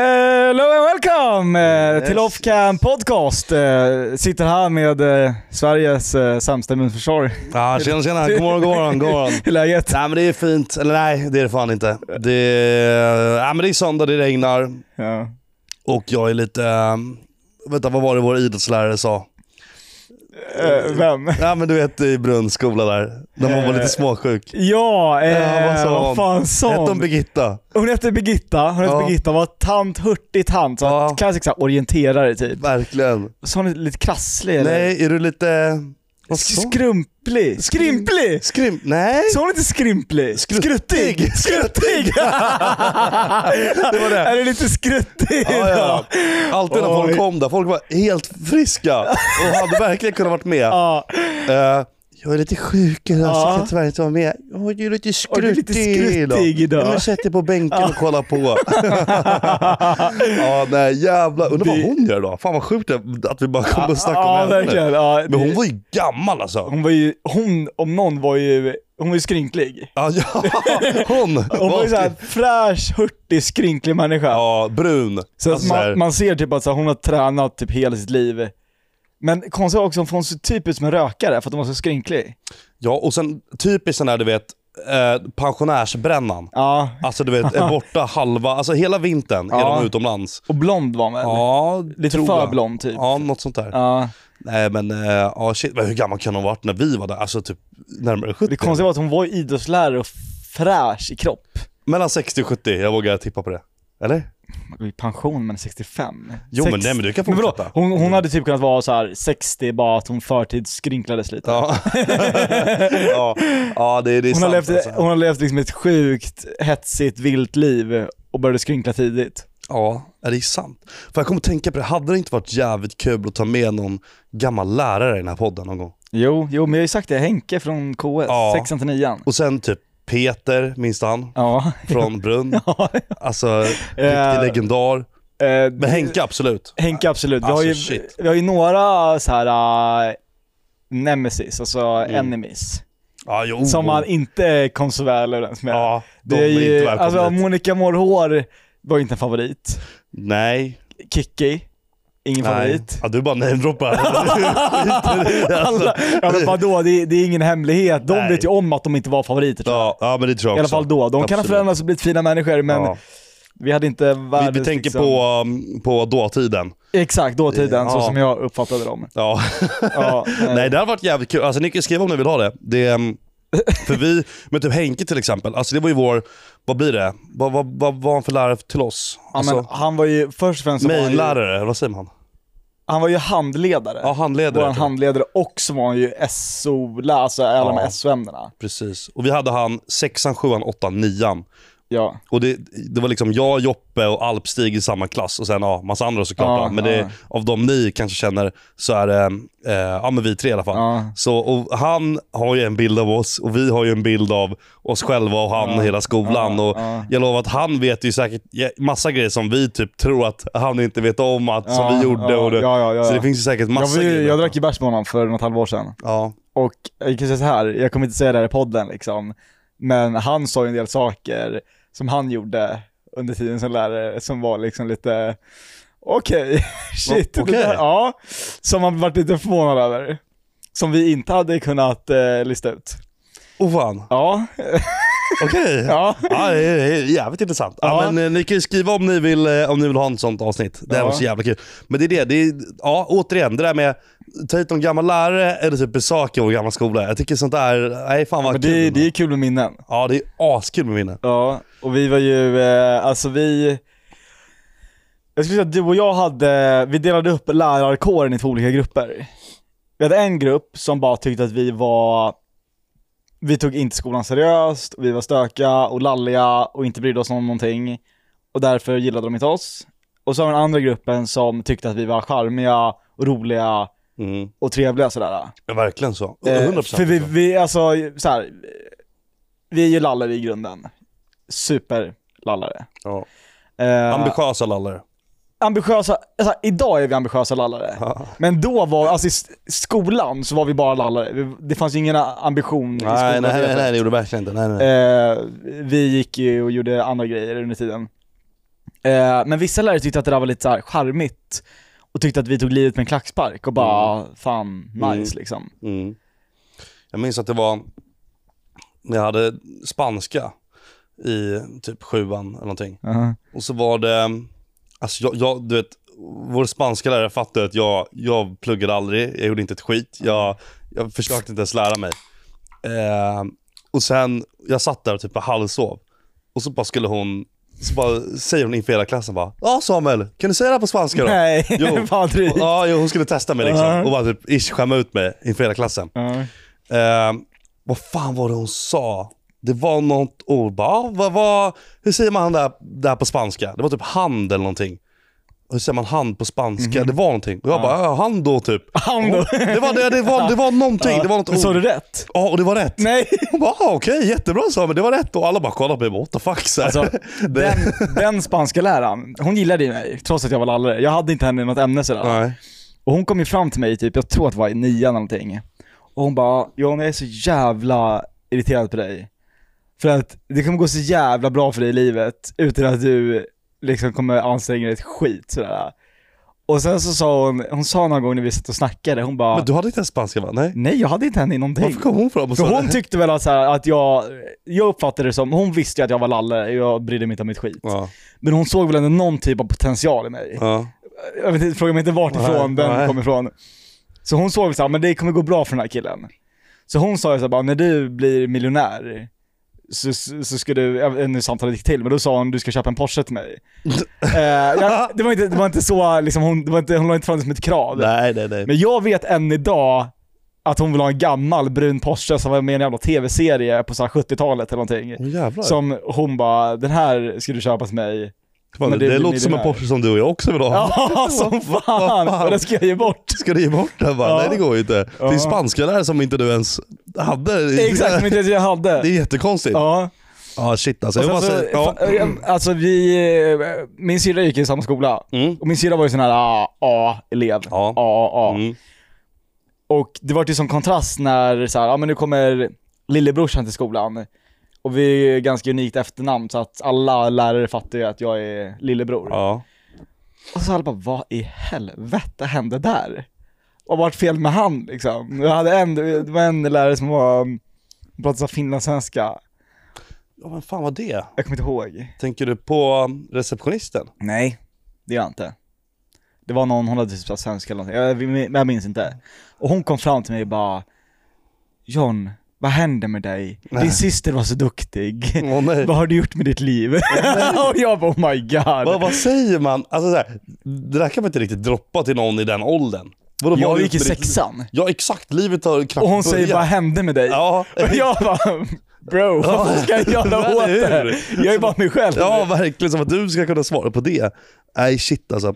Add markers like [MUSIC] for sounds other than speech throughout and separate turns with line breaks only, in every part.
Hello and welcome eh,
Yes.
till Offcam Podcast. Eh, Sitter här med eh, Sveriges eh, samstämmighetsförsvar.
[LAUGHS] Ja, tjena tjena, god morgon, god morgon, god morgon.
Hur är läget?
Nej men det är fint, eller nej det är det fan inte. Det är, nej, men det är söndag, det regnar
Ja.
och jag är lite, ehm, vänta vad var det vår idrottslärare sa?
Eh, Vem?
Ja men du vet i Brunns skola där, när man var lite småsjuk.
Ja,
Ja, vad
eh,
sa
vad
hon?
fan sa
Hette hon
hon?
Birgitta?
Hon hette Birgitta, hon hette
Ja.
Birgitta, var tant, hurtig tant. Så
Ja.
Klassisk så här, orienterare typ.
Verkligen.
Så hon är lite krasslig eller?
Nej, är du lite... Vad sa
Sk-
hon?
skrumplig. Skrymplig!
Skrim... Nej!
Så hon är inte skrymplig?
[LAUGHS] Skruttig.
Skruttig! Skruttig!
Det var
[LAUGHS]
det.
Är du lite skruttig
Ja, ja. Alltid när
Oj.
folk kom där, folk var helt friska och hade verkligen kunnat varit med.
Ja.
Eh, jag är lite sjuk idag så
Ja.
jag kan tyvärr inte vara med. Åh, du är lite
Och du är
skruttig,
lite skruttig
Ja,
idag.
men sätt dig på bänken och kolla på. ja, nej jävlar. Undrar vad
Det-
hon gör då? Fan vad sjukt det- att vi bara kommer och snackar
Ja,
om henne.
verkligen. Ja, det-
Men hon var ju gammal alltså.
hon var ju, hon om någon var ju, hon var ju skrynklig.
Ja, [LAUGHS] ja hon. typ-
Hon var ju såhär fräsch, hurtig, skrynklig människa.
Ja, brun.
så att
Alltså, så här-
man, man ser typ att så här, hon har tränat typ hela sitt liv. Men konstigt också, hon får så typ ut som en rökare för att hon var så skrynklig.
Ja, och sen typiskt sån här du vet, eh, pensionärsbrännan.
Ja,
Alltså du vet, är borta halva, alltså hela vintern är
Ja.
de utomlands.
och blond var hon väl?
Ja,
Lite
tror
för
jag.
blond typ.
Ja, något sånt där.
Ja.
Nej men, eh, ja shit. Men hur gammal kan hon ha varit när vi var där? Alltså typ närmare 70?
Det konstiga var att hon var ju idrottslärare och fräsch i kropp.
Mellan 60 och 70, jag vågar tippa på det. Eller?
Man går i pension men 65.
Jo,
Sex-
men nej, men du kan
vadå?
fortsätta.
Hon, hon hade typ kunnat vara så här 60, bara att hon förtidsskrinklades lite.
Ja. [LAUGHS] ja. ja, det, det är
hon, har
sant
levt,
alltså.
hon har levt liksom ett sjukt, hetsigt, vilt liv och började skrynkla tidigt.
Ja, är det är sant. För jag kommer att tänka på det, hade det inte varit jävligt kul att ta med någon gammal lärare i den här podden någon gång?
Jo, jo men jag har ju sagt det, Henke från KS,
Ja.
sexan till nian.
Och sen typ Peter, minns han?
Ja. [LAUGHS]
Från Brunn.
Ja.
Alltså,
Eh.
riktig legendar.
Eh,
Men Henke absolut.
Henke absolut. Vi, har
Alltså,
ju,
shit.
vi har ju några så här äh, nemesis, alltså
Mm.
enemies.
Ja, jo.
Som man inte kom så väl överens med.
Oh. Ja, de
Det är
inte
ju,
välkomna
alltså
hit.
Monica Morhår var ju inte en favorit.
Nej.
Kikki, ingen favorit.
Ja, du
[LAUGHS]
bara namedroppar. alltså,
Alla, [LAUGHS] ja men vadå, det, är- det är ingen hemlighet. De
Nej.
vet ju om att de inte var favoriter. tror jag.
ja, ja, men det tror jag
I alla
också.
fall då. De kan ha
Absolut.
förändrats och blivit fina människor men
Ja.
vi hade inte
Vi,
världens...
vi tänker
liksom-
på, um, på dåtiden.
Exakt, dåtiden, så
Ja.
som jag uppfattade
[LAUGHS]
dem.
Ja.
Ja, eh,
[LAUGHS] Nej, det hade varit jävligt kul. Alltså, ni kan ju skriva om ni vill ha det. det um, för vi, men typ Henke till exempel, alltså det var ju vår, vad blir det? Vad var vad, vad var han för lärare till oss?
ja, men
Alltså,
han var ju först och främst så var han, ju,
Mejllärare, vad säger man?
han var ju handledare.
Ja, handledare. typ.
Vår
tror jag.
handledare och så var han ju SO-lärare, alltså alla de här
Ja.
SO-ämnena.
Precis. Och vi hade han sexan, sjuan, åttan, nian.
Ja.
Och det, det var liksom jag, Joppe och Alpstig i samma klass och sen ja, massa andra såklart.
Ja,
då. Men det,
ja.
av de ni kanske känner så är det, eh, ja men vi tre i alla fall.
Ja.
Så, och han har ju en bild av oss och vi har ju en bild av oss själva och han och hela skolan.
Ja,
och
ja.
Jag lovar att han vet ju säkert jä- massa grejer som vi typ tror att han inte vet om att,
Ja,
som vi gjorde.
ja,
och det,
ja, ja, ja.
Så det finns ju säkert
Jag,
massa
var ju,
grejer.
jag drack ju bärs med honom för något halvår sedan.
ja.
Och jag kan säga så här, jag kommer inte säga det här i podden liksom, men han sa ju en del saker som han gjorde under tiden som lärare som var liksom lite, okej, [LAUGHS] shit, det
okej.
där- ja, som man varit lite förvånad över. Som vi inte hade kunnat eh, lista ut.
Oh fan,
Ja,
okej. ja.
ja.
det är det är jävligt intressant. Ja.
Ja.
men, eh, ni kan ju skriva om ni vill, eh, om ni vill ha en sånt avsnitt. Det här
Ja.
var så jävla kul. Men det är det, det är, ja, återigen, det där med ta hit någon gammal lärare eller typ besöka vår gamla skola. Jag tycker sånt där, nej fan vad
Men
kul.
det, det är kul med minnen.
Ja det är askul med minnen.
Ja, och vi var ju, eh, alltså vi Jag skulle säga att du och jag hade, vi delade upp lärarkåren i två olika grupper Vi hade en grupp som bara tyckte att vi var Vi tog inte skolan seriöst, och vi var stökiga och lalliga och inte brydde oss om någonting Och därför gillade de inte oss Och så har vi den andra gruppen som tyckte att vi var charmiga och roliga
Mm.
och trevliga sådär
Ja, verkligen så.
Eh,
100%
För vi, vi, alltså så här, vi är ju lallare i grunden. Superlallare.
ja.
Eh, [LAUGHS]
Ambitiösa lallare.
ambitiösa, alltså, idag är vi ambitiösa lallare.
Ja.
Men då var, alltså i s- skolan så var vi bara lallare. Vi- Det fanns ju ingen ambition i
Nej, nej, nej,
skolarbetet.
nej, det gjorde du verkligen inte. Nej, nej.
Eh, vi gick ju och gjorde andra grejer under tiden. Eh, men vissa lärare tyckte att det där var lite så här charmigt och tyckte att vi tog livet med en klackspark och bara fan nice
Mm.
liksom.
Mm. Jag minns att det var när jag hade spanska i typ sjuan eller någonting. Och så var det, alltså jag, jag, du vet, vår spanska lärare fattade att jag, jag pluggade aldrig, jag gjorde inte ett skit, jag, jag försökte inte ens lära mig. Eh, och sen, jag satt där och typ halvsov. Och så bara skulle hon, så bara säger hon inför hela klassen bara Ja Samuel, kan du säga det här på svenska
[LAUGHS]
då?
Nej, [LAUGHS]
Jo.
fan drygt.
Ja, jo, hon skulle testa mig
Ja.
liksom. Och bara typ ish skämma ut mig inför hela klassen.
Ja.
Eh, vad fan var det hon sa? Det var något ord. Bara, ah, vad, vad, hur säger man det här, det här på spanska? Det var typ hand eller någonting. Hur säger man hand på spanska? Det var någonting. Och jag bara, ja, hand då typ.
Mhm. [LAUGHS] Hand då.
[LAUGHS] Och hon- Det var, det, det var, det var någonting. Det var något
Men sa
ord.
du rätt?
Ja, och det var rätt.
Nej!
Hon bara, ah, okej, jättebra sa men det var rätt. Och alla bara kollade på mig, bara, what the fuck. Så här.
Alltså,
det,
den, den spanska läraren, hon gillade ju mig trots att jag var lallare. Jag hade inte henne i något ämne sådär.
[LAUGHS] nej.
Och hon kom ju fram till mig typ, jag tror att det var i nian eller någonting. Och hon bara, John jag är så jävla irriterad på dig. För att det kommer gå så jävla bra för dig i livet utan att du liksom kommer anstränga dig ett skit sådär. Och sen så sa hon, hon sa någon gång när vi satt och snackade, hon bara,
Men du hade inte ens spanska va? Nej.
nej jag hade inte henne i någonting.
Varför kom hon fram och
För
sa
hon
det?
tyckte väl att, så här, att jag, jag uppfattade det som, hon visste ju att jag var lalle, jag brydde mig inte om mitt skit.
Ja,
Men hon såg väl ändå någon typ av potential i mig.
ja.
Jag vet inte, fråga mig inte vart ifrån
Nej,
den
nej.
kom ifrån. Så hon såg väl såhär, men det kommer gå bra för den här killen. Så hon sa ju såhär bara, när du blir miljonär så, så, så ska du, jag vet inte hur samtalet gick till, men då sa hon du ska köpa en Porsche till
[LAUGHS]
mig. eh, jag, det, var inte, det var inte så, liksom, hon, det var inte, hon la inte fram det som ett krav.
Nej, nej, nej.
Men jag vet än idag att hon vill ha en gammal brun Porsche som var med i en jävla tv-serie på så här 70-talet eller någonting.
Åh, jävlar.
Som hon bara, den här ska du köpa till
[LAUGHS]
mig.
Fan,
men
det
det
det
blir
låter som en
miljonär.
Porsche som du och jag också vill ha. [LAUGHS]
Ja, som fan!
fan.
Och den ska jag ge bort.
Ska du ge bort den? Bara,
Ja.
Nej det går ju inte. Det är
Ja.
spanska där som inte du ens hade.
Exakt, men det jag hade.
Det är jättekonstigt. Ja
Ja.
shit alltså.
Och
Jag
sen
bara
så,
säger, ja.
fa- alltså vi, eh, min syrra gick i samma skola.
Mm.
Och min syrra var ju sån här ah, A-elev.
Ja.
A, A.
Mm.
Och det var ju som kontrast när så här, ja men nu kommer lillebrorsan till skolan. Och vi är ju ganska unikt efternamn så att alla lärare fattar ju att jag är lillebror.
Ja.
Och så alla bara, vad i helvete hände där? Och vart fel med han liksom? Jag hade en, det var en lärare som var, um, pratade så här finlandssvenska.
ja men fan vad det?
Jag kommer inte ihåg.
Tänker du på receptionisten?
Nej, det gör jag inte. Det var någon, hon hade typ så här svenska eller någonting, jag, jag minns inte. Och hon kom fram till mig och bara John, vad händer med dig? Din syster var så duktig.
Åh,
[LAUGHS]
nej.
Vad har du gjort med ditt liv? [LAUGHS] och jag bara oh my god.
Vad, vad säger man? Alltså så här, det där kan man inte riktigt droppa till någon i den åldern. Vadå, vad har
jag
du
gick i
gjort med ditt-
sexan.
Ja exakt, livet har knappt
Och hon säger
börjat.
vad hände med dig?
Ja,
[LAUGHS] Och jag bara bro, vad ska [LAUGHS] jag göra
eller
åt det?
hur?
Jag är bara mig själv.
ja verkligen, som att du ska kunna svara på det. Nej shit alltså.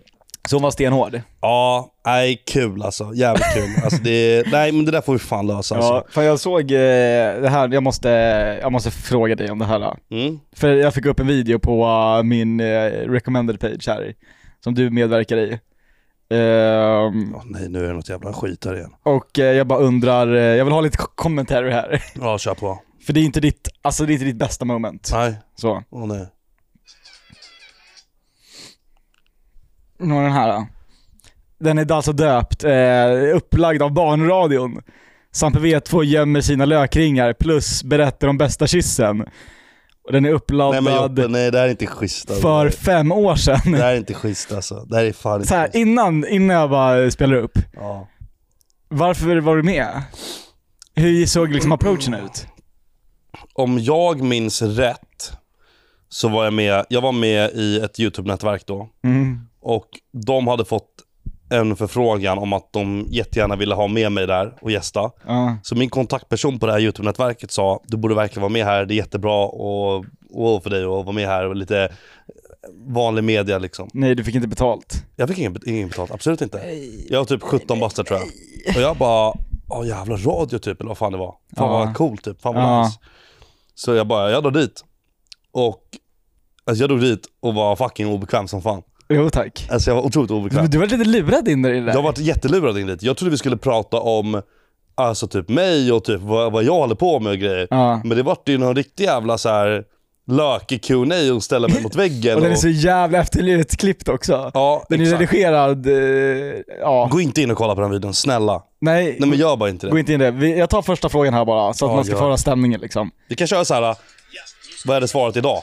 Så hon var stenhård.
Ja, nej kul alltså. Jävligt kul. Alltså, det,
[LAUGHS]
nej men det där får vi fan lösa
Ja,
alltså.
för jag såg eh, det här, jag måste, jag måste fråga dig om det här.
Mm.
För jag fick upp en video på uh, min eh, recommended page här, som du medverkar i. Ehm,
Åh, nej, nu är det något jävla skit här igen.
och eh, jag bara undrar, eh, jag vill ha lite ko- kommentarer här. [LAUGHS]
Ja, kör på.
För det är inte ditt, alltså det är inte ditt bästa moment.
Nej,
Så,
åh nej.
nu har jag den här. då. Den är alltså döpt, eh, upplagd av Barnradion. Sampe V2 gömmer sina lökringar plus berättar om bästa kyssen. Och den är
Nej
uppladdad
men Joppe, nej det här är inte schysst. Alltså.
för fem år sedan.
Det här är inte schysst alltså. Det här är fan
[LAUGHS] Så
inte
här,
schysst.
innan, innan jag bara spelar upp.
Ja.
Varför var du med? Hur såg liksom approachen ut?
Om jag minns rätt så var jag med, jag var med i ett YouTube-nätverk då.
Mm.
Och de hade fått en förfrågan om att de jättegärna ville ha med mig där och gästa.
Ja.
Så min kontaktperson på det här YouTube-nätverket sa, du borde verkligen vara med här, det är jättebra och, och för dig att vara med här och lite vanlig media liksom.
Nej, du fick inte betalt.
Jag fick ingen, ingen betalt, absolut inte. Jag var typ 17 bast tror jag. Och jag bara, åh jävla radio typ, eller vad fan det var. Fan
Ja.
vad coolt typ, fan vad
Ja.
nice. Så jag bara, jag drar dit. Och alltså jag drog dit och var fucking obekväm som fan.
Jo tack.
Alltså jag var otroligt obekväm.
Du, du var lite lurad in där i det där.
Jag varit jättelurad in dit. Jag trodde vi skulle prata om alltså typ mig och typ vad, vad jag håller på med och grejer.
Ja.
Men det vart ju någon riktig jävla så här lökig Q&A och ställa mig mot väggen.
Och den är så jävla efterlivet klippt också.
ja,
Den är
exakt.
redigerad, eh, ja.
Gå inte in och kolla på den videon, snälla.
Nej,
Nej men gör bara inte det.
gå inte in i det. Vi- Jag tar första frågan här bara, så att
Ja,
man ska
gör
få
det.
höra stämningen liksom.
Vi kan köra så här. vad är det svaret idag?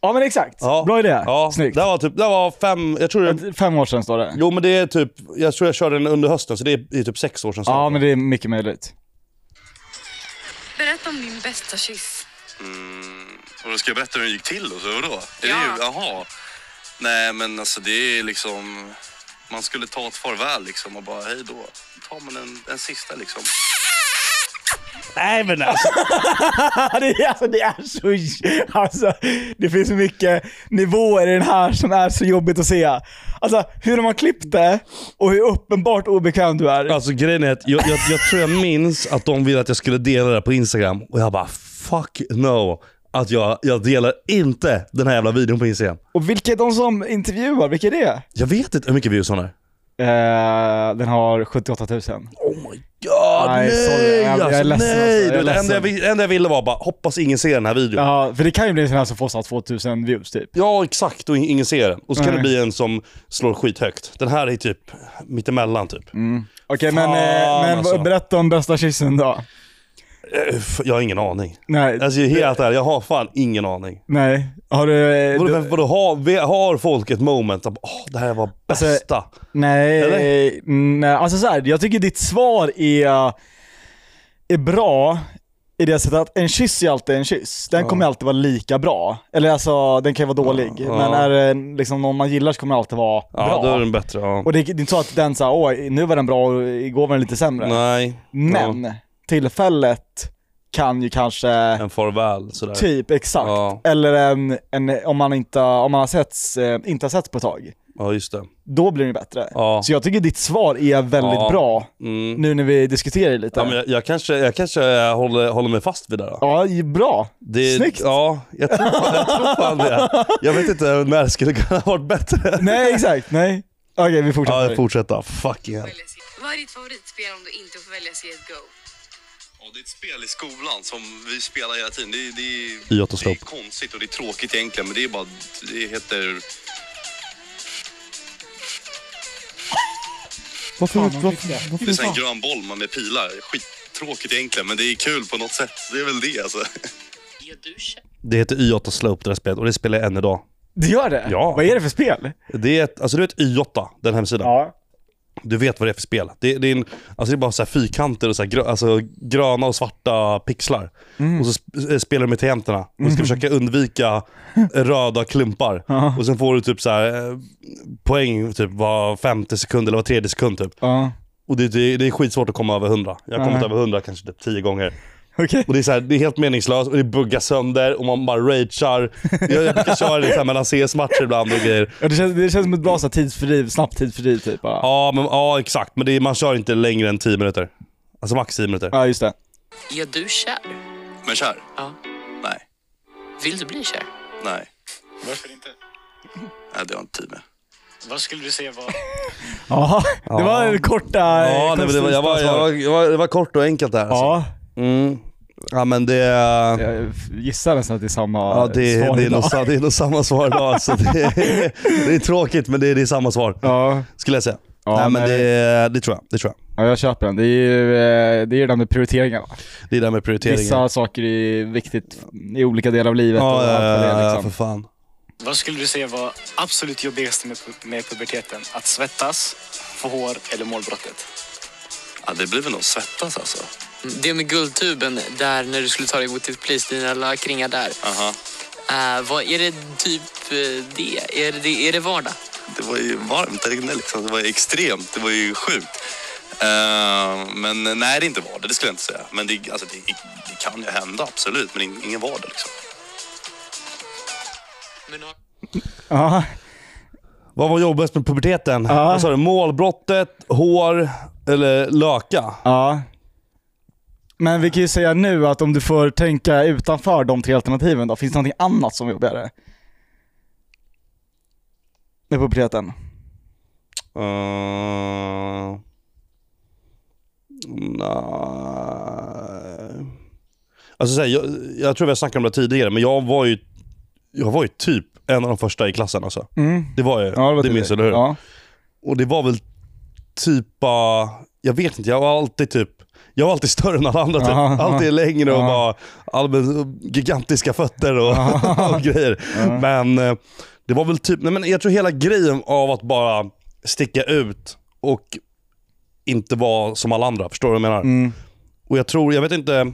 Ja men exakt,
Ja.
bra idé.
Ja,
Snyggt.
Det här var typ, det här var fem, jag tror det,
Fem år sedan står det.
jo men det är typ, jag tror jag körde den under hösten så det är, det är typ sex år sedan.
Ja men det är mycket möjligt.
Berätta om din bästa kyss.
Mm. Och då ska jag berätta hur det gick till och så, vadå? Är
Ja.
det ju, aha. Nej men alltså det är liksom, man skulle ta ett farväl liksom och bara hej då. Tar man en, en sista liksom.
Nej men alltså.
Ja, det, är- alltså, det är så... Alltså, det finns mycket nivåer i den här som är så jobbigt att se. Alltså hur de har klippt det och hur uppenbart obekväm du är.
Alltså grejen är att jag, jag, jag tror jag minns att de ville att jag skulle dela det här på Instagram och jag bara fuck no. Att jag, jag delar inte den här jävla videon på Instagram.
Och vilka är de som intervjuar? Vilka är det?
Jag vet inte hur mycket views hon har.
Eh, den har 78 000.
Oh my god,
Nej,
nej!
sorry. Jag- jag är
alltså,
ledsen, alltså. Jag är
nej. Du vet, Det
ledsen.
enda jag, vill- enda jag ville var bara, hoppas ingen ser den här videon. Ja,
Ja, för det kan ju bli en sån här som får så här 2000 views typ.
exakt, och in- ingen ser den. Och så kan
Nej.
det bli en som slår skithögt. Den här är typ mittemellan typ.
Mm. Okej men, eh,
Fan,
men
alltså.
berätta om bästa kyssen då.
Uff, Eh, Jag har ingen aning.
Nej,
Alltså jag är helt ärlig, jag har fan ingen aning.
nej. Har du... eh,
Vadå,
du
men vadå, har, vi- har folk ett moment att åh, det här var
Alltså,
bästa?
Nej, nej, alltså så här, jag tycker ditt svar är, är bra i det sättet att en kyss är alltid en kyss. Den kommer alltid vara lika bra. Eller alltså, den kan ju vara dålig.
Ja.
Men är det en- liksom någon man gillar så kommer det alltid vara
ja, då
bra.
är den bättre. Ja.
Och det, det är inte så att den såhär, åh nu var den bra och igår var den lite sämre.
Nej,
Men tillfället kan ju kanske,
en farväl sådär.
typ exakt.
Ja.
Eller en, en, om man inte, om man har setts, eh, inte har setts på ett tag.
Ja, just det.
Då blir den ju bättre.
Ja.
Så jag tycker ditt svar är väldigt
Ja.
bra
Mm.
nu när vi diskuterar det lite.
Ja, men jag, jag kanske, jag kanske håller, håller mig fast vid det då.
Ja, ju- bra.
Det,
Snyggt.
Ja, jag tror, fan- jag tror fan det. Jag vet inte när det skulle kunna ha varit bättre.
Nej, exakt. Nej. Okej, vi
Ja,
fortsätter.
jag fortsätter. Fuck yeah.
Välja sig- Vad är ditt favoritspel om du inte får välja sig ett go?
Ja, det är ett spel i skolan som vi spelar hela tiden. Det, det,
Idiot och
det är
slope.
konstigt och det är tråkigt egentligen men det är bara, det heter...
Varför, varför,
Det är så här en grön boll man med pilar. Skittråkigt egentligen men det är kul på något sätt. Det är väl det alltså.
Det heter Y8 Slope det där spelet och det spelar jag än idag.
det gör det?
Ja.
Vad är det för spel?
Det är ett, alltså du vet Y8, den hemsidan.
Ja.
Du vet vad det är för spel. Det, det, är, en, alltså det är bara så här fyrkanter och så här grö, alltså gröna och svarta pixlar. Och så sp- eh, spelar du med tangenterna och ska försöka undvika röda klumpar. Och sen får du typ så här, eh, poäng typ var femte sekund eller var tredje sekund typ.
ja.
Och det, det, det är skitsvårt att komma över 100. Jag har kommit
Nej.
över 100 kanske typ 10 gånger.
Okej.
Och det är, så här, det är helt meningslöst och det buggar sönder och man bara ragear. Jag, jag brukar köra det så här mellan CS-matcher ibland och grejer.
Ja, det, känns, det känns som ett bra så här, tidsfördriv, snabbt tidsfördriv typ bara.
Ja, men, ja exakt. Men det är, man kör inte längre än 10 minuter. Alltså max 10 minuter.
Ja, just det.
Är du kär?
Men kär?
Ja.
Nej.
Vill du bli kär?
Nej.
Varför inte?
Nej, det har jag inte tid med.
Vad skulle du säga var...
Jaha, det var korta...
Ja, nej, men det, var, jag var, jag var, jag var, det var kort och enkelt det här. Alltså.
Ja,
Mm. ja men det,
jag gissar nästan att det är samma
ja, det,
svar
det, är
idag.
nog, sa- det är nog samma svar idag.
[LAUGHS]
Alltså, det, det är tråkigt men det, det är samma svar.
Ja.
Skulle jag säga.
Ja,
nej, men
nej.
det, det tror jag. Det tror jag.
ja, jag köper den. Det är ju eh, det, är ju det där med prioriteringarna.
Det är det där med prioriteringar.
Vissa saker är viktigt i olika delar av livet. och
Ja,
allt vad det
ja,
är,
ja,
liksom.
för fan.
Vad skulle du säga var absolut jobbigast med, pu- med puberteten? Att svettas, få hår eller målbrottet?
Ja, det blir väl nog svettas alltså.
Det med guldtuben, där när du skulle ta dig mot ditt pris, dina lilla kringar där.
Aha.
Eh, vad är det typ eh, det? Är det, det, är det vardag?
Det var ju varmt där inne liksom. Det var ju extremt. Det var ju sjukt. Eh, men nej, det är inte vardag. Det skulle jag inte säga. Men det, alltså, det, det kan ju hända, absolut. Men in- ingen vardag liksom.
Men har-
Ja.
Vad var jobbigast med puberteten?
Ja.
Vad sa du? Målbrottet, hår eller löka?
Ja. Men vi kan ju säga nu att om du får tänka utanför de tre alternativen då, finns det någonting annat som är jobbigare? Med puberteten?
Uh, nej. Alltså så här, jag, jag tror vi har snackat om det tidigare, men jag var ju jag var ju typ en av de första i klassen alltså. Det var jag.
Mm. Ja, det, var
det minns du,
tydligt.
eller hur?
Ja.
Och det var väl typ bara... Jag vet inte, jag var alltid typ... Jag var alltid större än alla andra typ.
Aha.
Alltid längre och
Aha.
bara allmän, gigantiska fötter [LAUGHS] och, och grejer. Men eh, det var väl typ... Nej, men jag tror hela grejen av att bara sticka ut och inte vara som alla andra. Förstår du vad jag menar? Och jag tror, jag vet inte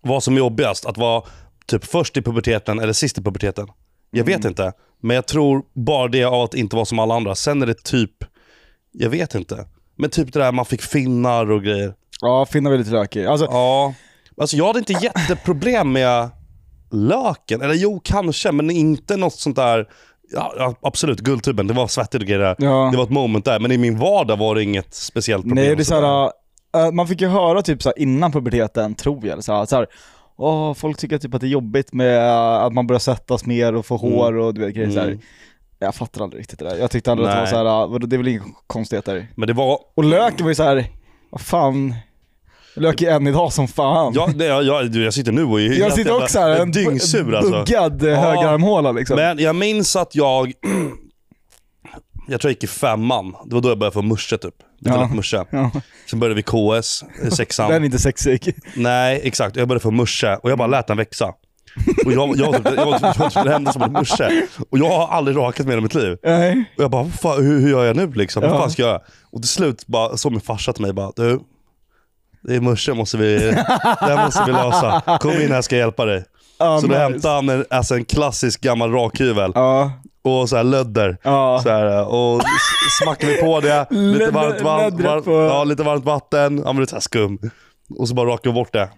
vad som är jobbigast. Att vara typ först i puberteten eller sist i puberteten. Jag vet
Mm.
inte. Men jag tror bara det av att inte vara som alla andra. Sen är det typ, jag vet inte. Men typ det där man fick finnar och grejer.
ja, finnar var lite lökig. Alltså,
Ja. Alltså jag hade inte jätteproblem med löken. Eller jo, kanske. Men inte något sånt där. Ja, ja, absolut, guldtuben. Det var svettigt och grejer där.
Ja.
Det var ett moment där. Men i min vardag var det inget speciellt problem.
Nej, det är
sådär.
såhär, äh, man fick ju höra typ såhär innan puberteten, tror jag, såhär, såhär Åh, folk tycker typ att det är jobbigt med äh, att man börjar sättas mer och
Mm.
få hår och du vet grejer såhär. Jag fattar aldrig riktigt det där. Jag tyckte aldrig att
Nej.
det var såhär, äh, vadå, det är väl inga konstigheter.
Men det var
Och löken var ju såhär, vad fan, lök är än idag som fan.
Ja, nej, jag, jag, du, jag sitter nu och är
jag
helt
sitter
jävla-
också här, en
dyngsur
bu-
alltså.
buggad ja.
Ja.
högerarmhåla liksom.
Men jag minns att jag, [CLEARS THROAT] jag tror jag gick i femman. Det var då jag började få musche typ. Lite
Ja.
lätt musche.
Ja,
Sen började vi KS, i sexan.
den är inte sexig. [LAUGHS]
Nej, exakt. Jag började få musche och jag bara lät den växa. Och jag, jag, var typ- jag, var typ- jag var typ den enda som hade musche. Och jag har aldrig rakat mer i mitt liv.
Nej.
Och jag bara, "Vad fan, hur, hur gör jag nu liksom?
Ja.
Vad fan ska jag göra? Och till slut bara, såg min farsa till mig bara, du, det är muschen måste vi, det här måste vi lösa. Kom in här ska jag hjälpa dig.
Ja,
så då
nice.
hämtade han en, alltså en klassisk gammal rakhyvel
Um, Ja.
och så här lödder.
Ja.
Så här, och s- smackade vi på det, lite
Lödder-
varmt, varmt,
löddret
varmt,
på-
ja, lite varmt vatten, ja, men lite så här skum. Och så bara rakade vi bort det.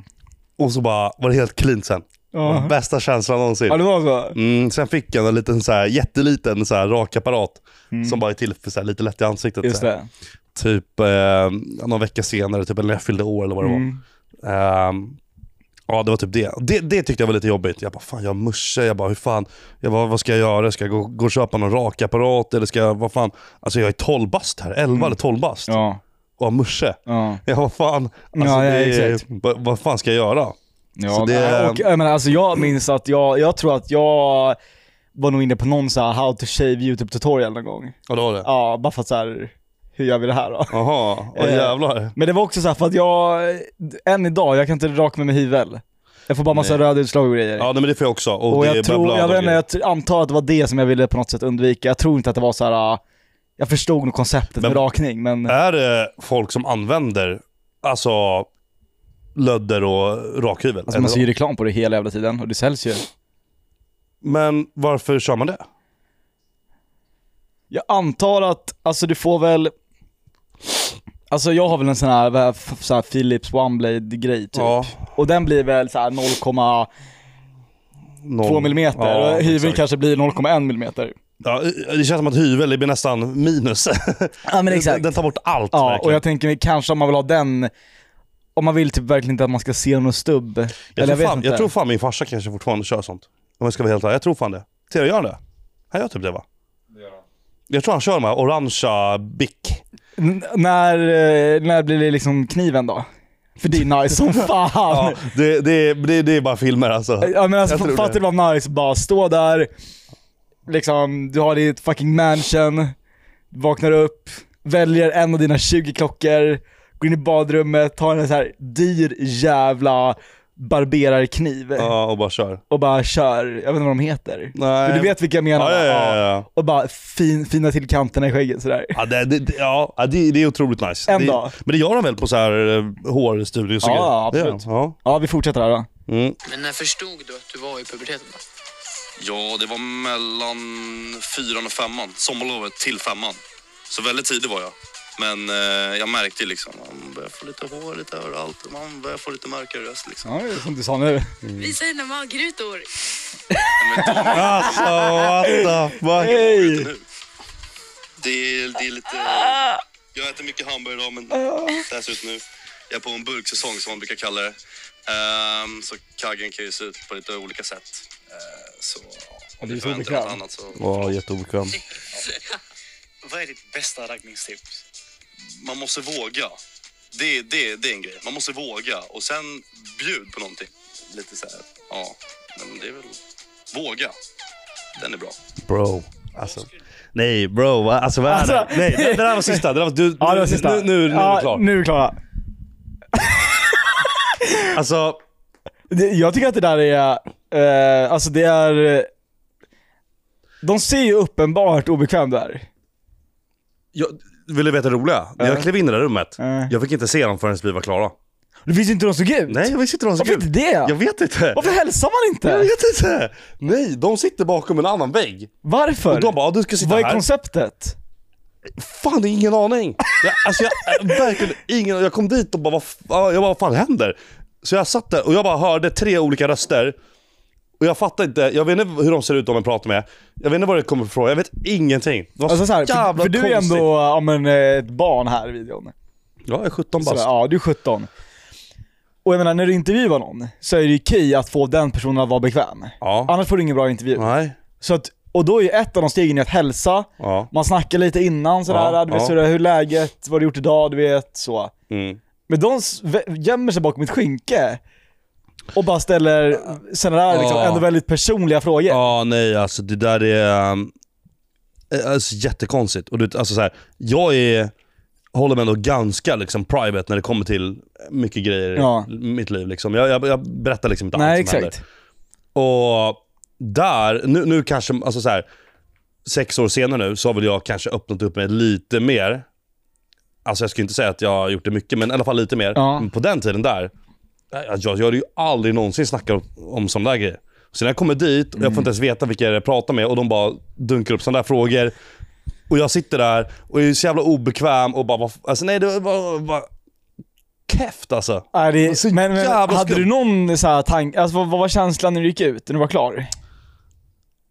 Och så bara var det helt clean sen.
Ja.
Den Bästa känslan någonsin.
ja, det var så.
Mm, sen fick jag en liten så här, jätteliten så här, rakapparat som bara är till för så här, lite lätt i ansiktet.
Mm. Just
så här.
det.
Typ eh, någon vecka senare, typ när jag fyllde år eller vad det
Mm.
var. Ehm, ja, det var typ det. det. Det tyckte jag var lite jobbigt. Jag bara, fan jag har musche. Jag bara, hur fan? Jag bara, vad ska jag göra? Ska jag gå, gå och köpa någon rakapparat? Eller ska jag, vad fan? Alltså jag är 12 bast här. 11 eller 12 bast.
Mm. Ja.
Och har musche. [LAUGHS]
Ja.
Ja, vad fan. Alltså,
Ja, ja,
det är-
exakt.
vad- vad fan ska jag göra?
Ja,
Så det-
nej, och, jag, menar, alltså jag minns att jag, jag tror att jag var nog inne på någon så här how to shave youtube tutorial någon gång.
Ja, det var det.
Ja, bara för att så här, hur gör vi det här då? [LAUGHS]
Jaha, vad
Eh,
jävlar.
Men det var också så här för att jag, än idag, jag kan inte raka mig med hyvel. Jag får bara massa
Nej.
röda utslag och grejer.
Ja, nej, men det får jag också. Och,
och
det
jag
är
tror,
blad
jag
och
vet inte,
grejer.
jag t- antar att det var det som jag ville på något sätt undvika. Jag tror inte att det var så här. äh, jag förstod nog konceptet
Men-
med rakning men... alltså,
Är det folk som använder alltså lödder och rakhyvel?
Alltså man
Eller-
ser ju reklam på det hela jävla tiden och det säljs ju.
Men varför kör man det?
Typ Jag antar att, alltså du får väl Alltså jag har väl en sån här, vad- f- så här Philips OneBlade grej typ.
Ja.
Och den blir väl så här 0,2
Någon...
mm.
Ja,
och hyveln
exakt.
kanske blir 0,1 mm.
Ja, det känns som att hyvel det blir nästan minus.
Ja [LAUGHS] men
Den- Den tar bort allt
Ja, och
verkligen.
jag tänker kanske om man vill ha den, om man vill typ verkligen inte att man ska se någon stubb.
jag,
Eller
tror
vet
fan,
inte.
jag tror fan min farsa kanske fortfarande kör sånt. Om jag ska vara helt ärlig. Jag tror fan det. Tere, gör han det? Han gör typ det va? Jag tror han kör de här orangea Bic.
N- när, eh, när blir det liksom kniven då? För det är nice
[LAUGHS]
som fan.
Ja, det, det, det, det är bara filmer alltså.
Ja men alltså
Jag tror
fattar
det.
du vad nice att bara stå där, liksom du har ditt fucking mansion, vaknar upp, väljer en av dina 20 klockor, går in i badrummet, tar en så här dyr jävla barberarkniv
Ja, och bara kör.
och bara kör, jag vet inte vad de heter.
Nej.
Men du vet vilka jag menar
Ja,
va?
ja, ja, ja.
Och bara fin, fina till kanterna i skägget sådär.
Ja, det, det, det- ja ja, det, det är otroligt nice.
En
det,
dag.
Men det gör de väl på så här eh, hårstudios och
Ja,
grejer?
absolut.
Det gör de.
Ja vi fortsätter här då.
Ja. Mm.
Men när förstod du att du var i puberteten? Då?
Ja, det var mellan fyran och femman. Sommarlovet till femman. Så väldigt tidig var jag. Men eh, jag märkte ju liksom, man börjar få lite hår lite överallt. och Man börjar få lite mörkare röst liksom.
Ja det är som du sa nu.
Visa dina magrutor.
Alltså what the fuck.
Hej!
Det är, det är lite... Jag äter mycket hamburgare idag, men det här ser ut nu. Jag är på en burksäsong som man brukar kalla det. Ehm, så kaggen kan ju se ut på lite olika sätt. Ehm, så om
det är
vi
så
förändrar
obekvämt.
något annat så...
Åh, jätteobekvämt.
Vad är ditt bästa raggningstips?
man måste våga. Det, det, det är en grej. Man måste våga och sen bjud på någonting. Lite så här, ja. Men det är väl våga. Den är bra.
Bro. Alltså. Nej bro, va? alltså vad är
Alltså-
det? Nej, det, det där var sista. Det där var, du,
Ja, det
nu,
var sista.
Nu, nu, nu är
ja,
det klart.
Nu är vi klara.
Alltså,
Det, jag tycker att det där är, eh, alltså det är... eh, De ser ju uppenbart obekväm du är.
jag, vill du veta det roliga? När jag klev in i det där rummet,
Ja.
jag fick inte se dem förrän vi var klara.
Det finns ju inte hur de såg ut.
Nej, jag visste inte hur de såg
Varför
ut.
inte det?
Jag vet inte.
Varför hälsar man
Jag
inte?
vet inte. Nej, de sitter bakom en annan vägg.
Varför?
Och de bara, "Ja, du ska sitta
Vad är
här."
konceptet?
Fan, det är ingen aning. Jag, alltså jag, jag- verkligen ingen Jag kom dit och bara, vad, f- ja, jag bara, vad fan händer? Så jag satt där och jag bara hörde tre olika röster. Och jag fattar inte, jag vet inte hur de ser ut de jag pratar med. Jag vet inte var det kommer ifrån, jag vet ingenting. Det var
Alltså
så
så här, för,
jävla
för du är
konstigt.
ändå ja, men, eh, ett barn här i videon.
Ja, jag är 17
Sådär,
bast.
ja, du är 17. Och jag menar, när du intervjuar någon så är det ju key att få den personen att vara bekväm.
Ja.
Annars får du ingen bra intervju.
Nej.
Så att, och då är ju ett av de stegen i att hälsa,
Ja.
man snackar lite innan sådär,
Ja,
du vet
ja.
sådär, hur är läget, vad har du gjort idag, du vet så.
Mm.
Men de s- vä- gömmer sig bakom ett skynke och bara ställer sådana där liksom,
Ja.
ändå väldigt personliga frågor.
Ja, nej alltså det där är um, eh, alltså, jättekonstigt. Och du, vet, alltså, så här, jag är, håller mig ändå ganska liksom, private när det kommer till mycket grejer
Ja.
i mitt liv. Liksom. Jag, jag, jag berättar liksom inte
Nej
allt som
exakt.
händer. Och där, nu, nu kanske, alltså så här, sex år senare nu så har väl jag kanske öppnat upp mig lite mer. Alltså jag ska inte säga att jag har gjort det mycket, men i alla fall lite mer.
Ja.
Men på den tiden där, jag, jag hade ju aldrig någonsin snackat om- om sådana där grejer. Så när jag kommer dit, och jag får inte ens veta vilka jag pratar med och de bara dunkar upp sådana där frågor. Och jag sitter där och är så jävla obekväm och bara, vad f- alltså nej det var bara keft alltså.
Nej, det,
Så
men men
jävla
hade
skumt.
du någon så här tanke, alltså, vad, vad var känslan när du gick ut, när du var klar?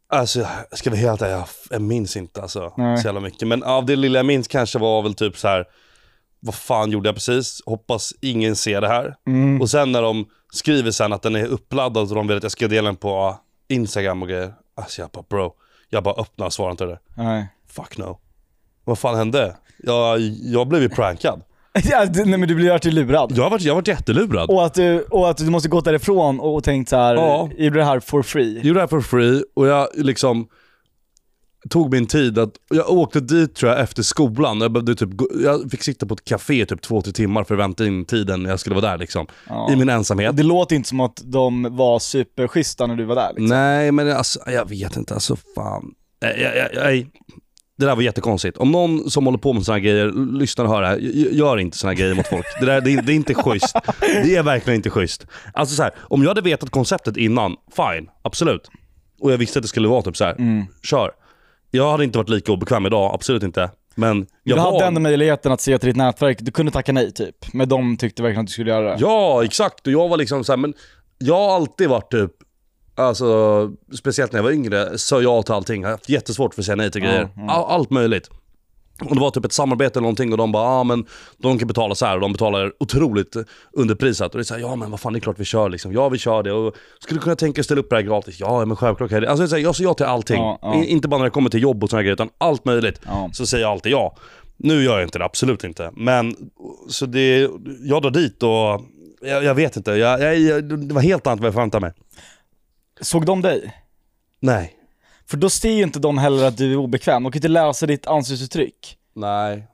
Alltså, jag ska vara helt ärlig, jag, jag minns inte alltså,
Nej.
så jävla mycket. Men av det lilla jag minns kanske var väl typ så här. vad fan gjorde jag precis? Hoppas ingen ser det här. Och sen när de skriver sen att den är uppladdad och de vill att jag ska dela den på Instagram och grejer. Alltså jag bara bro, jag bara öppnar och svarar inte det där.
Nej.
Fuck no. Vad fan hände? Jag, jag blev ju prankad.
[LAUGHS] Ja, du- nej men du blir alltid lurad.
Jag har varit, jag har varit jättelurad.
Och, att du, och att du måste gått därifrån och tänkt så här,
Ja.
jag gjorde det här for free.
gjorde det här for free och jag liksom tog min tid att, jag åkte dit tror jag efter skolan, jag, behövde typ, gå- jag fick sitta på ett café typ två, tre timmar för att vänta in tiden när jag skulle vara där liksom. I min ensamhet.
Det låter inte som att de var superschyssta när du var där. Liksom.
Nej men alltså, jag vet inte, alltså fan. Nej, jag, jag, jag, det där var jättekonstigt. Om någon som håller på med sådana grejer l- lyssnar och hör det här, g- gör inte sådana grejer mot folk. Det, där, det, är- det är inte schysst. Det är verkligen inte schysst. Alltså så här, om jag hade vetat konceptet innan, fine, absolut. Och jag visste att det skulle vara typ så här.
Mm.
kör. Jag hade inte varit lika obekväm idag, absolut inte. Men jag
Du hade
var...
ändå möjligheten att se till ditt nätverk, du kunde tacka nej typ. Men de tyckte verkligen att du skulle göra det.
Ja, exakt. Och jag var liksom så här, men jag har alltid varit typ, alltså speciellt när jag var yngre, sa jag till allting. Jag har haft jättesvårt för att säga nej till grejer.
mm.
All, allt möjligt. Och det var typ ett samarbete eller någonting och de bara, ah, men de kan betala så här och de betalar otroligt underprisat. Och det är så här, ja men vad fan det är klart vi kör liksom. Ja vi kör det och skulle kunna tänka oss ställa upp det här gratis. Ja men självklart kan jag det. Alltså det är så här, jag sa ja till allting.
Ja, ja.
I- Inte bara när det kommer till jobb och sådana grejer utan allt möjligt.
Ja.
Så säger jag alltid ja. Nu gör jag inte det, absolut inte. Men så det, jag drar dit och jag, jag vet inte. Jag, jag, jag, det var helt annat vad jag förväntade mig.
Såg de dig?
Nej.
För då ser ju inte de heller att du är obekväm, de kan ju inte läsa ditt ansiktsuttryck.
Nej.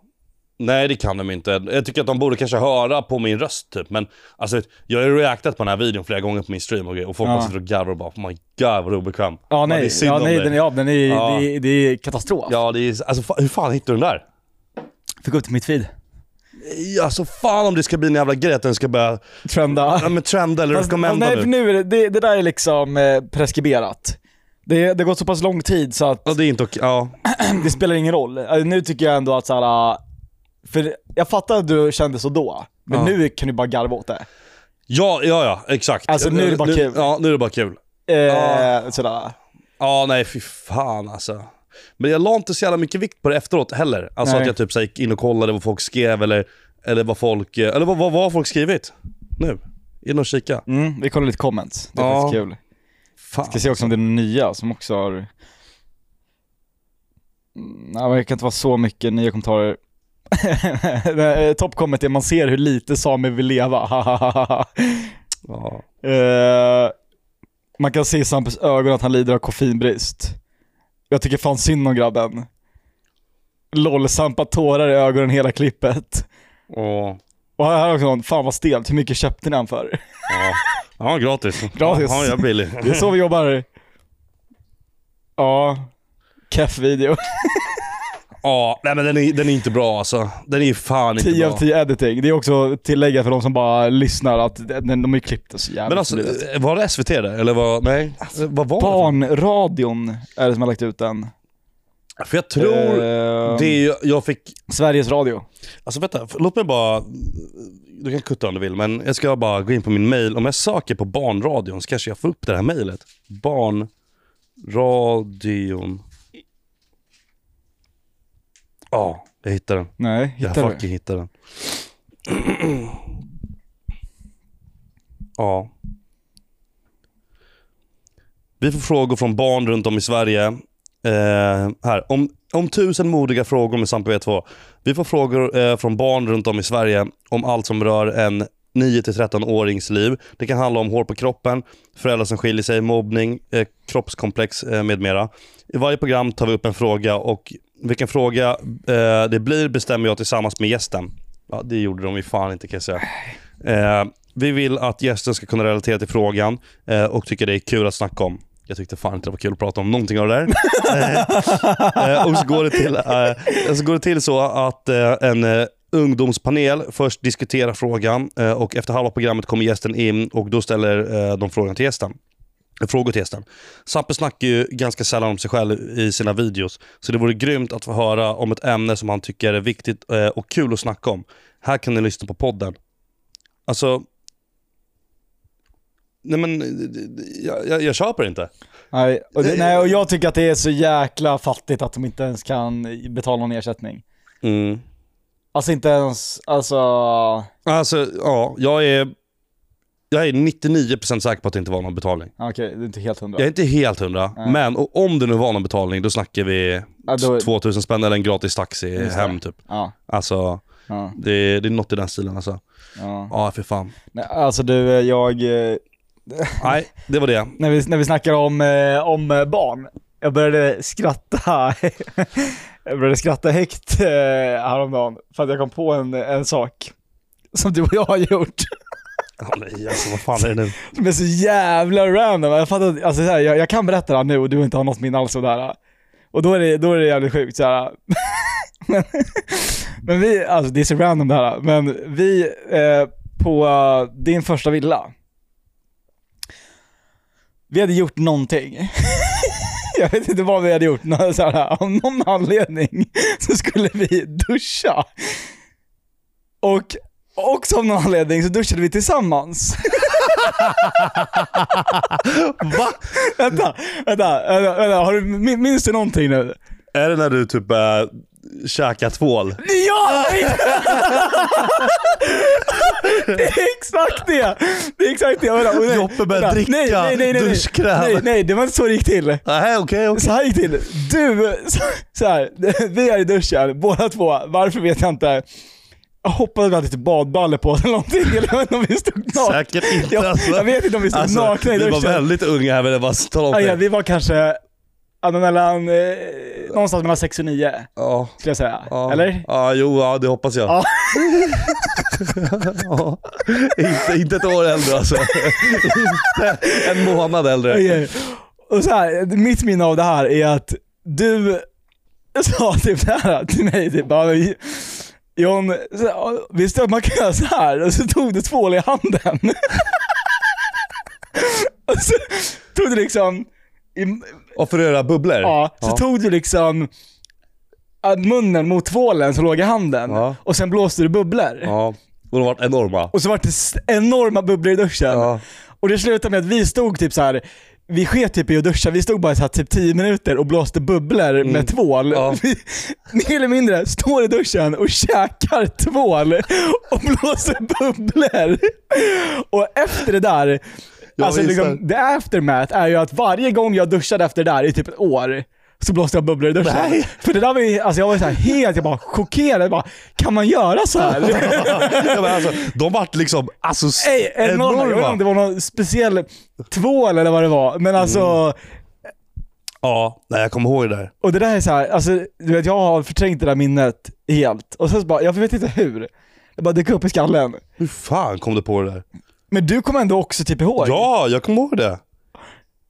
Nej, det kan de inte. Jag tycker att de borde kanske höra på min röst typ. Men alltså, vet, jag har ju reactat på den här videon flera gånger på min stream och, grejer, och folk
Ja.
bara sitter och garvar och bara oh my god vad obekväm.
Ja
det
nej,
är synd
ja,
om
nej
dig.
den, ja, den är,
Ja.
Det, är, det är katastrof.
Ja, det är, alltså fa- hur fan hittar du den där?
Fick upp till mitt feed.
Nej, Alltså fan om det ska bli en jävla grej att den ska börja
Trenda.
ja, men trenda eller
Fast-
rekommenda
nej, för
nu.
nu är det, det, det där är liksom eh, preskriberat. Det, det har gått så pass lång tid så att [CLEARS THROAT]
Ja, det är inte okej. Ja.
det spelar ingen roll. Alltså, nu tycker jag ändå att såhär, för jag fattar att du kände så då, men
Ja.
nu kan du bara garva åt det.
Ja, ja, ja, exakt.
Alltså, nu är det bara kul.
Ja, nu är det bara kul.
Eh,
Ja.
sådär.
Ja, nej fy fan alltså. Men jag la inte så jävla mycket vikt på det efteråt heller. Alltså
Nej.
att jag typ så här, gick in och kollade vad folk skrev eller, eller vad folk, eh, eller vad, vad, vad har folk skrivit nu? In och kika.
Mm, vi kollar lite comments, det är
Ja.
faktiskt kul.
Fan.
Ska se också om det är några nya som också har... Mm, Nej men det kan inte vara så mycket nya kommentarer. [LAUGHS] Nej, eh, Toppkomment är man ser hur lite samer vill leva, [LAUGHS]
Ja.
Eh, Man kan se i Sampes ögon att han lider av koffeinbrist. Jag tycker fan synd om grabben. LOL, sampa tårar i ögonen hela klippet.
Och,
Och här har också någon, fan vad stelt, hur mycket köpte ni han för?
ja. ja, gratis.
Gratis.
Ja, jag är billig.
Det är så vi jobbar. Ja, keff video.
Ja, nej men den är, den är inte bra alltså. Den är fan inte
10
bra.
av 10 editing. Det är också tillägga för de som bara lyssnar att den- de är klippta så jävla
Men alltså, var det SVT det? Eller vad, nej? vad var
Barnradion är det som har lagt ut den.
det? För jag tror
Ehm,
det är ju, jag fick
Sveriges Radio.
Alltså vänta, f- låt mig bara... Du kan kutta om du vill, men jag ska bara gå in på min mail. Om jag söker på barnradion så kanske jag får upp det här mejlet. Barnradion. Ja, jag hittade den.
Nej,
Jag
hittar du?
fucking hittade den. ja. Vi får frågor från barn runt om i Sverige. Eh, här. Om, om tusen modiga frågor med Sampo V2. Vi får frågor eh, från barn runt om i Sverige om allt som rör en 9-13-årings liv. Det kan handla om hår på kroppen, föräldrar som skiljer sig, mobbning, eh, kroppskomplex eh, med mera. I varje program tar vi upp en fråga och vilken fråga eh, det blir bestämmer jag tillsammans med gästen. Ja, det gjorde de ju fan inte kan jag säga. Eh, vi vill att gästen ska kunna relatera till frågan eh, och tycker det är kul att snacka om. Jag tyckte fan inte det var kul att prata om någonting av det där. Eh, och så går det, till, eh, så går det till så att eh, en eh, ungdomspanel först diskuterar frågan eh, och efter halva programmet kommer gästen in och då ställer eh, de frågan till gästen. Eh, Frågor till gästen. Sampe snackar ju ganska sällan om sig själv i sina videos, så det vore grymt att få höra om ett ämne som han tycker är viktigt eh, och kul att snacka om. Här kan ni lyssna på podden. Alltså... Nej men, eh, jag, jag, jag köper inte.
Nej och, det, nej, och jag tycker att det är så jäkla fattigt att de inte ens kan betala någon ersättning.
Mm.
Alltså inte ens, alltså...
Alltså, ja, jag är... Jag är 99% säker på att det inte var någon betalning.
Okej, det är inte helt hundra.
Jag är inte helt hundra, men och om det nu var någon betalning, då snackar vi
Ja, då-
2000 spänn eller en gratis taxi
Just det.
hem typ.
Ja,
Alltså,
ja,
det, det är något i den stilen alltså.
ja.
Ja, för fan.
Nej, alltså du, jag... eh,
Nej, det var det.
när vi, när vi snackar om, eh, om eh, barn. Jag började skratta, [LAUGHS] jag började skratta högt eh, häromdagen för att jag kom på en, en sak som du och jag har gjort.
Ja, nej, alltså vad fan är det nu?
Som är så jävla random. Jag, fattar, inte- alltså, så här, jag, jag kan berätta det här nu och du inte har något minne alls av det här. Och då är det, då är det jävligt sjukt. Så här. [LAUGHS] men, men vi, alltså det är så random det här. Men vi, eh, på eh, din första villa. Vi hade gjort någonting. [LAUGHS] Jag vet inte vad vi hade gjort, nå- så här, av någon anledning så skulle vi duscha. Och också av någon anledning så duschade vi tillsammans.
Va?
vänta, vänta, vänta, vänta. Har du, min- minns du någonting nu?
Är det när du typ äh, käkar tvål?
Ja! [LAUGHS] det är exakt det! Det är exakt det. Vänta, och nej,
Joppe börjar
vänta.
dricka
nej, nej, nej, nej,
duschkräm.
Nej, nej, det var inte så det gick till.
Nej, okej, okej.
Så här gick det till. Du, så, så här, [LAUGHS] vi är i duschen, båda två. Varför vet jag inte. Jag hoppades vi hade typ badbrallor på oss eller någonting. Eller jag vet inte om vi stod nakna.
Säkert inte
Jag,
alltså.
jag vet inte om vi stod
Alltså,
nakna i
Vi
duschen.
var väldigt unga här vill jag bara tala om
Ja, ja,
det.
vi var kanske ja, men mellan, eh, någonstans mellan 6 och 9
Ja.
skulle jag säga.
Ja.
Eller?
Ja, jo, ja, det hoppas jag.
Ja.
[LAUGHS] Ja. inte, inte ett år äldre alltså. inte en månad äldre.
Okej. Och så här, mitt minne av det här är att du [LAUGHS] sa typ det här till mig, typ bara, "Men John, så, ja, visste du att man kan göra så här? Och så tog du tvål i handen. [LAUGHS] och så tog du liksom, i,
Och för att göra bubblor?
ja, så tog du liksom äh, munnen mot tvålen som låg i handen
Ja.
och sen blåste du bubblor.
Ja. Och de har varit enorma.
Och så var det s- enorma bubblor i duschen.
Ja.
Och det slutade med att vi stod typ så här. Vi sket typ i att duscha, vi stod bara så här typ 10 minuter och blåste bubblor med tvål.
Mm. Ja.
[LAUGHS] Vi, mer eller mindre står i duschen och käkar tvål och blåser bubblor. Och efter det där,
Jag
alltså
gissar.
liksom, the aftermath är ju att varje gång jag duschade efter det där i typ ett år, så blåste jag bubblor i duschen.
Nej.
För det där var ju, alltså jag var så här helt, jag bara chockerad. Jag bara, kan man göra så här?
[LAUGHS] ja, men alltså, de vart liksom alltså, s-
Ej,
Mm.
enorma. Jag vet inte om det var någon speciell tvål eller vad det var, men alltså...
Ja, nej jag kommer ihåg det där.
Och det där är så här, alltså du vet jag har förträngt det där minnet helt. Och sen så bara, jag vet inte hur. Det bara dök upp i skallen.
Hur fan kom du på det där?
Men du kommer ändå också typ ihåg.
Ja, jag kommer ihåg det.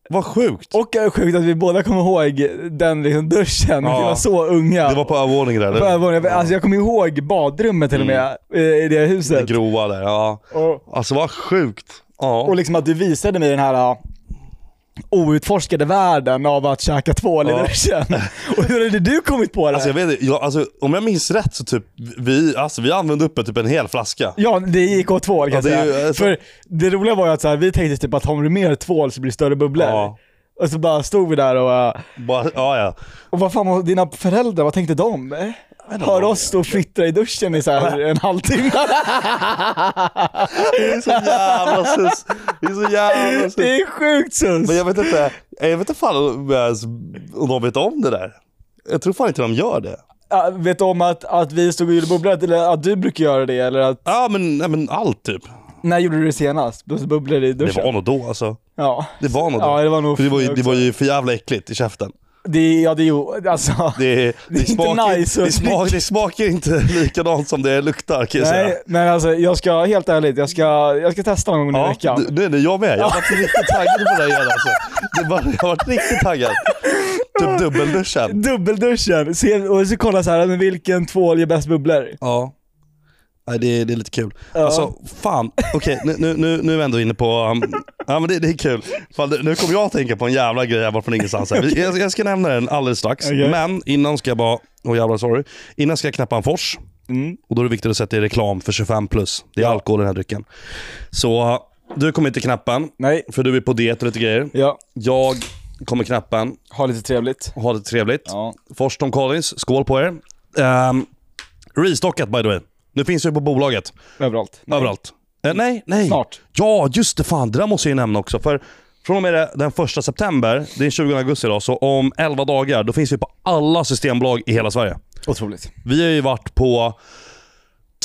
Vad sjukt.
Och är sjukt att vi båda kommer ihåg den liksom duschen,
Ja.
vi var så unga.
Det var på övervåningen där,
På
eller?
övervåningen. Alltså jag kommer ihåg badrummet till och med, eh, i det
Mm. Det
huset.
grova där, ja.
och,
Alltså vad sjukt.
och
Ja.
liksom att du visade mig den här ah, outforskade världen av att käka tvål i
Ja.
duschen. [LAUGHS] och hur hade du kommit på det?
Alltså jag vet inte, jag, alltså, om jag minns rätt så typ, vi, alltså, vi använde uppe typ en hel flaska.
Ja, det gick åt tvål kan
Ja,
jag
det är
säga.
ju, alltså-
För det roliga var ju att så här, vi tänkte typ att om du mer tvål så blir det större bubblor.
Ja.
Och så bara stod vi där och, eh,
Bara, ja, ja.
och vad fan, vad- dina föräldrar, vad tänkte de? Hör oss stå och fnittra i duschen i så här en
[LAUGHS]
halvtimme.
Det är så jävla sus. Det är så jävla sus.
Det är sjukt sus!
Men jag vet inte, jag vet inte fan om om de vet om det där. Jag tror fan inte de gör det.
Ja, vet du om att, att vi stod och gjorde bubblor, eller att du brukar göra det, eller att
Ja men, nej, men allt typ.
när gjorde du det senast? Blåste bubblor i
Det
duschen?
var nog då alltså.
Ja.
Det var nog då.
Ja, det var nog
För det, var ju, det
också.
var ju för jävla äckligt i käften.
Det, ja, det gjorde, alltså. [LAUGHS]
Det, det,
Det är inte
smakar,
nice att
det, smak, det smakar inte [LAUGHS] likadant som det luktar kan jag säga.
Nej, men alltså jag ska, helt ärligt, jag ska, jag ska testa någon gång i veckan.
du- nu är det jag med. Jag har varit riktigt taggad på det här igen alltså. Det var, jag har varit riktigt taggad. Typ dubbelduschen.
Dubbelduschen, se, och så kolla så här, men vilken tvål ger bäst bubblor?
Ja. Nej, det, är- det är lite kul. Alltså, fan. Okej, nu- nu, nu, nu är vi ändå inne på... Um, ja, men det, det är kul. Fan, det- nu kommer jag att tänka på en jävla grej här bara från ingenstans. Här. Vi- Jag, jag ska nämna den alldeles strax,
Okej.
men innan ska jag bara... Åh jävlar, sorry. Innan ska jag knäppa en fors. Och då är det viktigt att sätta i reklam för 25 plus. Det är alkohol i den här drycken. Så uh, du kommer inte knäppa en,
Nej.
för du är på diet och lite grejer.
Ja,
Jag kommer knäppa en
ha lite trevligt.
och ha det trevligt.
Ja.
Fors Tom Collins, skål på er. Ehm, restockat by the way. Nu finns det ju på bolaget.
Överallt.
Överallt. Eh, nej, nej.
Snart.
Ja, just det. Fan, det där måste jag ju nämna också. För från och med det- den 1 september, det är 20 augusti idag, så om 11 dagar, då finns vi på alla systembolag i hela Sverige.
Otroligt.
Vi har ju varit på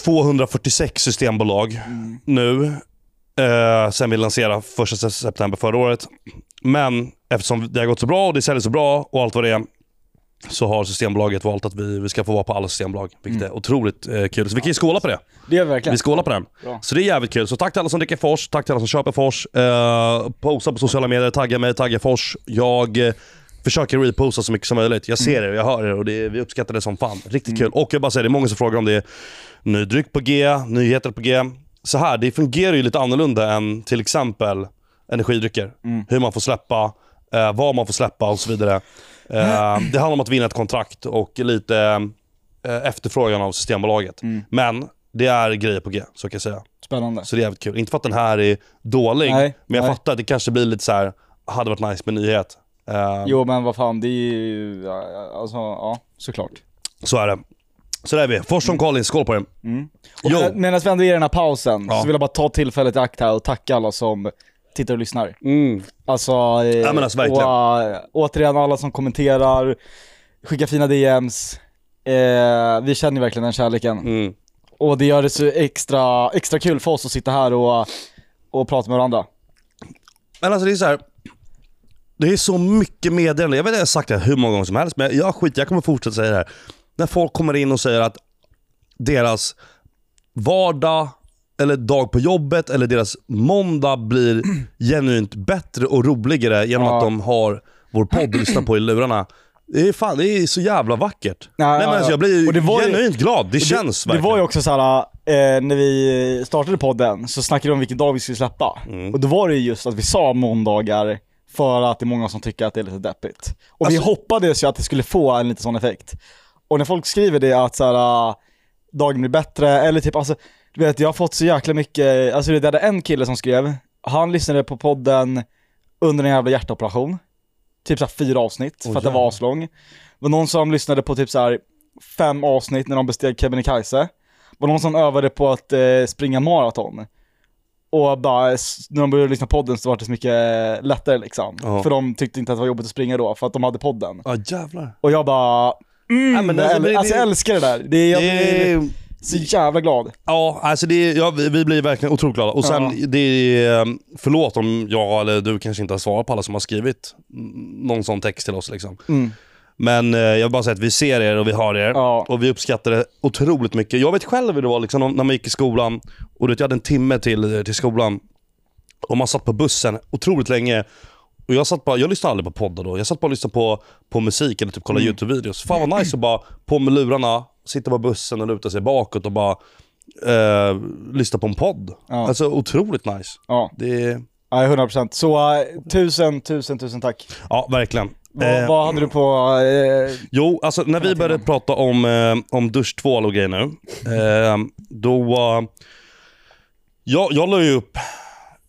246 systembolag nu, eh, sen vi lanserade 1 september förra året. Men eftersom det har gått så bra och det säljer så bra och allt vad det är, så har Systembolaget valt att vi, vi ska få vara på alla systembolag, vilket är otroligt eh, kul. Så vi kan ju skåla på det.
Det gör vi verkligen.
Vi skålar på den.
Bra.
Så det är jävligt kul. Så tack till alla som dricker Fors, tack till alla som köper Fors. Eh, posta på sociala medier, tagga mig, tagga Fors. Jag eh, försöker reposta så mycket som möjligt. Jag ser er, jag hör er och det, är- vi uppskattar det som fan. Riktigt kul. Och jag bara säger, det är många som frågar om det är ny dryck på G, nyheter på G. Så här, det fungerar ju lite annorlunda än till exempel energidrycker.
Mm.
Hur man får släppa, eh, vad man får släppa och så vidare. Eh, det handlar om att vinna ett kontrakt och lite eh, efterfrågan av Systembolaget.
Mm.
Men det är grejer på G, så kan jag säga.
Spännande.
Så det är jävligt kul. Inte för att den här är dålig,
Nej,
men jag
nej.
fattar att det kanske blir lite så här. hade varit nice med nyhet. Eh,
Jo men vad fan, det är ju, ja, alltså ja, såklart.
så är det. Så där är vi. Forsson Collins, skål på er.
Mm. Och
Jo.
med- Medan vi ändå är i den här pausen
Ja.
så vill jag bara ta tillfället i akt här och tacka alla som tittar och lyssnar. Alltså, eh,
Mm. Ja, men alltså, verkligen.
och, eh, återigen alla som kommenterar, skickar fina DMs. Eh, vi känner ju verkligen den kärleken.
Mm.
Och det gör det så extra, extra kul för oss att sitta här och, och prata med varandra.
Men alltså det är så här. Det är så mycket meddelanden. Jag vet inte, jag har sagt det hur många gånger som helst, men jag skit, jag kommer fortsätta säga det här. När folk kommer in och säger att deras vardag, eller dag på jobbet, eller deras måndag blir [CLEARS THROAT] genuint bättre och roligare genom
Ja.
att de har vår podd att lyssna på i lurarna. Det är, fan, det är så jävla vackert.
Ja,
Nej,
ja,
men alltså,
ja.
jag blir
Och det var ju-
genuint glad. Det, känns
det, det
verkligen.
var ju också så här eh, när vi startade podden så snackade vi om vilken dag vi skulle släppa.
Mm.
Och då var det ju just att vi sa måndagar för att det är många som tycker att det är lite deppigt. Och vi
Alltså-
hoppades ju att det skulle få en lite sån effekt. Och när folk skriver det att så här, eh, dagen blir bättre, eller typ alltså, du vet jag har fått så jäkla mycket, alltså det hade en kille som skrev, han lyssnade på podden under en jävla hjärtoperation. Typ såhär fyra avsnitt för att den var aslång. Det var någon som lyssnade på typ såhär fem avsnitt när de besteg Kebnekaise. Det var någon som övade på att eh, springa maraton. Och bara, s- när de började lyssna på podden så var det så mycket eh, lättare liksom.
Ja.
För de tyckte inte att det var jobbigt att springa då, för att de hade podden.
Ja jävlar.
Och jag bara, mm,
Ja, men alltså,
äl-
det- det-
alltså jag älskar det där. Det är, jag,
Det är,
Så jävla glad.
Ja, alltså det, ja, vi, vi blir verkligen otroligt glada. Och sen,
Ja.
det är, eh, förlåt om jag eller du kanske inte har svarat på alla som har skrivit mm, någon sån text till oss. Liksom. Men eh, jag vill bara säga att vi ser er och vi har er.
Ja.
Och vi uppskattar det otroligt mycket. Jag vet själv hur det var liksom, när man gick i skolan och du vet, jag hade en timme till, till skolan. Och man satt på bussen otroligt länge. Och jag, satt bara, jag lyssnade aldrig på poddar då. Jag satt bara och lyssnade på, på musik eller typ kolla
Mm.
YouTube-videos. Fan vad nice att bara på med lurarna, sitta på bussen och luta sig bakåt och bara eh, lyssna på en podd. Alltså otroligt nice.
Ja,
Det är,
ja 100%. Så eh, tusen, tusen, tusen tack.
ja, verkligen.
Vad-
Eh,
vad hade du på... Eh,
Jo, alltså när vi började prata om, eh, om duschtvål och grejer nu, eh, då... Eh, jag, jag la ju upp,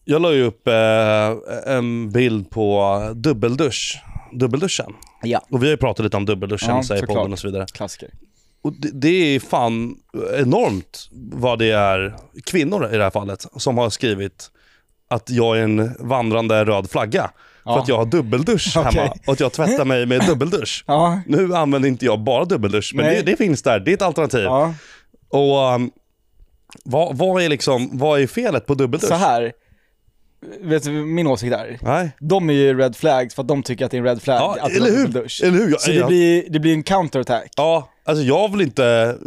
jag la ju upp eh, en bild på dubbeldusch, dubbelduschen.
ja.
Och vi har ju pratat lite om dubbelduschen
Ja,
så här i
såklart.
podden och så vidare.
Klassiker.
Och det, det är fan enormt vad det är kvinnor i det här fallet som har skrivit att jag är en vandrande röd flagga. För
Ja.
att jag har dubbeldusch
[LAUGHS]
hemma
Okej.
och att jag tvättar mig med dubbeldusch.
Ja.
Nu använder inte jag bara dubbeldusch, men
Nej.
det, det finns där. Det är ett alternativ.
Ja.
Och um, vad, vad, är liksom, vad är felet på dubbeldusch?
Så här. Vet du vad min åsikt är?
Nej.
De är ju red flags för att de tycker att det är en red flag
Ja,
att det
eller
var
hur?
dubbeldusch.
Eller hur? Jag,
Så det
jag,
blir, det blir en counterattack.
Ja, alltså jag vill inte,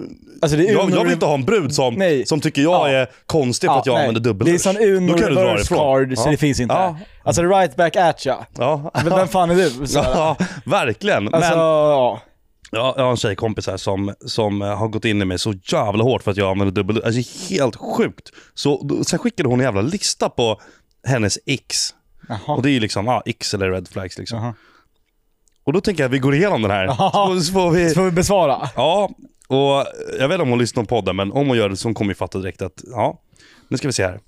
Alltså det är
jag,
Uno-
jag vill inte ha en brud som,
Nej.
som tycker jag
Ja.
är konstig för
Ja,
att jag
nej.
använder dubbeldusch.
Det är sån Uno
Då kan du dra
reverse
ifrån.
card, så
Ja.
det finns inte.
Ja.
Alltså right back at ya.
[LAUGHS] Ja.
Men vem fan är du? Så,
Ja, verkligen.
alltså,
Men
ja.
jag, jag har en tjejkompis här som, som eh, har gått in i mig så jävla hårt för att jag använder dubbeldusch. Alltså helt sjukt. Så, då, sen skickade hon en jävla lista på hennes x.
Jaha.
Och det är ju liksom ah, X eller red flags liksom. Och då tänker jag att vi går igenom den här. Så, så får vi...
Så får vi besvara.
Ja, och jag vet inte om hon lyssnar på podden, men om hon gör det så kommer vi fatta direkt att, ja. Nu ska vi se här.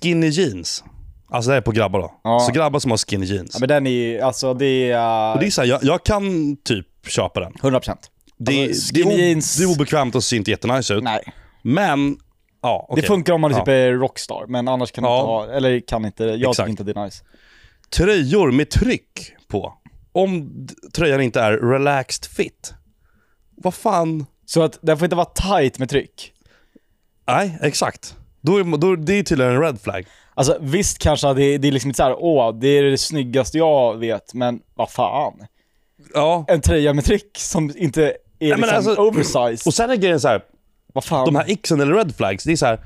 Skinny jeans. Alltså det här är på grabbar då.
Ja.
Så grabbar som har skinny jeans.
Ja, men den är ju, alltså det är...
och det
Uh,
är så här, jag, jag kan typ köpa den.
100%.
Det,
Alltså,
det, är,
skinny
o-
jeans-
det är obekvämt och ser inte jättenice ut.
Nej.
Men, ja okej.
Det funkar om man typ
Ja.
är rockstar, men annars kan man
Ja.
inte ha, eller kan inte, jag
Exakt.
tycker inte det är nice.
Tröjor med tryck på. Om d- tröjan inte är relaxed fit. Vad fan?
Så att den får inte vara tight med tryck.
Nej, exakt. Då är, då, det är tydligen en red flag.
Alltså visst kanske att det, det är liksom inte såhär, åh, det är det snyggaste jag vet, men vad fan.
Ja.
En tröja med tryck som inte är liksom
alltså-
oversized.
Och sen är grejen så här,
vad fan.
de här xen eller red flags, det är så här,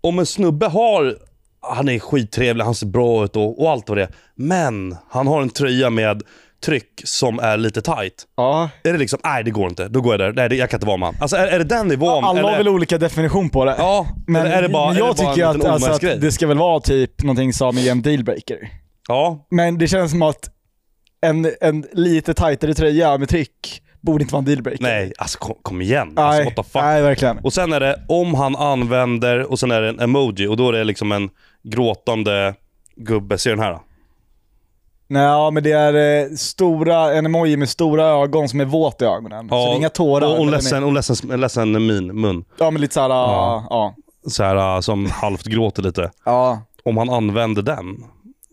om en snubbe har, han är skittrevlig, han ser bra ut och, och allt vad det är, men han har en tröja med tryck som är lite tight.
ja.
Är det liksom, nej det går inte, då går jag där, nej det, jag kan inte vara med han. Alltså är, är det den nivån?
Alla har
eller-
väl olika definition på det.
Ja,
Men,
eller är det bara,
men jag
är det bara
tycker
en
att,
liten
alltså, att
omärksgrej?
det ska väl vara typ någonting som är en dealbreaker.
Ja,
Men det känns som att en, en lite tajtare tröja med tryck borde inte vara en dealbreaker.
nej alltså kom, kom igen. Alltså,
Nej,
what the fuck.
nej verkligen.
Och sen är det om han använder, och sen är det en emoji, och då är det liksom en gråtande gubbe. Ser du den här? Då?
Nej, ja, men det är eh, stora, en emoji med stora ögon som är våt i ögonen. Så det är inga tårar.
Och, och
men den
ledsen,
Är,
och ledsen, en ledsen min, mun.
ja, men lite såhär, ja. ja.
Så här, äh, som halvt gråter lite.
Ja.
Om han använder den.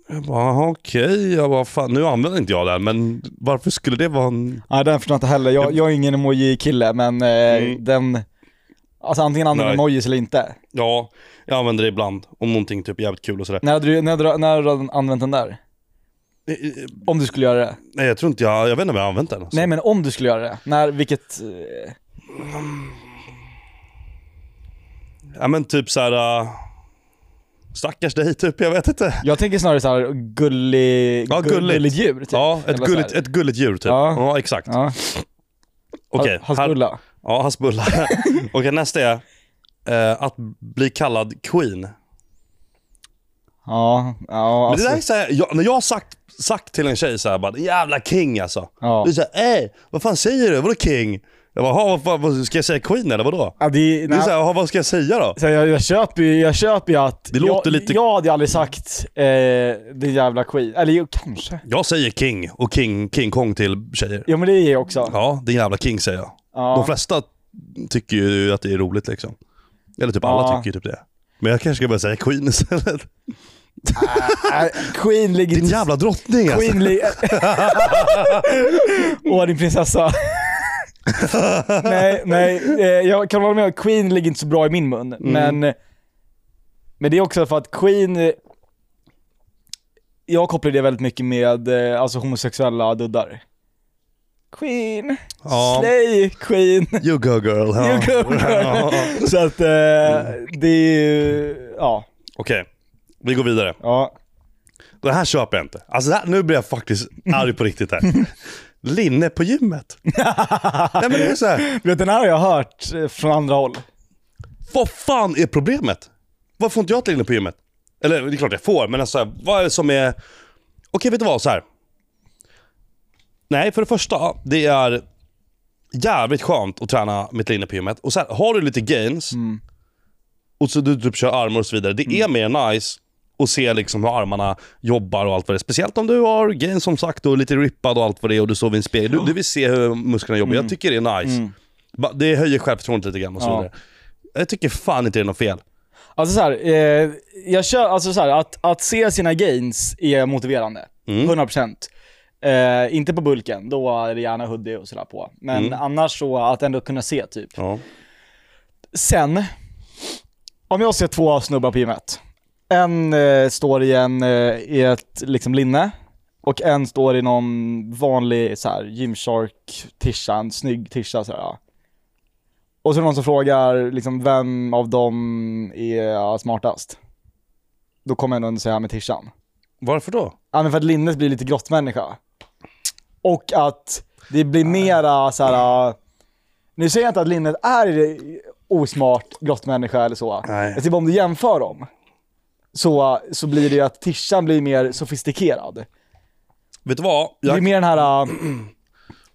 Jag bara, aha, okej, jag bara, fan, nu använder inte jag den, men varför skulle det vara en...
Nej, den förstår jag inte heller. Jag, jag är ingen emoji-kille, men eh, den... Alltså antingen använder
Mm. Nej.
man emojis eller inte.
Ja, jag använder det ibland. Om någonting typ är jävligt kul och sådär.
När hade du, när, hade du- när hade du använt den där?
Eh, eh,
Om du skulle göra det?
Nej, jag tror inte jag, jag vet inte om jag har använt den. alltså.
Nej men om du skulle göra det, när, vilket... eh,
Ja men typ såhär... Äh, stackars dig typ, jag vet inte.
Jag tänker snarare såhär gullig,
Ja, gulligt.
gulligt djur typ.
Ja, ett
Eller
gulligt,
så här.
ett gulligt djur typ. Ja,
Ja.
exakt.
Ja,
Okej,
Hans
här-
bulla.
Ja, hans bulla.
[LAUGHS]
Okej, nästa är eh, att bli kallad queen.
Ja, ja
Men
alltså,
det där är såhär, jag, när jag har sagt, sagt till en tjej såhär bara jävla king alltså.
Ja.
Du är såhär, äh, vad fan säger du? Vadå king? Jag bara, "Ha, vad, fan, vad, ska jag säga queen eller vadå?
ja, det, är-
Det är
nej.
såhär, "Ha, vad ska jag säga då?
Så jag, jag, köper ju, jag köper ju att...
Det låter
jag,
lite-
jag hade ju aldrig sagt eh, din jävla queen. Eller jo, kanske.
Jag säger king och king, king kong till tjejer.
Jo men det är jag också. Ja.
Ja, din jävla king säger jag. De flesta tycker ju att det är roligt liksom. Eller typ alla
Ja.
tycker ju typ det. Men jag kanske ska börja säga queen istället.
Nej, Äh, queen ligger... [LAUGHS]
Din jävla drottning alltså. [LAUGHS]
Queen ligger... Åh din prinsessa. nej, nej. eh, Jag kan hålla med om att Queen ligger inte så bra i min mun,
Mm.
men, men det är också för att Queen, eh, jag kopplar det väldigt mycket med eh, alltså, homosexuella duddar. Queen,
Ja.
slay Queen.
You go girl. Ja.
You go, girl.
[LAUGHS] Ja. Mm.
Så att eh, det är ju, ja.
Okej, vi går vidare.
ja.
Det här köper jag inte. Alltså det här, nu blir jag faktiskt arg på
[LAUGHS]
riktigt här. Linne på gymmet. Nej men det är så här.
Du vet den här har jag hört eh, från andra håll.
vad fan är problemet? Varför får inte jag ett linne på gymmet? Eller det är klart jag får, men alltså, så här, vad är det som är... Okej, vet du vad? Så här. Nej, för det första, det är jävligt skönt att träna mitt linne på gymmet. Och så här, har du lite gains, och så du typ kör armar och så vidare, det är mer nice att se liksom hur armarna jobbar och allt vad det är. Speciellt om du har gains som sagt och är lite rippad och allt vad det är och du står vid en spegel. Du, du vill se hur musklerna jobbar. Jag tycker det är nice. Ba- Det höjer självförtroendet lite grann och så
Ja.
vidare. Jag tycker fan inte det är något fel.
Alltså så här, eh, jag kör, alltså så här, att, att se sina gains är motiverande. 100%. Eh, inte på bulken, då är det gärna hoodie och sådär på. Men annars så att ändå kunna se typ.
Ja.
Sen, om jag ser två snubbar på gymmet. En eh, står i, en, eh, i ett liksom, linne och en står i någon vanlig så här, Gymshark-tisha, en snygg tisha sådär. ja. Och så är det någon som frågar liksom, vem av dem är ja, smartast. Då kommer jag ändå ändå säga med tishan.
Varför då?
Ja men för att linnet blir lite grottmänniska. Och att det blir mera så här. äh, Nu säger jag inte att linnet är osmart grottmänniska eller så.
Nej.
Jag tycker bara om du jämför dem. Så, så blir det ju att tishan blir mer sofistikerad.
Vet du vad?
Det blir
Jag,
mer den
[CLEARS THROAT]
här... äh,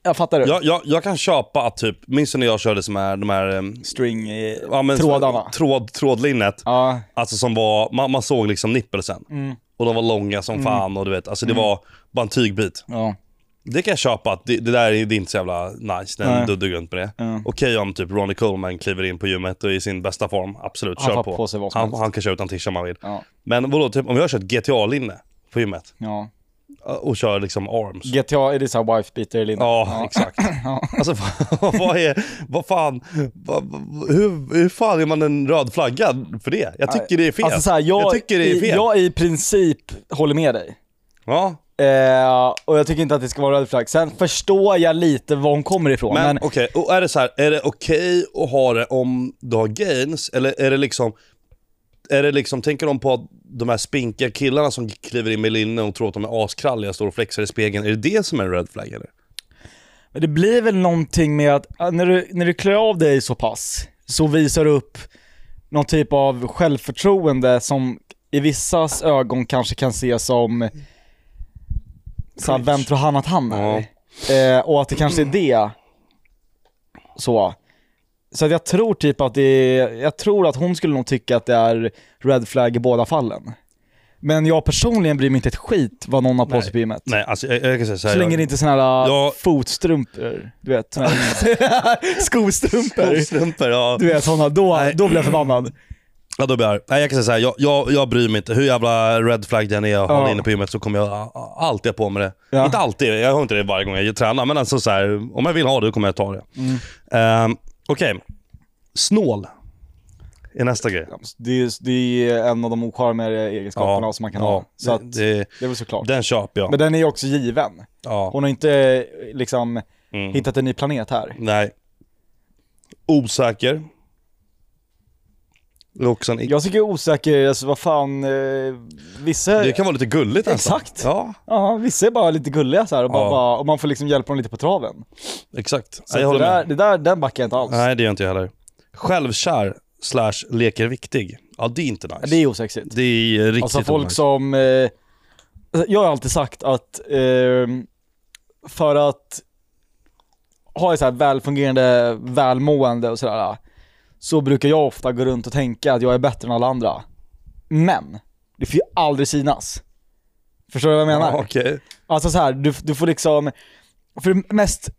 Jag fattar du?
jag, jag, jag kan köpa att typ, minns du när jag körde som här, de här... ehm,
String... eh,
ja, men-
Trådarna.
Tråd, trådlinnet.
Ja. Mm.
Alltså som var, man, man såg liksom nippelsen. Och de var långa som fan och du vet, alltså det var bara en tygbit.
Ja.
Det kan jag köpa, att det, det där är, det är inte så jävla nice när
Nej.
du duggar runt på det. Okej om typ Ronnie Coleman kliver in på gymmet och är i sin bästa form, absolut
Han
kör
får
på.
på sig vad som
han,
helst.
han kan köra utan tisha om han vill.
Ja.
Men vadå, typ, om jag kör ett GTA-linne på gymmet
ja.
och kör liksom arms.
GTA, är det så här wife beater linne? [LAUGHS]
Ja, exakt. Alltså, vad, vad är, vad fan, vad, vad- hur, hur fan är man en röd flagga för det? Jag tycker det är fel.
Alltså så här, jag,
jag tycker det är
i-
fel.
Jag i princip håller med dig.
ja,
Eh, och jag tycker inte att det ska vara röd flagg. Sen förstår jag lite var hon kommer ifrån.
men,
Men,
okej, och är det så här, är det okej att ha det om du har gains? Eller är det liksom, är det liksom, tänker de på att de här spinkiga killarna som kliver in med linne och tror att de är askralliga, står och flexar i spegeln. Är det det som är en red flag eller?
men det blir väl någonting med att ah, när du, när du klär av dig så pass, så visar du upp någon typ av självförtroende som i vissas ögon kanske kan ses som så här, vem tror han att han är? Eh, och att det kanske är det. Så. Så att jag tror typ att det är, jag tror att hon skulle nog tycka att det är red flag i båda fallen. Men jag personligen bryr mig inte ett skit vad någon har på sig på gymmet.
Nej, alltså jag, jag kan säga så här.
Så
[LAUGHS]
länge det inte är såna här äh,
Ja.
fotstrumpor, du vet. Såna här [LAUGHS] skostrumpor.
Strumpor, ja.
Du vet sådana, då,
Nej.
då blir jag förbannad.
Ja, då blir jag arg. Nej, jag kan säga så här, jag, jag, jag bryr mig inte. Hur jävla red flag den är jag har
Ja.
inne på gymmet så kommer jag a- a- alltid ha på mig det.
Ja.
Inte alltid, jag har inte det varje gång jag tränar, men alltså så här, om jag vill ha det då kommer jag ta det.
Mm.
Ehm, Okej, snål är nästa grej.
Det är, det är en av de ocharmigare egenskaperna som man kan ha. Så att, det,
det,
är väl såklart.
den köper jag.
Men den är ju också given.
ja.
Hon har inte eh, liksom hittat en ny planet här.
Nej. Osäker. Det är också en ick.
Jag tycker jag är osäker, alltså vad fan, eh, vissa,
Det kan vara lite gulligt nästan.
Exakt.
Ja,
ja, vissa är bara lite gulliga så här och, bara,
Ja.
bara, och man får liksom hjälpa dem lite på traven.
exakt.
Så
Nej, jag
det,
håller med.
där, det där, den backar jag inte alls.
Nej, det gör inte jag heller. Självkär slash leker viktig. Ja, det är inte nice.
Det är osexigt.
Det är riktigt
Alltså folk
nice.
som... Eh, alltså, jag har alltid sagt att eh, för att ha ett så här välfungerande välmående och sådär, så brukar jag ofta gå runt och tänka att jag är bättre än alla andra. Men, det får ju aldrig synas. Förstår du vad jag menar?
Ja, okej.
Alltså så här, du, du får liksom, för det mest,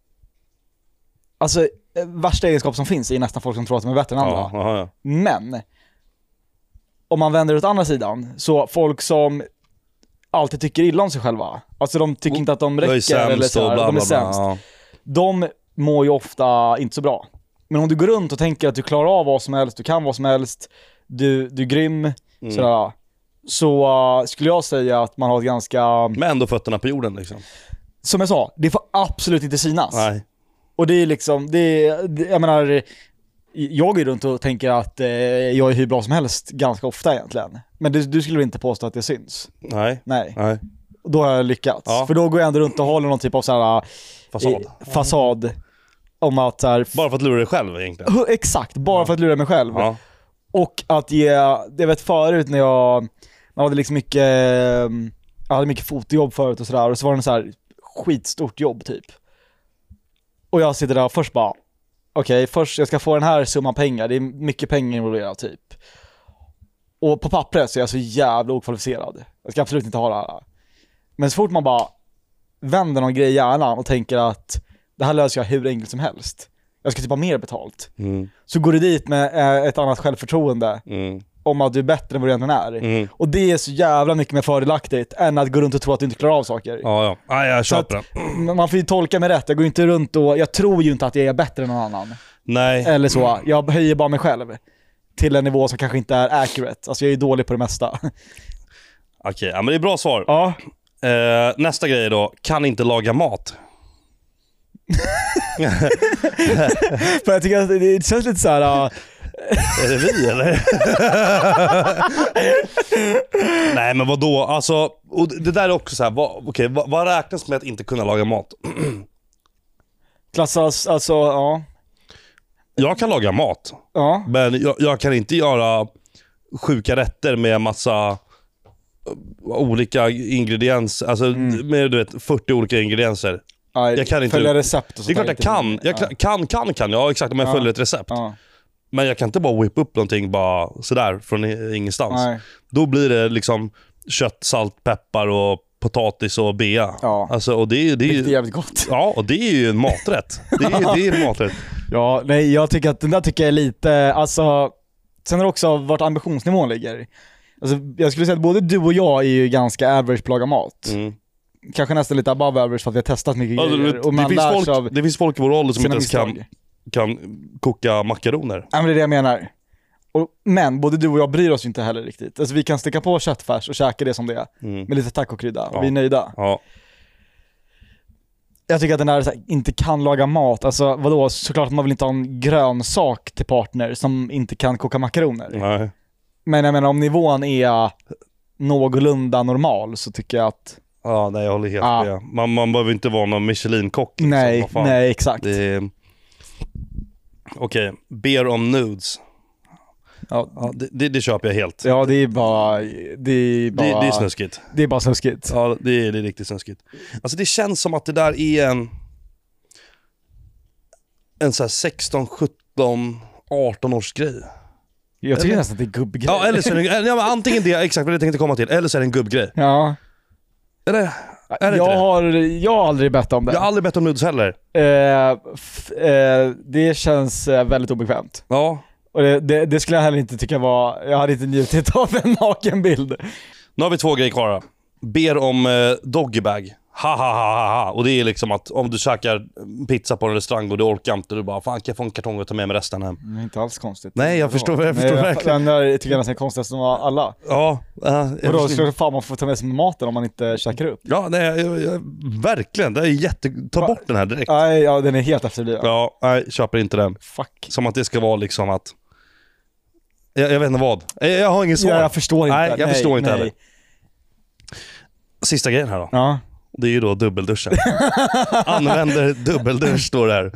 alltså eh, värsta egenskap som finns är nästan folk som tror att de är bättre än andra.
Ja, ja, ja.
Men om man vänder åt andra sidan, så folk som alltid tycker illa om sig själva, alltså de tycker inte att de
Jag Oh, är
räcker
sämst
eller så
och
här,
bla,
de är
bla, bla.
sämst.
Ja.
De mår ju ofta inte så bra. Men om du går runt och tänker att du klarar av vad som helst, du kan vad som helst, du, du är grym,
Mm.
sådär, så eh, skulle jag säga att man har ett ganska...
Men ändå fötterna på jorden liksom.
Som jag sa, det får absolut inte synas.
Nej.
Och det är liksom, det, är- det jag menar, jag går ju runt och tänker att eh, jag är hur bra som helst ganska ofta egentligen. Men du, du skulle väl inte påstå att det syns?
Nej.
Nej.
Nej.
Då har jag lyckats.
Ja.
För då går jag ändå runt och håller någon typ av så här,
Fasad.
eh, fasad om att så här,
Bara för att lura dig själv egentligen.
Hu- Exakt, bara för att lura mig själv.
Ja.
Och att ge, jag vet förut när jag, man hade liksom mycket, eh, jag hade mycket fotojobb förut och sådär och så var det en så här skitstort jobb typ. Och jag sitter där och först bara, okej först jag ska få den här summan pengar, det är mycket pengar involverat typ. Och på pappret så är jag så jävla okvalificerad. Jag ska absolut inte ha det här. Men så fort man bara vänder någon grej i hjärnan och tänker att det här löser jag hur enkelt som helst. Jag ska typ ha mer betalt.
Mm.
Så går du dit med eh, ett annat självförtroende
Mm.
om att du är bättre än vad du egentligen är.
Mm.
Och det är så jävla mycket mer fördelaktigt än att gå runt och tro att du inte klarar av saker.
Ja, ja. Nej, jag
Så att,
köper den.
m- man får ju tolka mig rätt, jag går ju inte runt och, jag tror ju inte att jag är bättre än någon annan.
Nej.
Eller så, jag höjer bara mig själv. Till en nivå som kanske inte är accurate. Alltså jag är ju dålig på det mesta.
Okej, ja, men det är bra svar.
Ja.
Eh, nästa grej då. Kan inte laga mat.
[LAUGHS] För jag tycker att det- det känns lite såhär, uh,
Är det vi eller? [LAUGHS] Nej men vadå, alltså, och det där är också så här, vad, okej, vad, vad räknas med att inte kunna laga mat?
klassas, alltså ja.
Jag kan laga mat,
Ja,
men jag, jag kan inte göra sjuka rätter med massa eh, olika ingredienser, alltså med du vet, 40 olika ingredienser.
Nej,
Jag kan inte-
följa recept och
Det
sånt
är klart
där
jag kan, jag
Ja.
kan, kan, kan, kan, ja exakt om jag
Ja.
följer ett recept.
Ja.
Men jag kan inte bara whippa upp någonting bara sådär från i- ingenstans.
Nej.
Då blir det liksom kött, salt, peppar och potatis och bea.
Ja.
Alltså, och det, är- det är
Det är
ju...
jävligt gott.
Ja, och det är ju en maträtt. Det är, det är en
[LAUGHS]
maträtt.
Ja, nej jag tycker att den där tycker jag är lite, alltså, sen är det också vart ambitionsnivån ligger. Alltså, jag skulle säga att både du och jag är ju ganska average på att laga mat.
Mm.
Kanske nästan lite above average för att vi har testat mycket
Alltså,
grejer.
det,
och man
det, finns
lär sig
folk,
av
det finns folk i vår ålder som inte
sina
ens
misstag.
kan, kan koka makaroner.
Ja men det är det jag menar. Och, men både du och jag bryr oss ju inte heller riktigt. Alltså vi kan sticka på köttfärs och käka det som det är. Med lite tacokrydda.
Mm. Ja.
Och vi är nöjda.
Ja.
Jag tycker att den där så här, inte kan laga mat, alltså vadå, såklart att man vill inte ha en grönsak till partner som inte kan koka makaroner.
Nej.
Men jag menar om nivån är någorlunda normal så tycker jag att,
Ja, nej, jag håller helt
Ja.
med. Man, man behöver inte vara någon Michelin-kock. liksom.
Ah. nej,
Vad fan.
nej exakt.
Det är... Okej, ber om nudes.
Ja,
Ja, det, det, det köper jag helt.
ja det är bara, det är
Det,
bara,
det är snuskigt.
det är bara snuskigt.
Ja, det är, det är riktigt snuskigt. Alltså det känns som att det där är en... En så här 16, 17, 18 års grej.
Jag tycker
Eller-
nästan att det är gubbgrej.
Ja, eller så är det, ja, men antingen det, exakt vad jag tänkte komma till, eller så är det en gubbgrej.
Ja.
Eller? Är det
jag,
inte det?
har, jag har aldrig bett om det.
Jag har aldrig bett om nudes heller.
Eh, f- eh, det känns eh, väldigt obekvämt.
Ja.
Och det, det, det skulle jag heller inte tycka var, jag hade inte njutit [LAUGHS] av en nakenbild.
Nu har vi två grejer kvar då. Ber om eh, doggybag. Ha, ha, ha, ha, ha. Och det är liksom att om du käkar pizza på en restaurang och du orkar inte, du bara fan kan jag få en kartong och ta med mig resten hem?
Det är inte alls konstigt.
Nej, jag förstår- jag förstår
Nej,
verkligen.
Den där tycker jag nästan är konstigast av alla.
Ja. eh, jag
Vadå,
förstår.
skulle fan man få ta med sig maten om man inte käkar upp?
Ja, nej, jag, jag, verkligen. Det är jätte... Ta bort den här direkt.
Nej, ja den är helt efterbliven.
Ja, nej, köper inte den.
Fuck.
Som att det ska vara liksom att... Jag, jag vet inte vad. Jag, jag har ingen svar.
Ja, jag förstår inte.
Nej, jag förstår inte
nej.
heller. Ehm. Sista grejen här då.
Ja.
Det är ju
[LAUGHS]
då dubbelduschen. Använder dubbeldusch, står det här.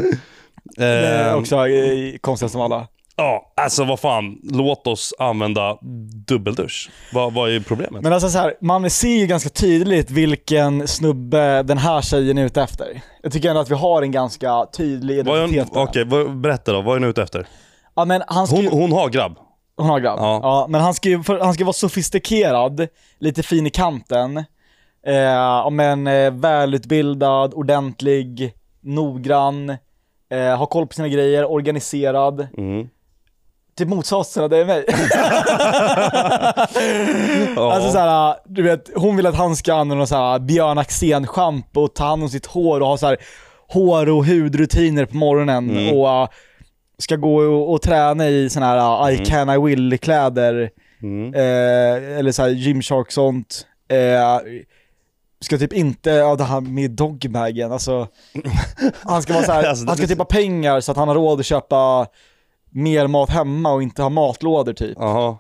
Det är
Ehm,
också eh, konstigast av alla.
Ja, alltså vad fan. Låt oss använda dubbeldusch. Vad, vad är problemet?
Men alltså så här, man ser ju ganska tydligt vilken snubbe den här tjejen är ute efter. Jag tycker ändå att vi har en ganska tydlig
Vad är hon,
identitet. på den.
okej, vad- berätta då. Vad är hon ute efter?
Ja, men han ska
Hon,
ju, hon,
hon har grabb.
har grabb.
Ja.
Ja. men han ska ju för, han ska vara sofistikerad, lite fin i kanten, eh, ja, men eh, välutbildad, ordentlig, noggrann, eh, har koll på sina grejer, organiserad.
Mm.
Typ motsatsen av det är mig. [LAUGHS]
Ja.
Alltså såhär, du vet, hon vill att han ska använda någon såhär Björn Axén-schampo och ta hand om sitt hår och ha såhär hår och hudrutiner på morgonen
Mm.
och eh, ska gå och, och träna i såna här eh, I can I will kläder
Mm.
eh, eller så här Gymshark sånt. Eh, ska typ inte, ja det här med dogbagen,
[LAUGHS]
alltså. Han ska vara så här,
Alltså,
han ska
det-
typ ha pengar så att han har råd att köpa mer mat hemma och inte ha matlådor typ.
Jaha.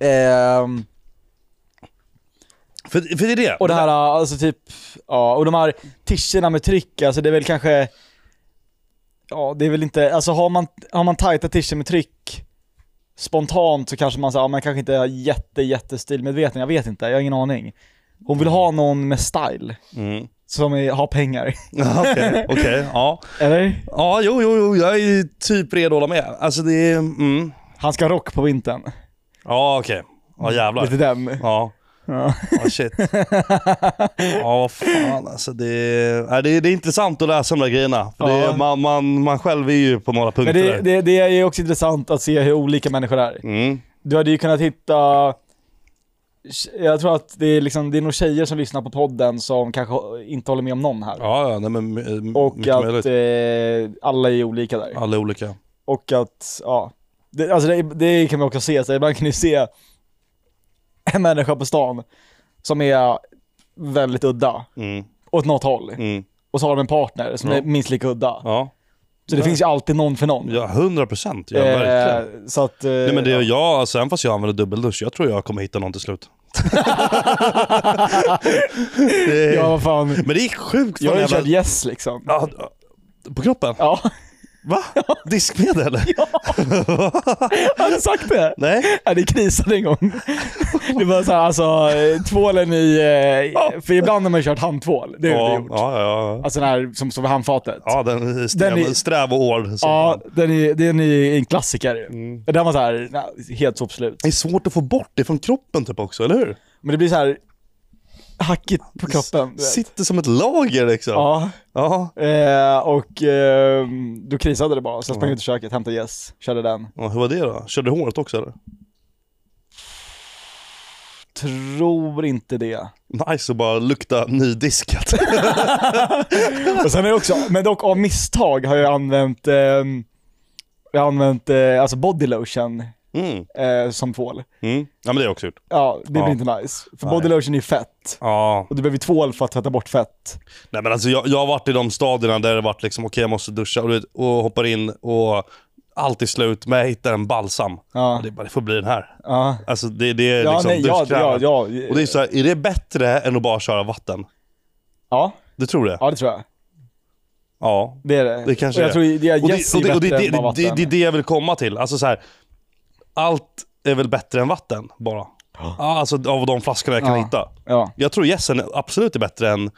Ehm,
För, för det är det.
och det här, alltså typ, ja, och de här tischerna med tryck, alltså det är väl kanske, ja det är väl inte, alltså har man, har man tajta tischer med tryck spontant så kanske man säger, ja man kanske inte är jätte, jätte stilmedveten, jag vet inte, jag har ingen aning. Hon vill ha någon med style,
Mm.
som är, har pengar.
Ja, [LAUGHS] Okej, okej, ja.
[LAUGHS] Eller?
Ja, jo, jo, jo, jag är ju typ redo att hålla med. Alltså det är... Mm.
Han ska ha rock på vintern.
Ja, okej. Ja, jävlar.
Lite den.
Ja.
Ja.
Mm. Ja, [LAUGHS] shit. Ja, vad fan alltså. Det är, nej, det, är, det är intressant att läsa de där grejerna. För det är,
Ja.
man, man, man själv är ju på några punkter
Men det, det, det är ju också intressant att se hur olika människor är.
där. Mm.
Du hade ju kunnat hitta... Jag tror att det är, liksom, det är nog tjejer som lyssnar på podden som kanske inte håller med om någon här.
Ja, ja, nej, men my-
Och
mycket
att
möjligt.
eh, alla är olika där.
Alla är olika.
Och att, ja. Det, alltså det, det kan man också se, så ibland kan du se en människa på stan som är väldigt udda
Mm.
åt något håll.
Mm.
Och så har de en partner som
Ja.
är minst lika udda.
Ja.
Så det finns ju alltid någon för någon.
ja, 100 procent. Ja,
Eh,
verkligen.
så att... eh,
Nej, men det är jag, alltså, även fast jag använder dubbeldusch, jag tror jag kommer hitta någon till [LAUGHS] slut. det är,
Ja, vad fan.
Men det är sjukt.
Jag
fan,
har ju
jävla-
kört gäss liksom.
Ja, På kroppen?
Ja, [LAUGHS]
Va? Diskmedel?
har du sagt det?
Nej?
Ja, det krisade en
[LAUGHS]
gång. Det var såhär, alltså eh, tvålen i... eh, För ibland har man ju kört handtvål. Det har
Ja,
vi gjort.
ja, ja. ja.
Alltså den här som står vid handfatet.
Ja, den är sträv,
Den är-
sträv och hård. som
Ja,
fan.
den är, den är en klassiker.
Mm.
Den var såhär, nej, helt sopslut.
Det är svårt att få bort det från kroppen typ också, eller hur?
Men det blir så här hackigt på kroppen. du vet.
Sitter som ett lager liksom. Ja.
Ja, eh, och eh, då krisade det bara. Så jag
Mm.
sprang ut i köket, hämtade gäss, körde den.
Ja, hur var det då? Körde du håret också eller?
Tror inte det.
Nice att bara lukta
[LAUGHS]
alltså. nydiskat.
Och sen är det också, men dock av misstag har jag använt, eh, jag har använt eh, alltså body lotion
Mm.
eh, som tvål.
Mm. Ja men det har jag också gjort.
Ja, det
Ja.
blir inte nice. För
Nej.
body lotion är ju fett.
Ja.
Och du behöver tvål för att tvätta bort fett.
Nej men alltså jag, jag har varit i de stadierna där det varit liksom okej jag måste duscha och, du vet, och hoppar in och allt är slut men jag hittar en balsam.
Ja.
Det, är bara, det får bli den här.
Ja.
Alltså det, det är
Ja,
liksom
nej, ja,
duschkrämen.
ja, ja.
Och det är så här, är det bättre än att bara köra vatten?
Ja,
Du tror det?
ja det tror jag.
Ja.
Det är det.
Det kanske
och jag
det är.
tror det är
Och det,
yes
och det,
är
och det,
bättre
det,
än bara
det, det,
vatten.
det är det jag vill komma till. Alltså så här, allt är väl bättre än vatten bara. Ja, Alltså av de flaskorna jag kan
Ja.
hitta.
Ja.
Jag tror gässen absolut är bättre än...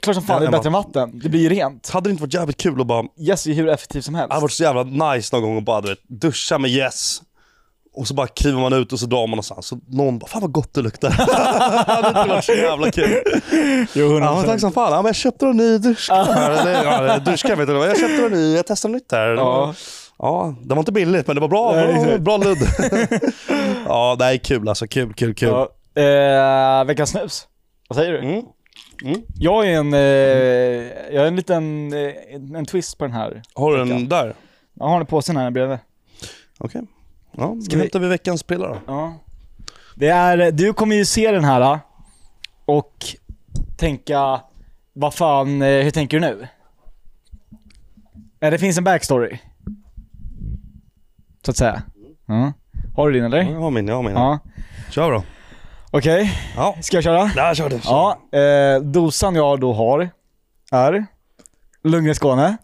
Klart som fan det är
Än
bättre än vatten. Det blir ju rent.
Hade det inte varit jävligt kul att bara...
Yes är ju hur effektivt som
Det hade
helst.
varit så jävla nice någon gång att bara du vet, duscha med gäss. Och så bara kliver man ut och så drar man någonstans. Så någon bara, fan vad gott det luktar. [LAUGHS] det hade varit så jävla kul.
Jo,
Ja, men tack som fan. Ja, men jag köpte en ny duschkräm. Eller, ja, duschkräm vet du vad. Jag köpte en ny. Jag testade nytt här.
Ja.
Ja, det var inte billigt men det var bra.
Nej,
bra,
exakt.
bra ludd. [LAUGHS] ja, det här är kul alltså. Kul, kul, kul.
Ja. Eh, veckans snus. Vad säger du?
Mm.
Jag är en, eh, jag är en liten eh, en, en twist på den här.
Har du den där?
Jag har den i påsen här bredvid.
Okej. Ja,
Ska
nu
vi-
hämtar vi veckans prylar då.
Ja. Det är, du kommer ju se den här ah, och tänka, vad fan, eh, hur tänker du nu? Eh, Det finns en backstory. Så att säga. Ja. Har du din eller?
Jag har min, jag har min.
Ja.
Kör då.
Okej,
Ja.
ska jag köra?
Där kör du.
Ja, eh, dosan jag då har är Lundgren Skåne.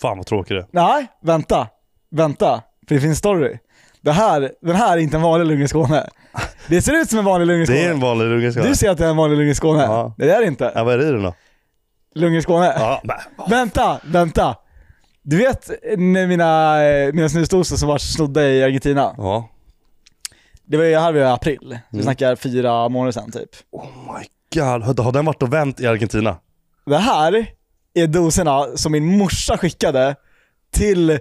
Fan vad tråkig det är.
Nej, vänta. Vänta. För det finns story. Det här, den här är inte en vanlig Lundgren Skåne. Det ser ut som en vanlig Lundgren Skåne.
Det är en vanlig lungenskada.
Du ser att det är en vanlig Lundgren Skåne.
Ja.
Det är det inte.
Ja, vad är det i den då?
Lundgren Skåne.
Ja, nej.
Vänta, vänta. Du vet när mina, eh, mina snusdosor som var snodda i Argentina.
Ja.
Det var ju här vi var i april.
Mm.
Vi snackar fyra månader sedan typ.
Oh my god. Har- Har den varit och vänt i Argentina?
Det här är doserna som min morsa skickade till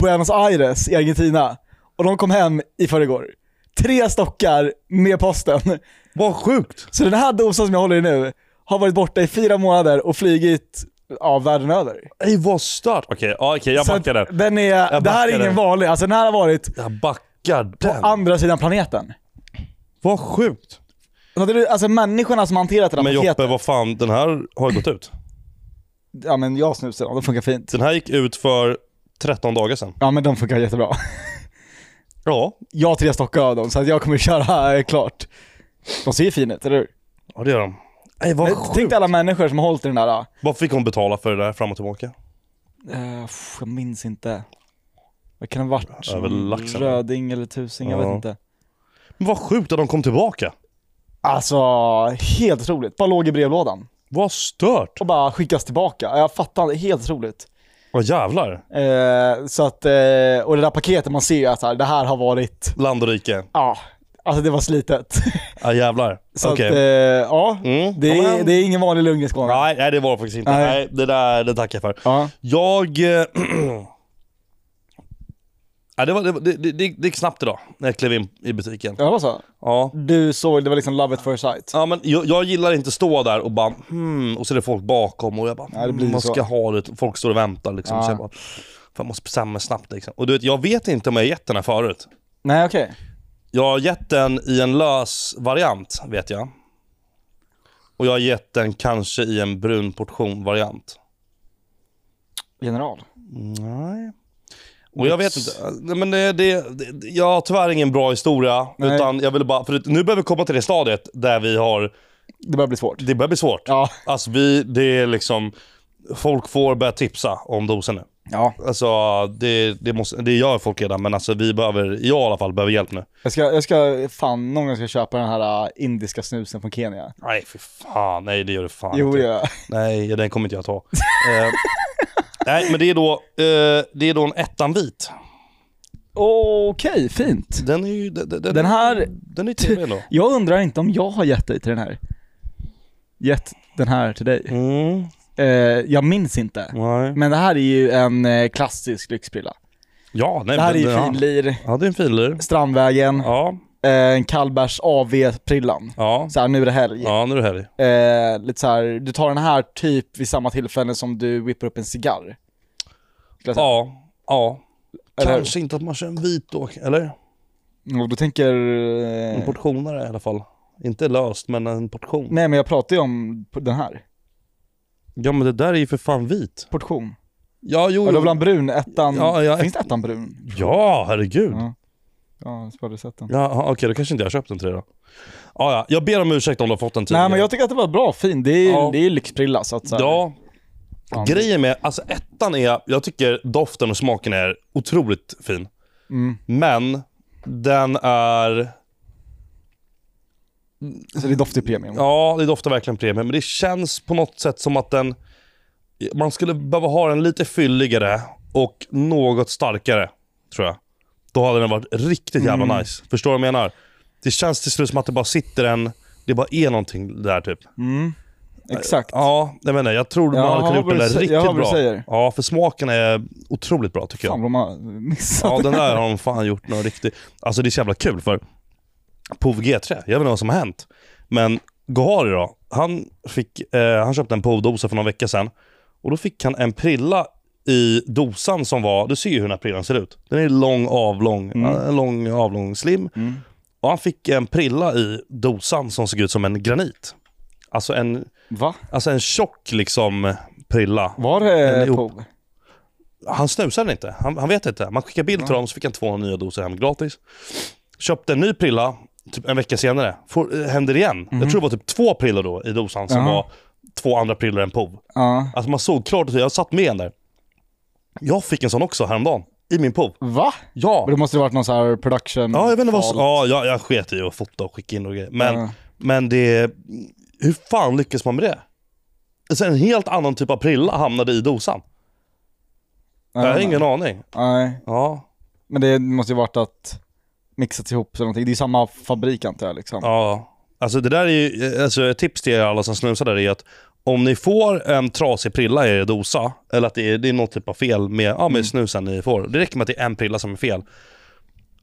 Buenos Aires i Argentina. Och de kom hem i förrgår. Tre stockar med posten.
Vad sjukt.
Så den här dosan som jag håller i nu har varit borta i fyra månader och flygit ja, världen över.
Ey vad stört! Okej, ja, okej, jag
Så att
backar den.
Den är, det här är
backar
ingen
den.
vanlig, alltså den här har varit
Jag backar
på
den.
andra sidan planeten.
Vad sjukt.
Fattar du? Alltså människorna som hanterat den
Men
här
Joppe,
paketen.
vad fan, den här har ju gått ut.
Ja men jag snusar dem, de funkar fint.
Den här gick ut för 13 dagar sedan.
Ja men de funkar jättebra.
Ja,
Jag har tre stockar av dem så att jag kommer [LAUGHS] köra eh, klart. De ser ju fina ut, eller hur?
ja det gör de. Ey vad
Tänk
sjukt.
dig alla människor som har hållit i den där.
Vad fick hon betala för det där fram och tillbaka?
eh, pff, jag minns inte. Vad kan det ha varit? Mm,
Över laxen.
Röding eller tusing, jag
Ja.
vet inte.
Men vad sjukt att de kom tillbaka.
Alltså, helt otroligt. Bara låg i brevlådan.
Vad stört.
Och bara skickas tillbaka. Jag fattar inte, helt otroligt.
Vad jävlar.
Eh, så att, eh, och det där paketet, man ser ju att så här, det här har varit,
Land och rike.
ja, alltså det var slitet. [LAUGHS]
Ja jävlar.
så
Okej.
att, eh, ja,
Mm.
det,
Ja,
är,
men-
det är ingen vanlig lugn i Skåne.
Nej, nej, det var det faktiskt inte.
Nej.
Nej, det där det tackar jag för.
Ja.
Jag... eh, [CLEARS THROAT] ja, det, var, det, var- det, det, det det gick snabbt idag när jag klev in i butiken.
Ja, det var så.
Ja.
Du såg, det var liksom love at first sight.
Ja, men jag, jag gillar inte stå där och bara hmm, och så är det folk bakom och jag bara
Ja, det blir
"Mm, vad
så."
ska jag ha det? Folk står och väntar liksom.
Ja.
Så jag bara, fan, jag måste bestämma mig snabbt liksom. Och du vet, jag vet inte om jag har gett den här förut.
Nej, okej.
Jag har gett den i en lös variant, vet jag. Och jag har gett den kanske i en brun portion variant.
General.
Nej. Och jag vet inte. Nej, Men det, det, det, jag har tyvärr ingen bra historia.
Nej.
Utan jag ville bara, för att nu börjar vi komma till det stadiet där vi har...
Det börjar bli svårt.
Det börjar bli svårt.
Ja.
Alltså vi, det är liksom... Folk får börja tipsa om dosen nu.
ja.
Alltså det, det, måste, det gör folk redan, men alltså vi behöver, jag i alla fall, behöver hjälp nu.
Jag ska, jag ska, fan någon gång ska jag köpa den här äh, indiska snusen från Kenya.
Nej för fan, nej det gör du fan
Jo,
inte.
det gör jag.
Nej, den kommer inte jag ta. [LAUGHS] eh, nej, men det är då, eh, det är då en ettan vit.
Okej, fint.
Den är ju... Den, den,
Den här-
Den är trevlig ändå.
Jag undrar inte om jag har gett dig till den här. Gett den här till dig.
Mm,
Eh, jag minns inte.
nej.
Men det här är ju en eh, klassisk lyxprilla.
Ja, nej,
Det här är
men-
ju
ja.
finlir,
Ja, det är en finlir.
Strandvägen,
Ja,
eh, en kallbärs AV-prillan.
ja.
Så här, nu är det helg.
Ja, nu är det helg.
Eh, lite så här, du tar den här typ vid samma tillfälle som du whippar upp en cigarr. Skulle jag säga.
Ja, ja.
Eller hur?
Kanske inte att man kör en vit då, eller?
Och då tänker...
En
Eh,
portionare i alla fall. Inte löst, men en portion.
nej men jag pratar ju om p- den här.
Ja men det där är ju för fan vit.
Portion.
Ja, jo,
Ja, det
jo.
var bland brun, ettan...
Oh. Ja, ja,
Finns det ettan brun?
ja herregud.
Ja.
Ja.
Ja, jag har sett den.
okej, då kanske inte jag köpt den till dig då. Ja, ja, jag ber om ursäkt om du har fått den tidigare.
Nej men jag tycker att det var bra, fin. Det är,
Ja.
det är lyxprilla så att så här,
Ja,
fan.
grejen med, alltså ettan är, jag tycker doften och smaken är otroligt fin.
Mm.
Men den är,
Så det doftar ju premium.
ja det doftar verkligen premium, men det känns på något sätt som att den, man skulle behöva ha den lite fylligare och något starkare, tror jag. Då hade den varit riktigt jävla
Mm.
nice. Förstår du vad jag menar? Det känns till slut som att det bara sitter en, det bara är någonting där typ.
Exakt.
Ja, jag menar, jag tror
Ja,
man hade
jag
kunnat gjort
hör
den
vad
där
du sä-
riktigt
jag hör vad du
bra.
säger.
Ja, för smaken är otroligt bra tycker jag.
Fan vad de har missat.
Ja, den där har de fan gjort något riktigt. Alltså det är så jävla kul för POV G3, jag vet inte vad som har hänt. Men Gohari då, han, fick, eh, han köpte en POV-dosa för någon vecka sedan. Och då fick han en prilla i dosan som var, du ser ju hur den här prillan ser ut. Den är lång, avlång, eh, en lång, avlång slim. Och han fick en prilla i dosan som såg ut som en granit. Alltså en,
Va?
alltså en tjock liksom prilla.
Var
Den
det
ihop-
Pov?
Han snusade inte. Han, han vet inte. Man skickade bild till honom så fick han två nya doser hem gratis. Köpte en ny prilla typ en vecka senare. Får, eh, händer igen. Jag tror det var typ två prillor då i dosan som
Mhm. Ja.
var två andra prillor än POV.
Ja.
Alltså man såg klart och tydligt. Jag satt med en där. Jag fick en sån också häromdagen. I min POV.
Va?
Ja.
Men det måste det varit någon så här production
Ja, jag vet inte vad som...
fall.
Ja, jag, jag sket i att fota och skicka in och grejer. Men,
Ja.
men det... Hur fan lyckas man med det? Alltså en helt annan typ av prilla hamnade i dosan.
Nej,
jag har
nej.
ingen aning.
Nej,
Ja.
men det måste ju varit att mixats ihop eller någonting. Det är ju samma fabrik antar jag liksom.
Ja, alltså det där är ju, alltså ett tips till er alla som snusar där är att om ni får en trasig prilla i er dosa, eller att det är, det är något typ av fel med, ja, med
Mm.
snusen ni får. Det räcker med att det är en prilla som är fel.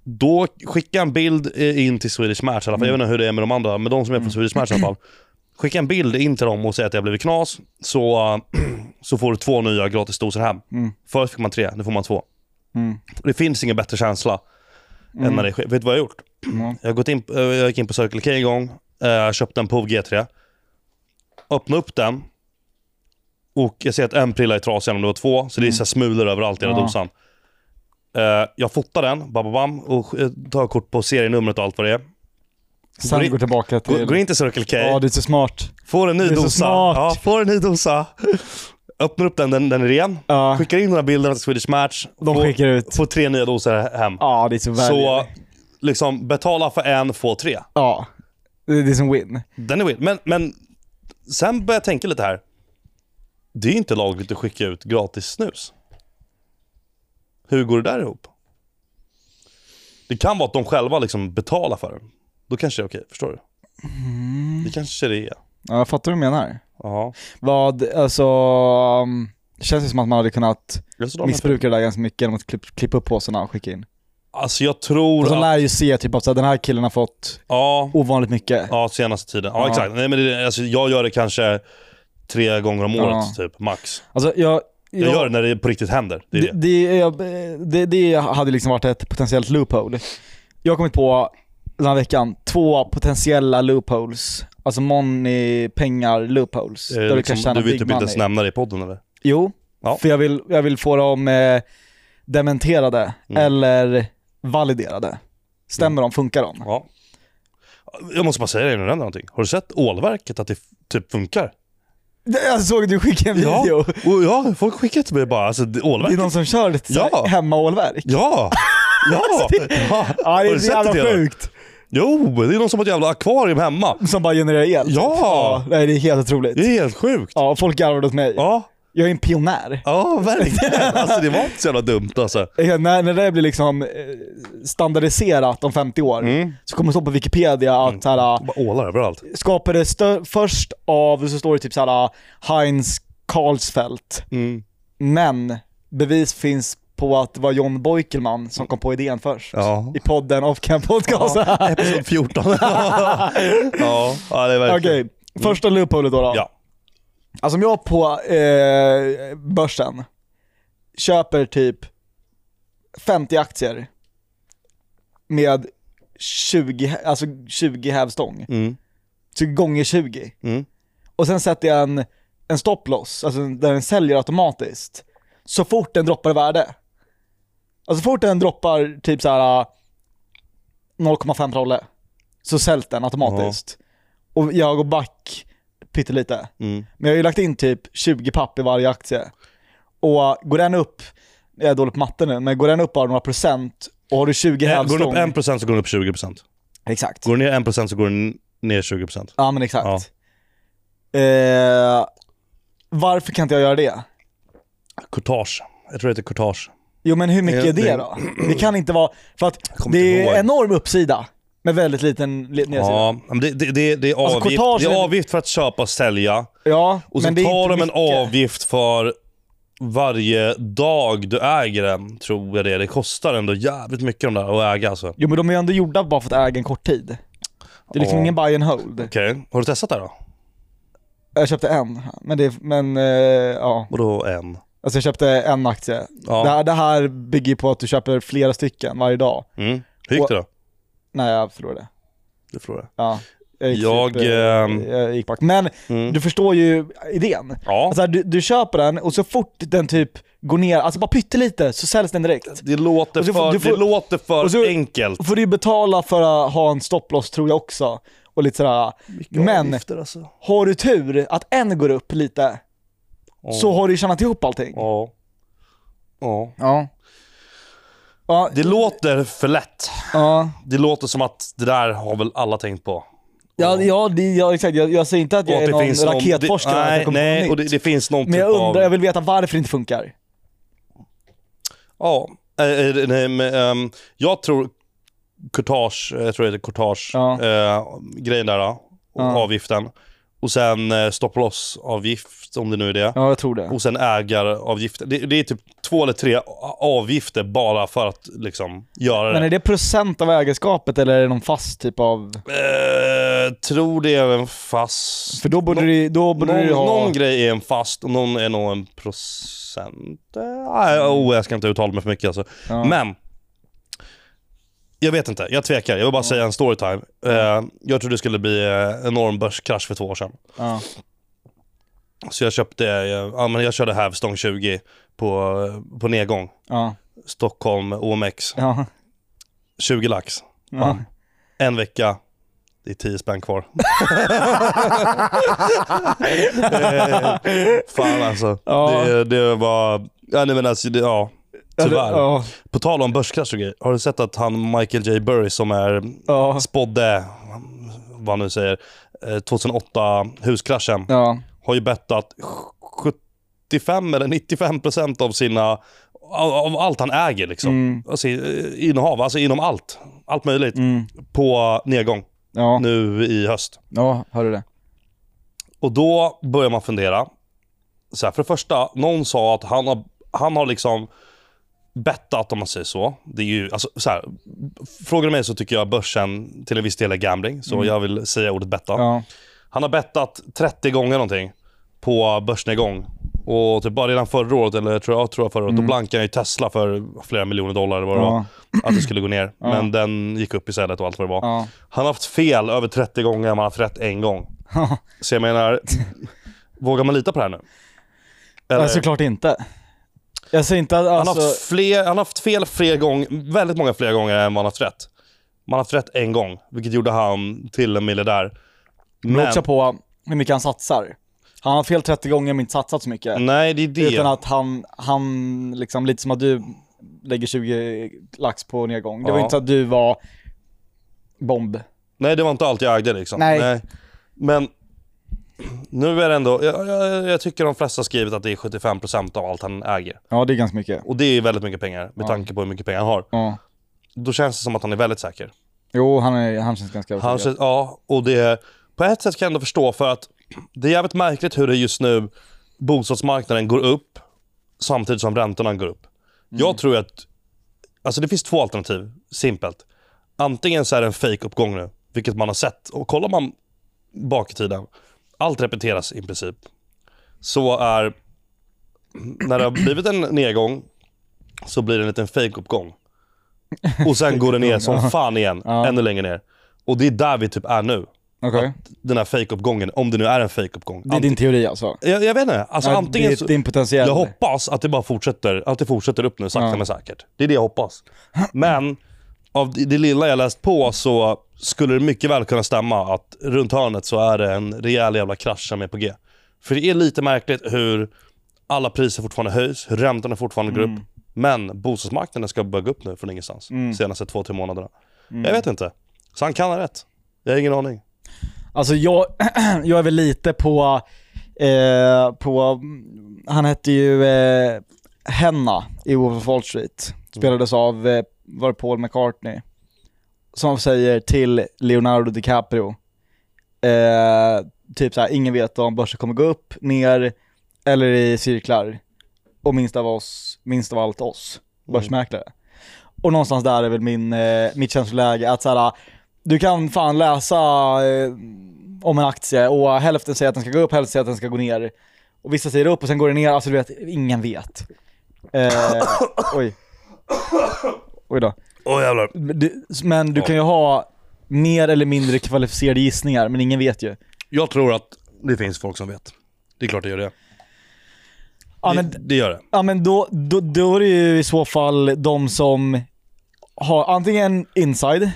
Då
Mm.
skicka en bild eh, in till Swedish Match i alla fall. Jag vet inte hur det är med de andra, men de som är på Swedish Match i alla fall. Skicka en bild in till dem och säg att det har blivit knas, så, [CLEARS THROAT] eh, så får du två nya gratisdoser hem.
Mm.
Förut fick man tre, nu får man två.
Mm.
Det finns ingen bättre känsla än när det sker. Vet du vad jag har gjort?
Mm.
Jag, har gått in, eh, jag gick in på Circle K en gång, eh, köpte en POV G3, öppnade upp den och jag ser att en prilla är trasig, om det var två, så det är så här smulor överallt i hela
Ja.
dosan. Eh, jag fotar den, bam, bam, bam, och eh, tar kort på serienumret och allt vad det är. Går
Sen
in-
går tillbaka
Gå,
till...
går in till Circle K,
Ja, det är så smart.
får en ny
det är så
dosa.
smart.
Ja, får en ny dosa. Öppnar upp den, den, den är ren.
Ja.
Skickar in några bilder till Swedish Match.
De
får,
skickar ut.
får tre nya doser hem.
Ja, det är så
Så
väl.
liksom betala för en, få tre.
Ja. Det det är som win.
Den är weird. Men, men sen börjar jag tänka lite här. Det är ju inte lagligt att skicka ut gratis snus. Hur går det där ihop? Det kan vara att de själva liksom betalar för den. Då kanske det är okej, förstår du?
Mm.
Det kanske det är.
Ja, jag fattar vad du menar.
Ja.
Vad, alltså... um, Det känns ju som att man hade kunnat
Jag, så
missbruka det där ganska mycket genom att klipp, klippa upp påsarna och skicka in.
alltså jag tror
Och de
att...
lär ju se typ att så här, den här killen har fått
Ja,
ovanligt mycket.
ja, senaste tiden. Ja,
Ja.
exakt. Nej, men det, alltså, jag gör det kanske tre gånger om året,
Ja.
typ, max.
Alltså jag...
Jag gör det när det på riktigt händer. Det är
Det,
det.
det, är- det, det hade liksom varit ett potentiellt loophole. Jag har kommit på den här veckan två potentiella loopholes. Alltså money, pengar, loopholes.
Eh,
där du kan
liksom,
tjäna
du vill
big
typ inte ens
money.
nämna det i podden eller?
Jo,
Ja.
för jag vill, jag vill få dem eh, dementerade
Mm.
eller validerade. Stämmer de? Funkar de?
Ja. Jag måste bara säga det innan det händer någonting. Har du sett ålverket att det f- typ funkar?
Jag såg att du skickade en
[LAUGHS]
video.
och ja folk skickar till mig bara alltså
Det
det-
är
ålverket.
någon som kör lite
Ja.
ja. hemmaålverk. [LAUGHS]
Ja! Ja!
Ja,
ja.
Alltså, det
Har
är
du
så
sett
jävla
det, Theodor?
sjukt.
Jo, det är någon som har ett jävla akvarium hemma.
Som bara genererar el. typ.
Ja.
nej, det är helt otroligt.
Det är helt sjukt.
Ja, folk garvade åt mig.
Ja,
Jag är en pionjär.
ja
[LAUGHS]
verkligen. Alltså det var inte så jävla dumt alltså.
Eh, När, när det blir liksom eh, standardiserat om 50 år så kommer det stå på Wikipedia att så här,
Bara ålar överallt.
skapades stö- först av, så står det typ så här, Heinz Karlsfeldt. Men bevis finns på att det var John Boikelman som kom på idén först.
Ja.
I podden Offcam Podcast. [LAUGHS]
Episod 14. ja, ja, det är
Okej,
verkligen. Mm.
första loopholet då. då.
Ja.
Alltså om jag på eh, börsen köper typ 50 aktier med 20, alltså 20 hävstång,
Mm.
så gånger 20.
Mm.
Och sen sätter jag en, en stopploss, alltså där den säljer automatiskt, så fort den droppar i värde. Alltså så fort den droppar typ så här 0,5 prolle, så säljs den automatiskt. Och jag går back pyttelite.
Mm.
Men jag har ju lagt in typ 20 papp i varje aktie. Och äh, går den upp, jag är dålig på matte nu, men går den upp bara några procent och har du 20
Eh, Går den
hävstång.
upp 1% så går den upp 20%.
Exakt.
Går den ner 1% så går den ner 20%.
Ja men exakt. Eh, varför kan inte jag göra det?
Courtage. Jag tror det heter courtage.
Jo men hur mycket
Eh,
är det
det-
då? Det kan inte vara, för att
kommer inte
det
ihåg.
är enorm uppsida med väldigt liten li- nedsida. Ja,
Ja, men det, det, det, det, är
Alltså,
avgift,
courtage
det
är-
är avgift för att köpa och sälja. Och
men
sen
det är
tar
inte
de en
mycket.
avgift för varje dag du äger den, tror jag det är. Det kostar ändå jävligt mycket de där att äga alltså.
Jo men de är ju ändå gjorda bara för att äga en kort tid. Det är liksom
Ja.
ingen buy and hold.
Okej, har du testat det här då?
Jag köpte en, men, det, men eh, ja.
Vadå en?
Alltså jag köpte en aktie.
Ja.
Det, här, det här bygger ju på att du köper flera stycken varje dag.
Mm. Hur gick det då?
Nej, jag förlorade.
Du förlorade.
Ja. Jag, gick
Jag,
eh,
ehm, Mm.
jag gick bak. Men du förstår ju idén.
Ja.
Alltså, du, du köper den och så fort den typ går ner, alltså bara pyttelite, så säljs den direkt.
Det låter
Och så får-
för,
du får-
det låter för
och så-
enkelt.
Då får du ju betala för att ha en stopploss tror jag också. Och lite sådär. Men
Avgifter alltså.
har du tur att en går upp lite,
Ja.
så har du ju tjänat ihop allting.
Ja. Ja.
Ja. Ja,
Det låter för lätt.
ja.
Det låter som att det där har väl alla tänkt på.
Ja, ja, det, ja exakt. Jag, jag säger inte att
Och
jag
att
är
det
någon
finns
raketforskare.
det-
att jag
Nej,
kommer på
nej
något
och det,
nytt.
det finns någon
men
typ
jag undrar,
av...
jag vill veta varför det inte funkar.
Ja. Eh, eh, nej, men, ehm, jag tror courtage, eh, jag tror det heter courtage,
Ja.
eh, grejen där, ja, och
Ja.
avgiften. Och sen eh, stopplossavgift, om det nu är det.
Ja, jag tror det.
Och sen ägaravgifter. Det, det är typ två eller tre a- avgifter bara för att liksom göra
Men
det.
är det procent av ägarskapet eller är det någon fast typ av...
Eh, tror det är en fast...
För då borde,
Nå-
du, då borde
någon,
du ha...
någon grej är en fast och någon är nog en procent. Eh, Nej, oh, jag ska inte uttala mig för mycket alltså.
Ja.
Men. Jag vet inte, jag tvekar. Jag vill bara säga en storytime. Eh, jag trodde det skulle bli eh, enorm börskrasch för två år sedan.
Ja.
Så jag köpte, eh, ja men jag körde Hävstång 20 på, eh, på nedgång.
Ja.
Stockholm OMX,
Ja.
20 lax.
Ja.
En vecka, det är 10
[LAUGHS]
spänn kvar. Eh, Fan alltså.
Ja.
Det, det var, ja nej men alltså, det, ja. Tyvärr.
Ja.
På tal om börskrasch och grejer, har du sett att han Michael J. Burry som är
Ja.
spådde, vad han nu säger, eh, 2008 huskraschen,
Ja.
har ju bettat 75 eller 95 procent av sina, av, av allt han äger liksom.
Mm.
Alltså, eh, innehav, alltså inom allt. Allt möjligt.
Mm.
På nedgång
Ja.
nu i höst.
Ja, hör du det?
Och då börjar man fundera. Så här, för det första, någon sa att han har, han har liksom bettat om man säger så. Det är ju, alltså, så här, frågar du mig så tycker jag börsen till en viss del är gambling. Så jag vill säga ordet betta.
Mm. Ja.
Han har bettat 30 gånger någonting på börsnedgång. Och typ bara redan förra året, eller jag tror jag, tror jag förra året, då blankade han ju Tesla för flera miljoner dollar eller vad det
Mm. Ja.
var. Att det skulle
[LAUGHS]
gå ner. Men den gick upp istället och allt vad det var.
Ja.
Han har haft fel över 30 gånger, man har haft rätt
[LAUGHS]
en gång.
Ja.
Så jag menar, vågar man lita på det här nu? Eller?
Ja, såklart inte. Jag säger inte att
han, har
alltså...
haft fler, han har haft fel fler gånger, väldigt många fler gånger än vad han har haft rätt. Man har haft rätt en gång, vilket gjorde han till en miljardär.
Men också på hur mycket han satsar. Han har fel 30 gånger men inte satsat så mycket.
nej, det är det.
Utan att han, han liksom, lite som att du lägger 20 lax på nedgång. Det var
Ja.
inte så att du var bomb.
Nej, det var inte allt jag ägde liksom.
Nej.
Men nu är det ändå, jag, jag, jag tycker de flesta har skrivit att det är 75% av allt han äger.
Ja, det är ganska mycket.
Och det är väldigt mycket pengar med tanke på hur mycket pengar han har.
Ja.
Då känns det som att han är väldigt säker.
Jo, han, är, han känns ganska
Han
övertygad.
känns, ja, och det är, på ett sätt kan jag ändå förstå för att det är jävligt märkligt hur det just nu bostadsmarknaden går upp samtidigt som räntorna går upp. Jag tror att, alltså det finns två alternativ, simpelt. Antingen så är det en fake uppgång nu, vilket man har sett. Och kollar man bak i tiden, allt repeteras i princip. Så är, när det har blivit en nedgång så blir det en liten fake uppgång Och sen går det ner som fan igen, ännu längre ner. Och det är där vi typ är nu.
Okej.
Den här fake-uppgången, om det nu är en fake-uppgång.
Det är din teori alltså?
jag, jag vet inte. Alltså,
Ja,
antingen
det är
så,
din potentiell.
jag hoppas att det bara fortsätter, att det fortsätter upp nu sakta
Ja.
men säkert. Det är det jag hoppas. Men av det, det lilla jag läst på så skulle det mycket väl kunna stämma att runt hörnet så är det en rejäl jävla krasch som är på G. För det är lite märkligt hur alla priser fortfarande höjs, hur räntorna fortfarande går upp. Men bostadsmarknaden ska börja gå upp nu från ingenstans de senaste två, tre månaderna. Jag vet inte. Så han kan ha rätt. Jag har ingen aning.
Alltså jag, [CLEARS THROAT] jag är väl lite på, eh, på han hette ju eh, Henna i Wolf of Wall Street. Spelades av, eh, var det Paul McCartney? Som säger till Leonardo DiCaprio, eh, typ såhär, ingen vet om börsen kommer gå upp, ner eller i cirklar. Och minst av oss, minst av allt oss, börsmäklare. Och någonstans där är väl min, eh, mitt känsloläge att såhär, du kan fan läsa eh, om en aktie och hälften säger att den ska gå upp, hälften säger att den ska gå ner. Och vissa säger upp och sen går det ner, alltså du vet, ingen vet. Eh, oj. Oj då.
Åh jävlar.
Men du- Men du kan ju ha mer eller mindre kvalificerade gissningar, men ingen vet ju.
Jag tror att det finns folk som vet. Det är klart det gör det.
Ja
det,
men,
det gör det.
ja, men då, då, då är det ju i så fall de som har antingen inside,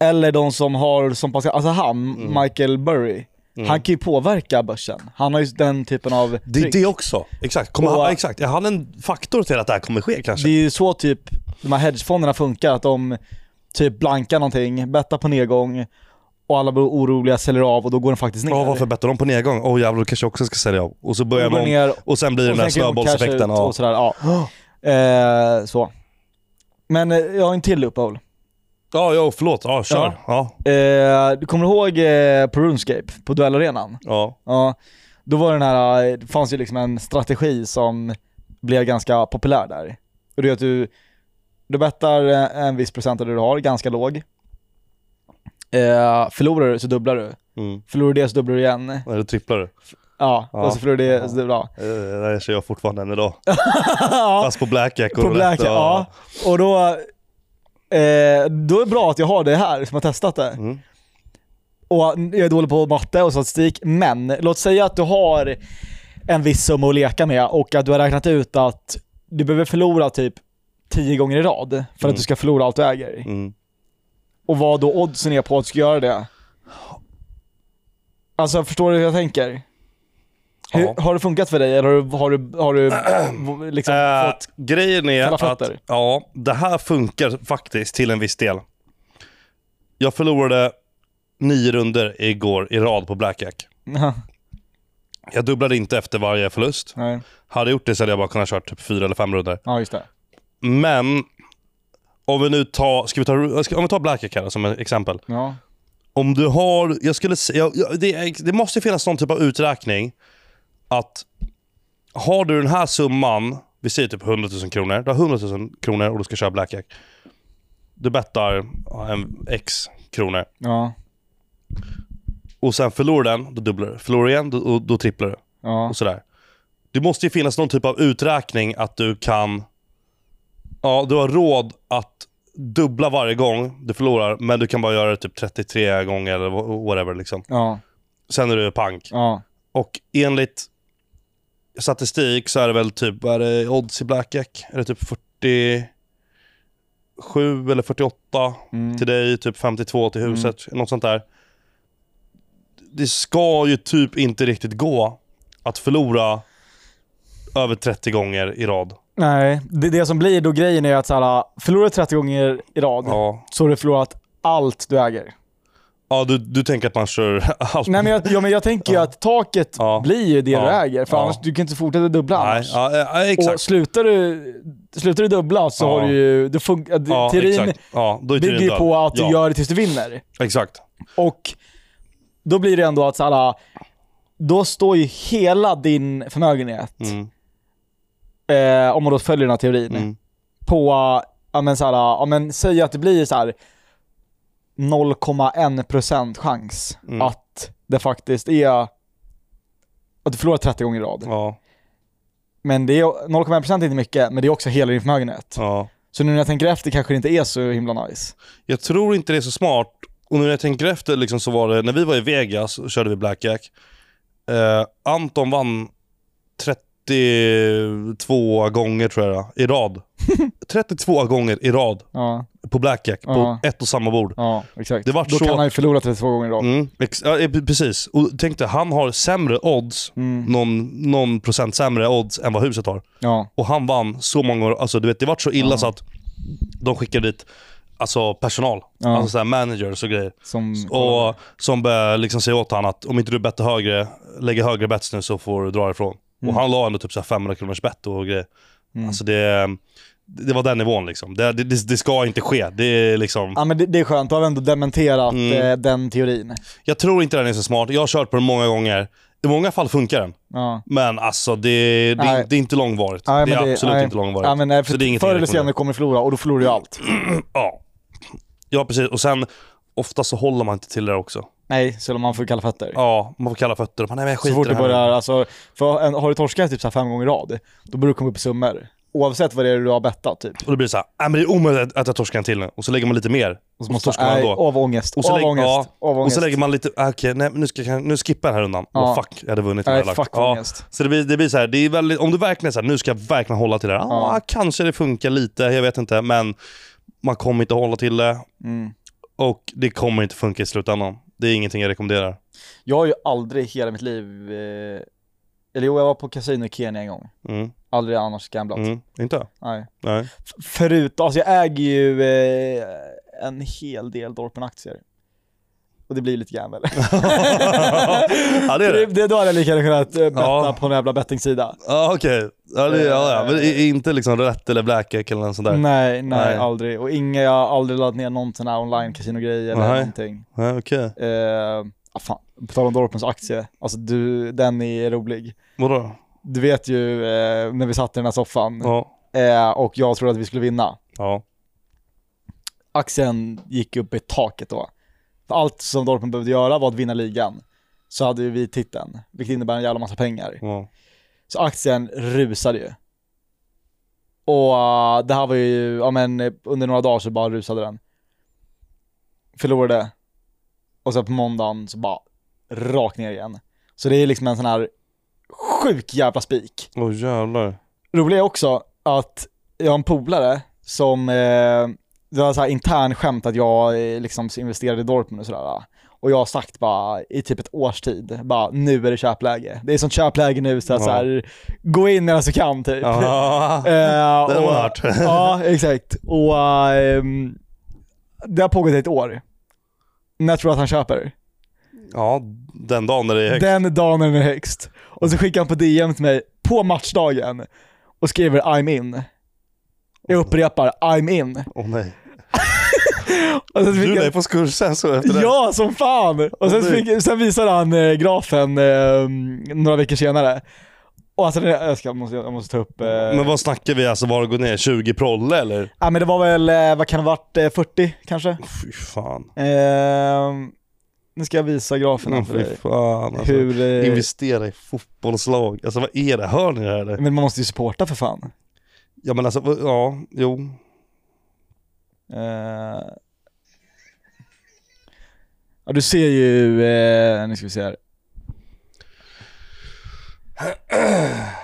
eller de som har som Pascal, alltså han,
Mm.
Michael Burry. Han kan ju påverka börsen. Han har ju den typen av
Det är
trick.
det också. Exakt. Kommer,
Och-
han- exakt. Är han en faktor till att det här kommer ske kanske?
Det är ju så typ de här hedgefonderna funkar, att de typ blankar någonting, bettar på nedgång och alla blir oroliga, säljer av och då går den faktiskt ner.
Ja, varför bettar de på nedgång? Åh jävlar, då kanske jag också ska sälja av. Och så börjar
Och går
de
ner-
och sen blir det den här
Och sen kan de casha
snöbollseffekten.
ut
Ja.
Och
[GASPS]
sådär, ja. Eh, så. Men eh, jag har en till uppehåll.
Ja, ja, förlåt. Ja, kör.
Ja.
Ja. Ja.
Eh, du kommer ihåg eh, på RuneScape, på duellarenan? Ja. Då var den här, eh, det fanns ju liksom en strategi som blev ganska populär där. Och det är att du, du bettar eh, en viss procent av det du har, ganska låg. Eh, förlorar du så dubblar du.
Mm.
Förlorar du det så dubblar du igen.
Eller tripplar du?
Ja,
Ja.
och så förlorar du det så dubblar du.
Eh, Det här kör jag fortfarande än idag.
[LAUGHS] Ja.
Fast på blackjack och
På Black,
roulette och-
ja. Och då, eh, då är det bra att jag har det här som har testat det.
Mm.
Och eh, jag är dålig på matte och statistik, men låt säga att du har en viss summa att leka med och att du har räknat ut att du behöver förlora typ 10 gånger i rad för att
Mm.
du ska förlora allt du äger.
Mm.
Och vad då oddsen är på att du ska göra det. Alltså förstår du hur jag tänker? Hur,
Ja.
Har det funkat för dig eller har du, har du, har du
[CLEARS THROAT]
v- liksom
Eh,
fått... [LAUGHS]
grejen är
kalla
att
fötter.
ja, det här funkar faktiskt till en viss del. Jag förlorade nio runder igår i rad på blackjack. Jag dubblade inte efter varje förlust.
Nej.
Hade jag gjort det så hade jag bara kunnat kört typ fyra eller fem runder.
Ja, just det.
Men om vi nu tar, ska vi ta, ska- om vi tar blackjack här som ett exempel.
Ja.
Om du har, jag skulle se- jag, jag, det, är- det måste finnas någon typ av uträkning att har du den här summan, vi säger typ 100 000 kronor, du har 100 000 kronor och du ska köra blackjack. Du bettar ja, en x kronor
Ja.
och sen förlorar du den, då dubblar du. Förlorar du igen, då, då, då tripplar du.
Ja.
Och sådär. Det måste ju finnas någon typ av uträkning att du kan... Ja, du har råd att dubbla varje gång du förlorar, men du kan bara göra det typ 33 gånger eller wha- whatever. Liksom.
Ja.
Sen är du pank.
Ja.
Och enligt statistik så är det väl typ, vad är det odds i blackjack? Är det typ 47 eller 48
Mm.
till dig, typ 52 till huset, något sånt där. Det ska ju typ inte riktigt gå att förlora över 30 gånger i rad.
Nej, det, det som blir då grejen är att så här, förlorar du 30 gånger i rad
Ja,
så har du förlorat allt du äger.
ja du, du tänker att man kör [LAUGHS] allt?
Nej men jag, ja, men jag tänker ju att taket
Ja.
blir ju det du
Ja.
äger, för
Ja.
annars du kan inte fortsätta dubbla
Nej,
annars.
ja, ja,
Och
exakt.
slutar du, slutar du dubbla så
Ja.
har du ju, du fun- äh,
Ja,
teorin
exakt. Ja, då är
bygger ju
teorin
på
död.
att du
ja,
gör det tills du vinner.
Exakt.
Och då blir det ändå att så här, då står ju hela din förmögenhet
Mm.
eh, om man då följer den här teorin,
Mm.
på, ja men såhär, ja men säg att det blir såhär 0,1% chans
Mm.
att det faktiskt är att du förlorar 30 gånger i rad.
Ja,
Men det är 0,1% är inte mycket, men det är också hela din förmögenhet.
ja.
Så nu när jag tänker efter kanske det inte är så himla nice.
Jag tror inte det är så smart. Och nu när jag tänker efter liksom, så var det, när vi var i Vegas och körde vi blackjack. Eh, Anton vann 32 gånger tror jag i
[LAUGHS]
rad. 32 gånger i rad
Ja,
på blackjack
Ja.
på ett och samma bord.
ja exakt.
Det vart
då
så-
kan han ju förlora 32 gånger i rad.
Mm, ex- ja, eh, precis. Och tänk dig, han har sämre odds, någon, någon procent sämre odds än vad huset har.
Mm. Ja,
Och han vann så många år. Alltså, du vet, det vart så illa så att de skickade dit alltså, personal,
Ja.
alltså så här managers och grejer.
som...
Och som började liksom säga åt honom att om inte du bettar högre, lägger högre bets nu så får du dra ifrån.
Mm.
Och han la ändå typ så här 500 kronors bett och grejer. Alltså det, det var den nivån liksom. Det, det, det ska inte ske. Det är liksom,
Ja men det, det är skönt, då har vi ändå dementerat
Mm.
eh, den teorin.
jag tror inte den är så smart. Jag har kört på den många gånger. I många fall funkar den.
Ja.
Men alltså det,
Nej.
det, det är inte långvarigt.
Nej,
det
men
är absolut
nej.
inte långvarigt.
Ja, men nej, för,
så det är ingenting
förr
jag
eller senare
rekommenderar.
kommer du förlora
Mm.
och då förlorar du allt.
Ja. ja, precis. Och sen, ofta så håller man inte till det också.
Nej, så man får kalla fötter.
Ja, man får kalla fötter. Man, nej, men jag
så
skiter
fort
i
du
det här nu.
börjar, alltså, för en, har du torskat typ så här fem gånger i rad, då börjar du komma upp i summor. Oavsett vad det är du har bettat typ.
Och då blir det så här, "Nej, men det är omöjligt att jag torskar en till nu. Och så lägger man lite mer. Och så torskar man
nej,
ändå.
Av ångest,
Och så,
av
lägger,
ångest,
ja,
av
och
ångest.
så lägger man lite, ah, okej nej, men nu, ska, jag- nu skippar jag den här rundan.
Ja.
Och fuck, jag hade vunnit om
Nej,
jag hade
fuck
lagt. Ja.
ångest.
Så det blir, det blir så här, det är väldigt, om du verkligen säger nu ska jag verkligen hålla till det här. Ah,
Ja.
Kanske det funkar lite, jag vet inte. Men man kommer inte hålla till det.
Mm.
Och det kommer inte funka i slutändan. Det är ingenting jag rekommenderar.
Jag har ju aldrig i hela mitt liv, eh, eller jo jag var på kasino i Kenya en gång.
Mm.
Aldrig annars gamblat.
Mm. Inte jag.
Nej. [LAUGHS]
Nej.
F- Förut, alltså jag äger ju eh, en hel del Dorpen-aktier. Och det blir lite grann
[LAUGHS]
väl?
Ja, det är
det,
det.
det, då hade jag lika gärna kunnat eh, betta
Ja.
på en jävla bettingsida.
Ja, okej. Ja, det, ja, ja. Men i- i- inte liksom rätt eller blackjack eller något sånt där? Nej,
Nej, nej,
Nej.
aldrig. Och inga, jag har aldrig laddat ner någon sån här online kasinogrej eller
Nej.
någonting.
okej.
Eh, ah, fan. På tal om Dorpens aktie, alltså du, den är rolig. Mm.
Vadå?
Du vet ju eh, när vi satt i den här soffan
Ja.
eh, och jag trodde att vi skulle vinna.
Ja.
aktien gick upp i taket då. För allt som Dortmund behövde göra var att vinna ligan. Så hade ju vi titeln, vilket innebär en jävla massa pengar.
ja.
Så aktien rusade ju. Och eh, det här var ju, ja men eh, under några dagar så bara rusade den. Förlorade. Och sen på måndagen så bara rakt ner igen. Så det är liksom en sån här sjuk jävla spik
Åh jävlar.
roliga är också att jag har en polare som, eh, det var så här intern skämt att jag eh, liksom investerade i Dortmund och sådär. Och jag har sagt bara i typ ett års tid, bara nu är det köpläge. Det är sånt köpläge nu så att
Ja.
så här, gå in medan du kan typ. [LAUGHS]
[LAUGHS] Ja.
Eh,
Det har
och-
man [LAUGHS] hört.
Ja, exakt. Och ehm, det har pågått i ett år. När tror du att han köper?
[LAUGHS] ja, den dagen när det är högt.
Den dagen den är högst. Och så skickar han på DM till mig på matchdagen och skriver I'm in. Jag upprepar I'm in.
Åh nej.
Och sen
Du
fick
är
jag,
på skursen så efter det?
ja, som fan! Och sen,
Åh, nej.
fick, sen visade han eh, grafen eh, några veckor senare. Och alltså, den- jag, ska, jag, måste, jag måste ta upp... Eh,
Men vad snackar vi alltså? Var det går ner? 20 prolle eller?
ja, men det var väl, eh, vad kan det ha varit, eh, 40 kanske?
Fy fan.
Ehm, nu ska jag visa grafen här för
Fy
dig.
fan alltså.
Hur, eh,
Investera i fotbollslag. Alltså vad är det? Hör ni det här eller?
men man måste ju supporta för fan.
Ja men alltså, vad- ja, jo.
Eh, ja, du ser ju, eh, nu ska vi se här.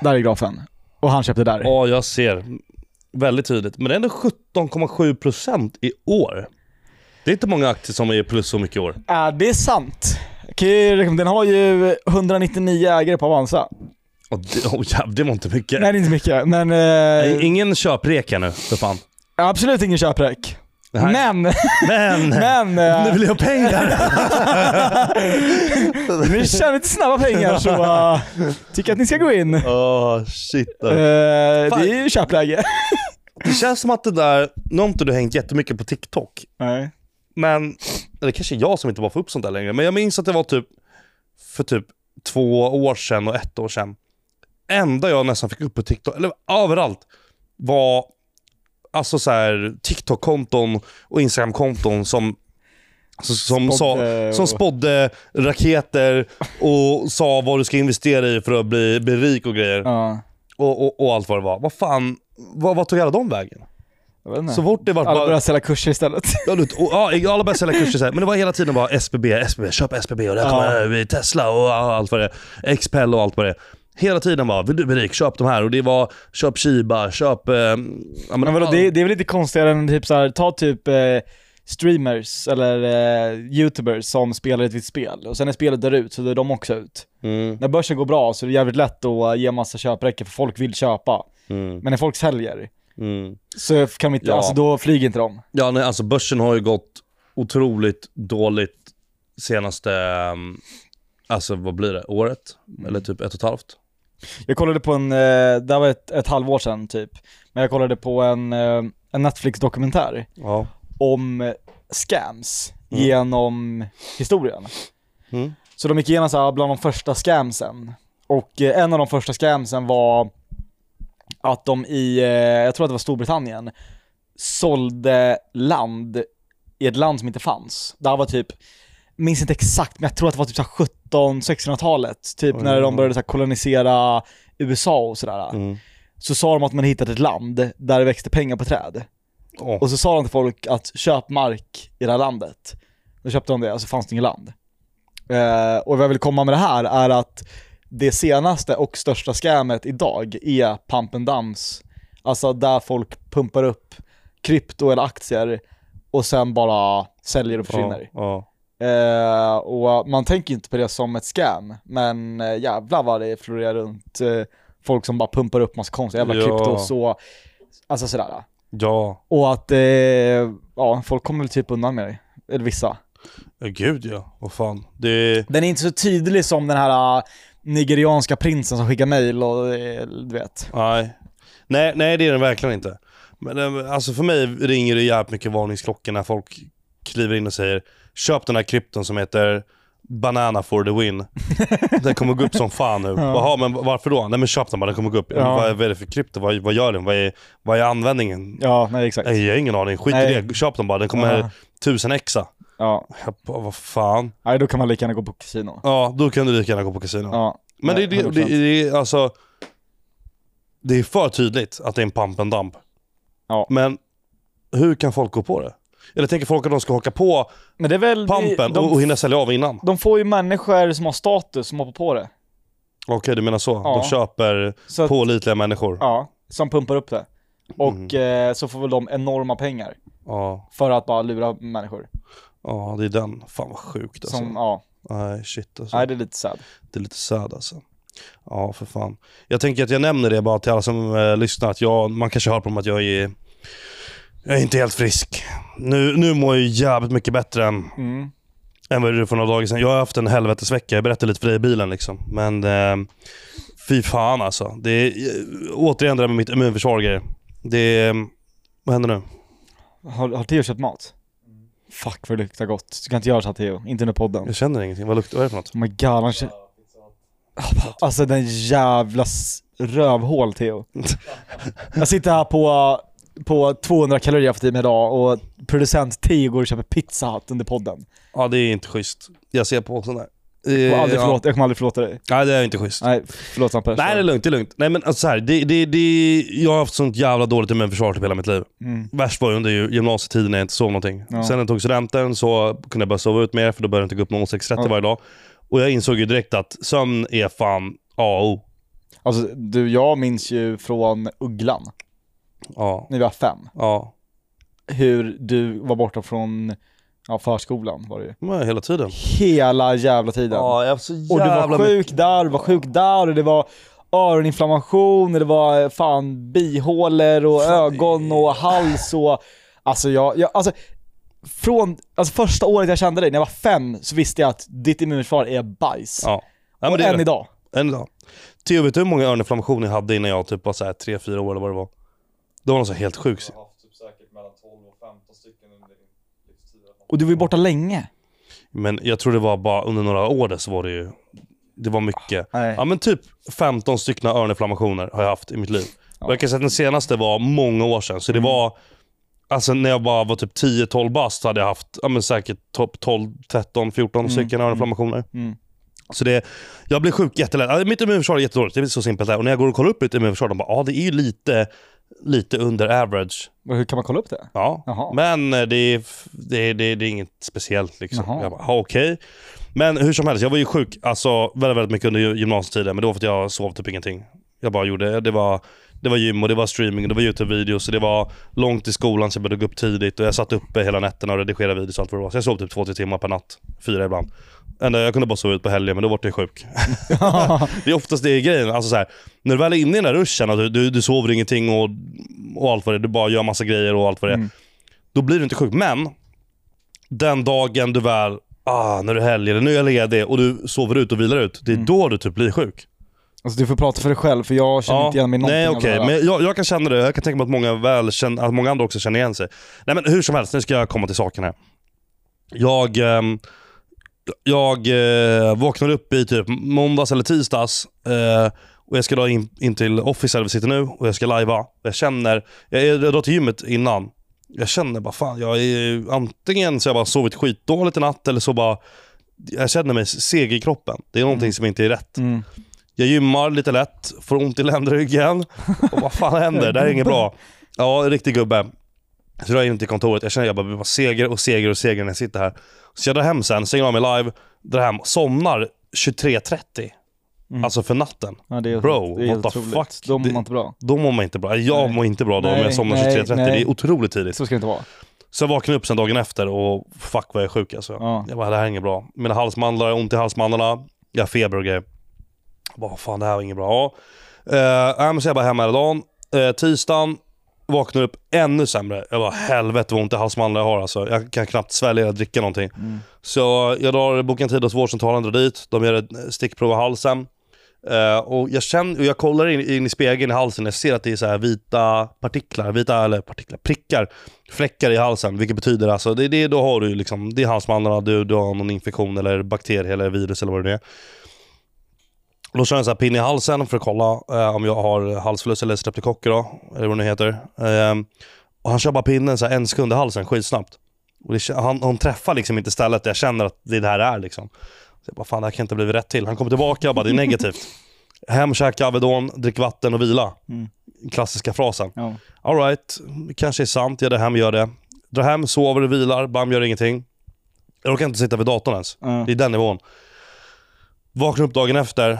Där är grafen. Och han köpte där.
Ja, jag ser. Väldigt tydligt. Men det är ändå 17,7% i år. Det är inte många aktier som är plus så mycket i år.
Är det sant? Kan ju rekommendera- Den har ju 199 ägare på Avanza.
Och det, oh, jävlar, det var inte mycket.
Nej, det är inte mycket, men... eh,
Nej, Ingen köpreka nu, för fan.
absolut ingen köprek.
Nej.
Men,
[LAUGHS] Men!
men... eh,
Nu vill jag ha pengar!
ni tjänar lite snabba pengar så eh, tycker jag att ni ska gå in.
Åh, shit.
Eh,
alltså.
det är ju köpläge.
[LAUGHS] Det känns som att det där, nu har inte du hängt jättemycket på TikTok,
Nej.
men, eller kanske jag som inte var för upp sånt där längre, men jag minns att det var typ för typ två år sedan och ett år sedan. enda jag nästan fick upp på TikTok, eller överallt, var alltså så här TikTok-konton och Instagram-konton som som, som,
Spådde
sa,
och-
som spådde raketer och sa vad du ska investera i för att bli, bli rik och grejer.
Ja.
Och, och, och allt vad det var. Vad fan, vad, vad tog alla de vägen?
Jag vet inte.
Så fort det vart
Alla
bara...
börjar sälja kurser
[LAUGHS]
istället.
Ja, du- och, ja, alla började sälja kurser så här. Men det var hela tiden bara SBB, SBB, köp SBB och det här kommer bli Tesla och allt vad det är. Xpel och allt vad det är. Hela tiden bara, vill du bli rik, köp de här. Och det var, köp Shiba, köp... Eh, ja, men,
Men vadå,
all-
det, det är väl lite konstigare än typ såhär, ta typ eh, streamers eller eh, youtubers som spelar ett visst spel och sen är spelet där ut så då är de också ut.
Mm,
När börsen går bra så är det jävligt lätt att eh, ge massa köpräcke för folk vill köpa.
mm,
Men när folk säljer
mm.
så kan vi inte,
Ja.
alltså då flyger inte de.
Ja, nej, alltså börsen har ju gått otroligt dåligt senaste... eh, Alltså vad blir det? Året? Eller typ ett och ett halvt?
Jag kollade på en, eh, det här var ett, ett halvår sedan typ, men jag kollade på en, eh, en Netflix-dokumentär
Ja.
om eh, scams genom historien.
Mm.
Så de gick igenom så här bland de första scamsen. Och eh, en av de första scamsen var att de i, eh, jag tror att det var Storbritannien, sålde land i ett land som inte fanns. Det här var typ, minns inte exakt, men jag tror att det var typ så här 17 1600-talet, typ när de började så här kolonisera USA och sådär.
Mm.
Så sa de att man hittat ett land där det växte pengar på träd.
Åh.
Och så sa de till folk att köp mark i det här landet. Då köpte de det och så fanns det inget land. Eh, och vad jag vill komma med det här är att det senaste och största skämet idag är pump and dumps. Alltså där folk pumpar upp krypto eller aktier och sen bara säljer och försvinner.
Ja, ja.
Eh, och man tänker ju inte på det som ett scam, men eh, jävlar vad det florerar runt eh, folk som bara pumpar upp massa konstiga jävla
Ja.
kryptos och alltså sådär.
ja.
Och att eh, ja, folk kommer väl typ undan med det. Eller vissa.
Ja, gud ja. Vad fan. Det är...
Den är inte så tydlig som den här äh, nigerianska prinsen som skickar mejl och eh, du vet.
Nej. nej. Nej, det är den verkligen inte. Men eh, alltså för mig ringer det jävligt mycket varningsklockor när folk kliver in och säger köp den här krypton som heter Banana for the
[LAUGHS]
win. Den kommer gå upp som fan nu. Jaha, men varför då? Nej men köp den bara, den kommer gå upp. Ja. men
Ja.
Vad, vad är det för krypto? Vad, vad gör den? Vad är, vad är användningen?
Ja, nej exakt.
Nej, jag har ingen aning. Skit i
Nej.
det. Köp den bara, den kommer
Ja.
tusen exa.
Ja.
Jag bara, vad fan.
Nej, då kan man lika gärna gå på kasino.
Ja, då kan du lika gärna gå på kasino.
Ja.
Men det,
Nej,
det, det,
100%.
det, det är alltså... Det är för tydligt att det är en pump and dump.
Ja.
Men hur kan folk gå på det? Eller tänker folk att de ska haka på
Men det är väl...
pumpen
de,
och, och hinna sälja av innan?
de får ju människor som har status som hoppar på det.
Okej, du menar så.
Ja.
De köper
Så att,
pålitliga människor. Ja.
ja, som pumpar upp det.
Mm.
Och eh, så får väl de enorma pengar
Ja,
för att bara lura människor.
det är den. Fan vad sjukt alltså.
Som, ja,
Nej, shit alltså.
nej det är lite sad.
Det är lite sad alltså. Ja, för fan. Jag tänker att jag nämner det bara till alla som eh, lyssnar. Att jag, man kanske hör på mig att jag är, jag är inte helt frisk. Nu, nu mår jag jävligt mycket bättre än,
Mm.
än vad jag gjorde för några dagar sedan. Jag har haft en helvetesvecka. Jag berättade lite för dig i bilen. Liksom. Men eh, fy fan alltså. Det är, återigen det där med mitt immunförsvar och grejer. Det är, vad händer nu?
Har, har Theo köpt mat? Fuck vad det luktar gott. Du kan inte göra så här Theo, inte under podden.
Jag känner ingenting. Vad luktar vad är det för något?
Oh my god, han kö- Alltså den jävla s- rövhål Theo. Jag sitter här på, på 200 kalorier för mig idag och producent Theo går och köper pizza Hut under podden.
Ja, det är inte schysst. Jag ser på sån där.
Jag kommer aldrig,
Ja.
förlåta, jag kommer aldrig förlåta dig.
Nej, det är inte schysst.
Nej, förlåt Sampe.
Nej det är lugnt, det är lugnt. Nej men alltså så här, det, det, det, jag har haft sånt jävla dåligt immunförsvar typ hela mitt liv.
Mm.
Värst var ju under ju- gymnasietiden när jag inte sov någonting.
Ja.
Sen när jag tog studenten så kunde jag börja sova ut mer för då började jag inte gå upp 06.30
Ja.
varje dag. Och jag insåg ju direkt att sömn är fan A och O.
Alltså du, jag minns ju från Ugglan,
Ja.
när vi var fem,
Ja.
hur du var borta från ja, förskolan var det ju.
Men hela tiden.
Hela jävla tiden.
Ja, jag var så jävla
Och du var
mycket-
sjuk där, du var sjuk där och det var öroninflammation och det var eh, fan bihålor och ögon och hals och... Alltså jag, jag alltså från, alltså första året jag kände dig, när jag var fem, så visste jag att ditt immunförsvar är bajs.
Ja. ja men
och
det är
än
det.
idag.
Än idag. Theo, vet du hur många öroninflammationer jag hade innan jag typ var så här 3-4 år eller vad det var? Det var något så här helt sjukt.
Jag har haft typ säkert mellan 12 och 15 stycken under din livstid.
Och du var ju borta länge.
Men jag tror det var bara under några år där så var det ju, det var mycket.
Nej.
Ja men typ 15 stycken öroninflammationer har jag haft i mitt liv. Och jag kan säga att den senaste var många år sedan. Så
Mm.
det var, alltså när jag bara var typ 10-12 bast så hade jag haft ja, men säkert topp 12, 13, 14 stycken öroninflammationer.
Mm.
Så det, jag blir sjuk jättelätt. Alltså, mitt immunförsvar är jättedåligt, det är så simpelt där. Och när jag går och kollar upp mitt immunförsvar, de bara ja ah, det är ju lite, lite under average.
Men Hur kan man kolla upp det?
Ja,
Jaha.
men eh, det är, f- det, är, det, är, det är inget speciellt. Liksom.
Jaha.
Jag bara, "Ja, okej. Men hur som helst, jag var ju sjuk alltså, väldigt, väldigt mycket under gy- gymnasietiden. Men det var för att jag sov typ ingenting. Jag bara gjorde, det var, det var gym och det var streaming och det var YouTube-videos och det var långt i skolan så jag började gå upp tidigt och jag satt uppe hela nätterna och redigerade videos och allt vad det var. Så jag sov typ två, tre timmar per natt. Fyra ibland. Ända, jag kunde bara sova ut på helgen men då var jag sjuk. det är oftast det är grejen. Alltså, så här, när du väl är inne i den här ruschen och du, du, du sover ingenting och, och allt vad det är. Du bara gör massa grejer och allt vad det är då blir du inte sjuk. Men den dagen du väl, ah, när du helger, nu är jag ledig och du sover ut och vilar ut. Det är då du typ blir sjuk.
Alltså du får prata för dig själv för jag känner inte igen mig i någonting
nej
av det
okej,
där.
men jag, jag kan känna det. Jag kan tänka mig att många, väl känner, att många andra också känner igen sig. Nej men hur som helst, nu ska jag komma till saken här. Jag, ehm, jag eh, vaknade upp i typ måndags eller tisdags eh, och jag ska då in, in till Office där vi sitter nu och jag ska lajva. Jag känner, jag, jag drar till gymmet innan. Jag känner bara fan, jag är, antingen så har jag bara sovit skitdåligt i natt eller så bara, jag känner mig seg i kroppen. Det är någonting som inte är rätt.
Mm.
Jag gymmar lite lätt, får ont
[LAUGHS]
i ländryggen. Och vad fan händer? Det här är inget bra. Ja, riktig gubbe. Så drar jag in till kontoret. Jag känner att jag bara blir bara seger och seger och seger när jag sitter här. Så jag drar hem sen, stänger av mig live, drar hem, somnar 23.30.
Mm.
Alltså för natten.
Ja, det är,
Bro,
det är
what the
otroligt.
fuck?
Då mår
Det-
man inte bra.
Då mår man inte bra. Jag
Nej.
mår inte bra då om
Nej,
jag somnar
nej,
23.30. Det
nej.
är otroligt tidigt.
Så ska det inte vara.
Så jag vaknade upp sen dagen efter och fuck vad jag är sjuk alltså.
Ja.
Jag bara, det här är inget bra. Mina halsmandlar, ont i halsmandlarna, jag har feber och grejer. Jag bara, fan det här var inget bra. Ja. Eh, nej, men så jag bara hem hela dagen. Eh, tisdagen, vaknar upp ännu sämre. Jag bara helvete vad ont i halsmandlar jag har alltså. Jag kan knappt svälja eller dricka någonting. Så jag drar, bokar en tid hos vårdcentralen, drar dit. De gör ett stickprov av halsen. Eh, och jag känner, och jag kollar in, in i spegeln i halsen, jag ser att det är så här vita partiklar, vita, eller partiklar, prickar, fläckar i halsen. Vilket betyder alltså, det, det, då har du ju liksom, det är halsmandlarna, du, du har någon infektion eller bakterie eller virus eller vad det är. Då kör jag en sån här pinne i halsen för att kolla eh, om jag har halsfluss eller streptokocker då, eller vad det nu heter. Eh, och han kör bara pinnen så här en sekund i halsen skitsnabbt. Och det, kä- han, han träffar liksom inte stället där jag känner att det här är liksom. Så jag bara, fan det här kan inte bli rätt till. Han kommer tillbaka och bara, det är negativt. Hem, käka Alvedon, drick vatten och vila. Klassiska frasen.
Mm. Ja.
Alright, kanske är sant. Jag drar hem, gör det. Drar hem, sover och vilar. Bam, gör ingenting. Jag orkar inte sitta vid datorn ens.
Mm.
Det är den nivån. Vaknar upp dagen efter.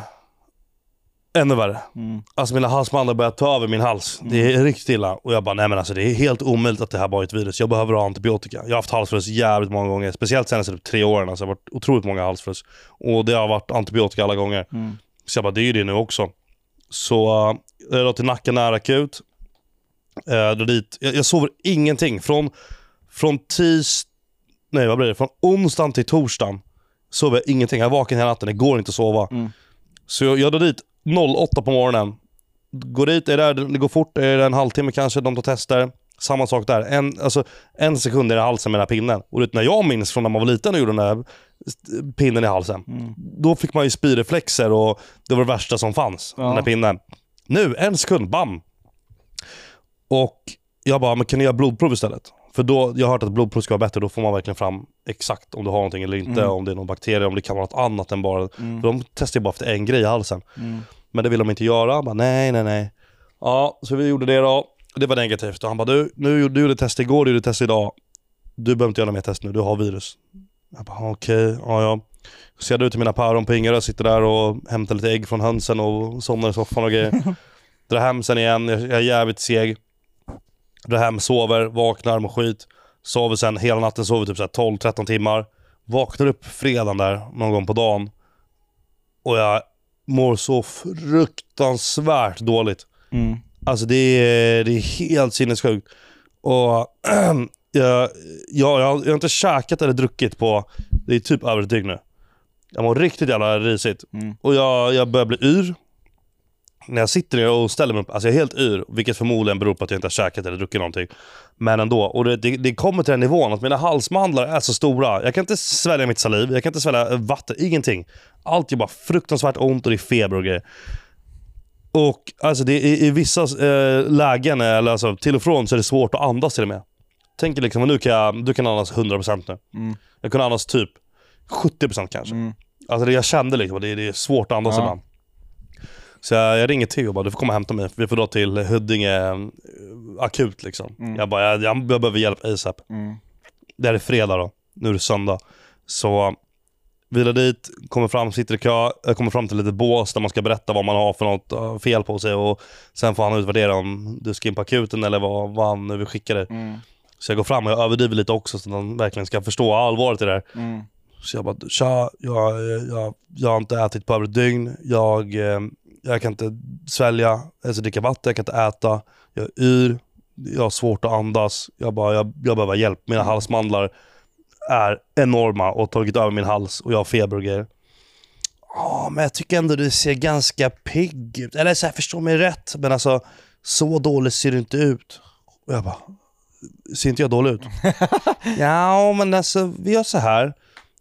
Ännu värre.
Mm.
Alltså mina halsmandlar börjar ta över min hals. Det är riktigt illa. Och jag bara, nej men alltså det är helt omöjligt att det här bara är ett virus. Jag behöver ha antibiotika. Jag har haft halsfluss jävligt många gånger. Speciellt senaste typ tre åren. Alltså, jag har varit otroligt många halsfluss. Och det har varit antibiotika alla gånger.
Mm.
Så jag bara, det är ju det nu också. Så eh, jag drar till Nacka närakut. Eh, drar dit. Jag, jag sover ingenting. Från, från tis... Nej, vad blir det? Från onsdagen till torsdagen sover jag ingenting. Jag är vaken hela natten. Det går inte att sova.
Mm.
Så jag, jag drar dit 08 på morgonen. Går dit, är där, det går fort. Är det en halvtimme kanske? De tar tester. Samma sak där. En, alltså, en sekund är det i halsen med den här pinnen. Och du vet, när jag minns från när man var liten och gjorde den här pinnen i halsen. Då fick man ju spyreflexer och det var det värsta som fanns. Den där pinnen. Nu, en sekund, bam! Och jag bara, men kan ni göra blodprov istället? För då, jag har hört att blodprov ska vara bättre, då får man verkligen fram exakt om du har någonting eller inte, om det är någon bakterie, om det kan vara något annat än bara... För de testar ju bara efter en grej i halsen. Men det vill de inte göra. Jag Bara, nej, nej, nej. Ja, så vi gjorde det då. Det var negativt. Och han bara, du, nu, gjorde- du gjorde test igår, du gjorde test idag. Du behöver inte göra mer test nu, du har virus. Jag bara, okej, ja, ja. Så jag drar ut till mina päron på Ingarö, sitter där och hämtar lite ägg från hönsen och somnar i soffan och grejer. Drar hem sen igen, jag, jag är jävligt seg. Drar hem, sover, vaknar, mår skit. Sover sen hela natten, sover typ så här 12-13 timmar. Vaknar upp fredagen där, någon gång på dagen. Och jag mår så fruktansvärt dåligt.
Mm.
Alltså det är, det är helt sinnessjukt. Och [CLEARS THROAT] jag, jag, jag, har- jag har inte käkat eller druckit på, det är typ över ett dygn nu. Jag mår riktigt jävla risigt.
Mm.
Och jag, jag börjar bli yr. När jag sitter ner och ställer mig upp, alltså jag är helt yr. Vilket förmodligen beror på att jag inte har käkat eller druckit någonting. Men ändå. Och det, det, det kommer till den nivån att mina halsmandlar är så stora. Jag kan inte svälja mitt saliv, jag kan inte svälja vatten, ingenting. Allt gör bara fruktansvärt ont och det är feber och grejer. Och alltså det, i, i vissa eh, lägen, eller alltså till och från, så är det svårt att andas till och med. Tänk dig liksom, nu kan jag, du kan andas 100% nu. Jag kunde andas typ 70% kanske. Alltså det jag kände liksom, det, det är svårt att andas
Ja.
ibland. Så jag, jag ringer Theo och bara, du får komma och hämta mig. Vi får dra till Huddinge eh, akut liksom. Jag bara, jag, jag, jag behöver hjälp ASAP. Det här är fredag då. Nu är det söndag. Så vilar dit, kommer fram, sitter i kö, eh, kommer fram till lite bås där man ska berätta vad man har för något eh, fel på sig och sen får han utvärdera om du ska in på akuten eller vad, vad han nu vill skicka dig. Så jag går fram och jag överdriver lite också så att han verkligen ska förstå allvaret i det här. Så jag bara, tja, jag, eh, jag, jag har inte ätit på över ett dygn. Jag, eh, jag kan inte svälja, alltså dricka vatten, jag kan inte äta. Jag är yr, jag har svårt att andas. Jag, bara, jag, jag behöver hjälp. Mina halsmandlar är enorma och har tagit över min hals och jag har feber och grejer. Ja, men jag tycker ändå du ser ganska pigg ut. Eller så här, förstå mig rätt, men alltså så dåligt ser du inte ut. Och jag bara, ser inte jag dålig ut? ja, men alltså vi gör så här.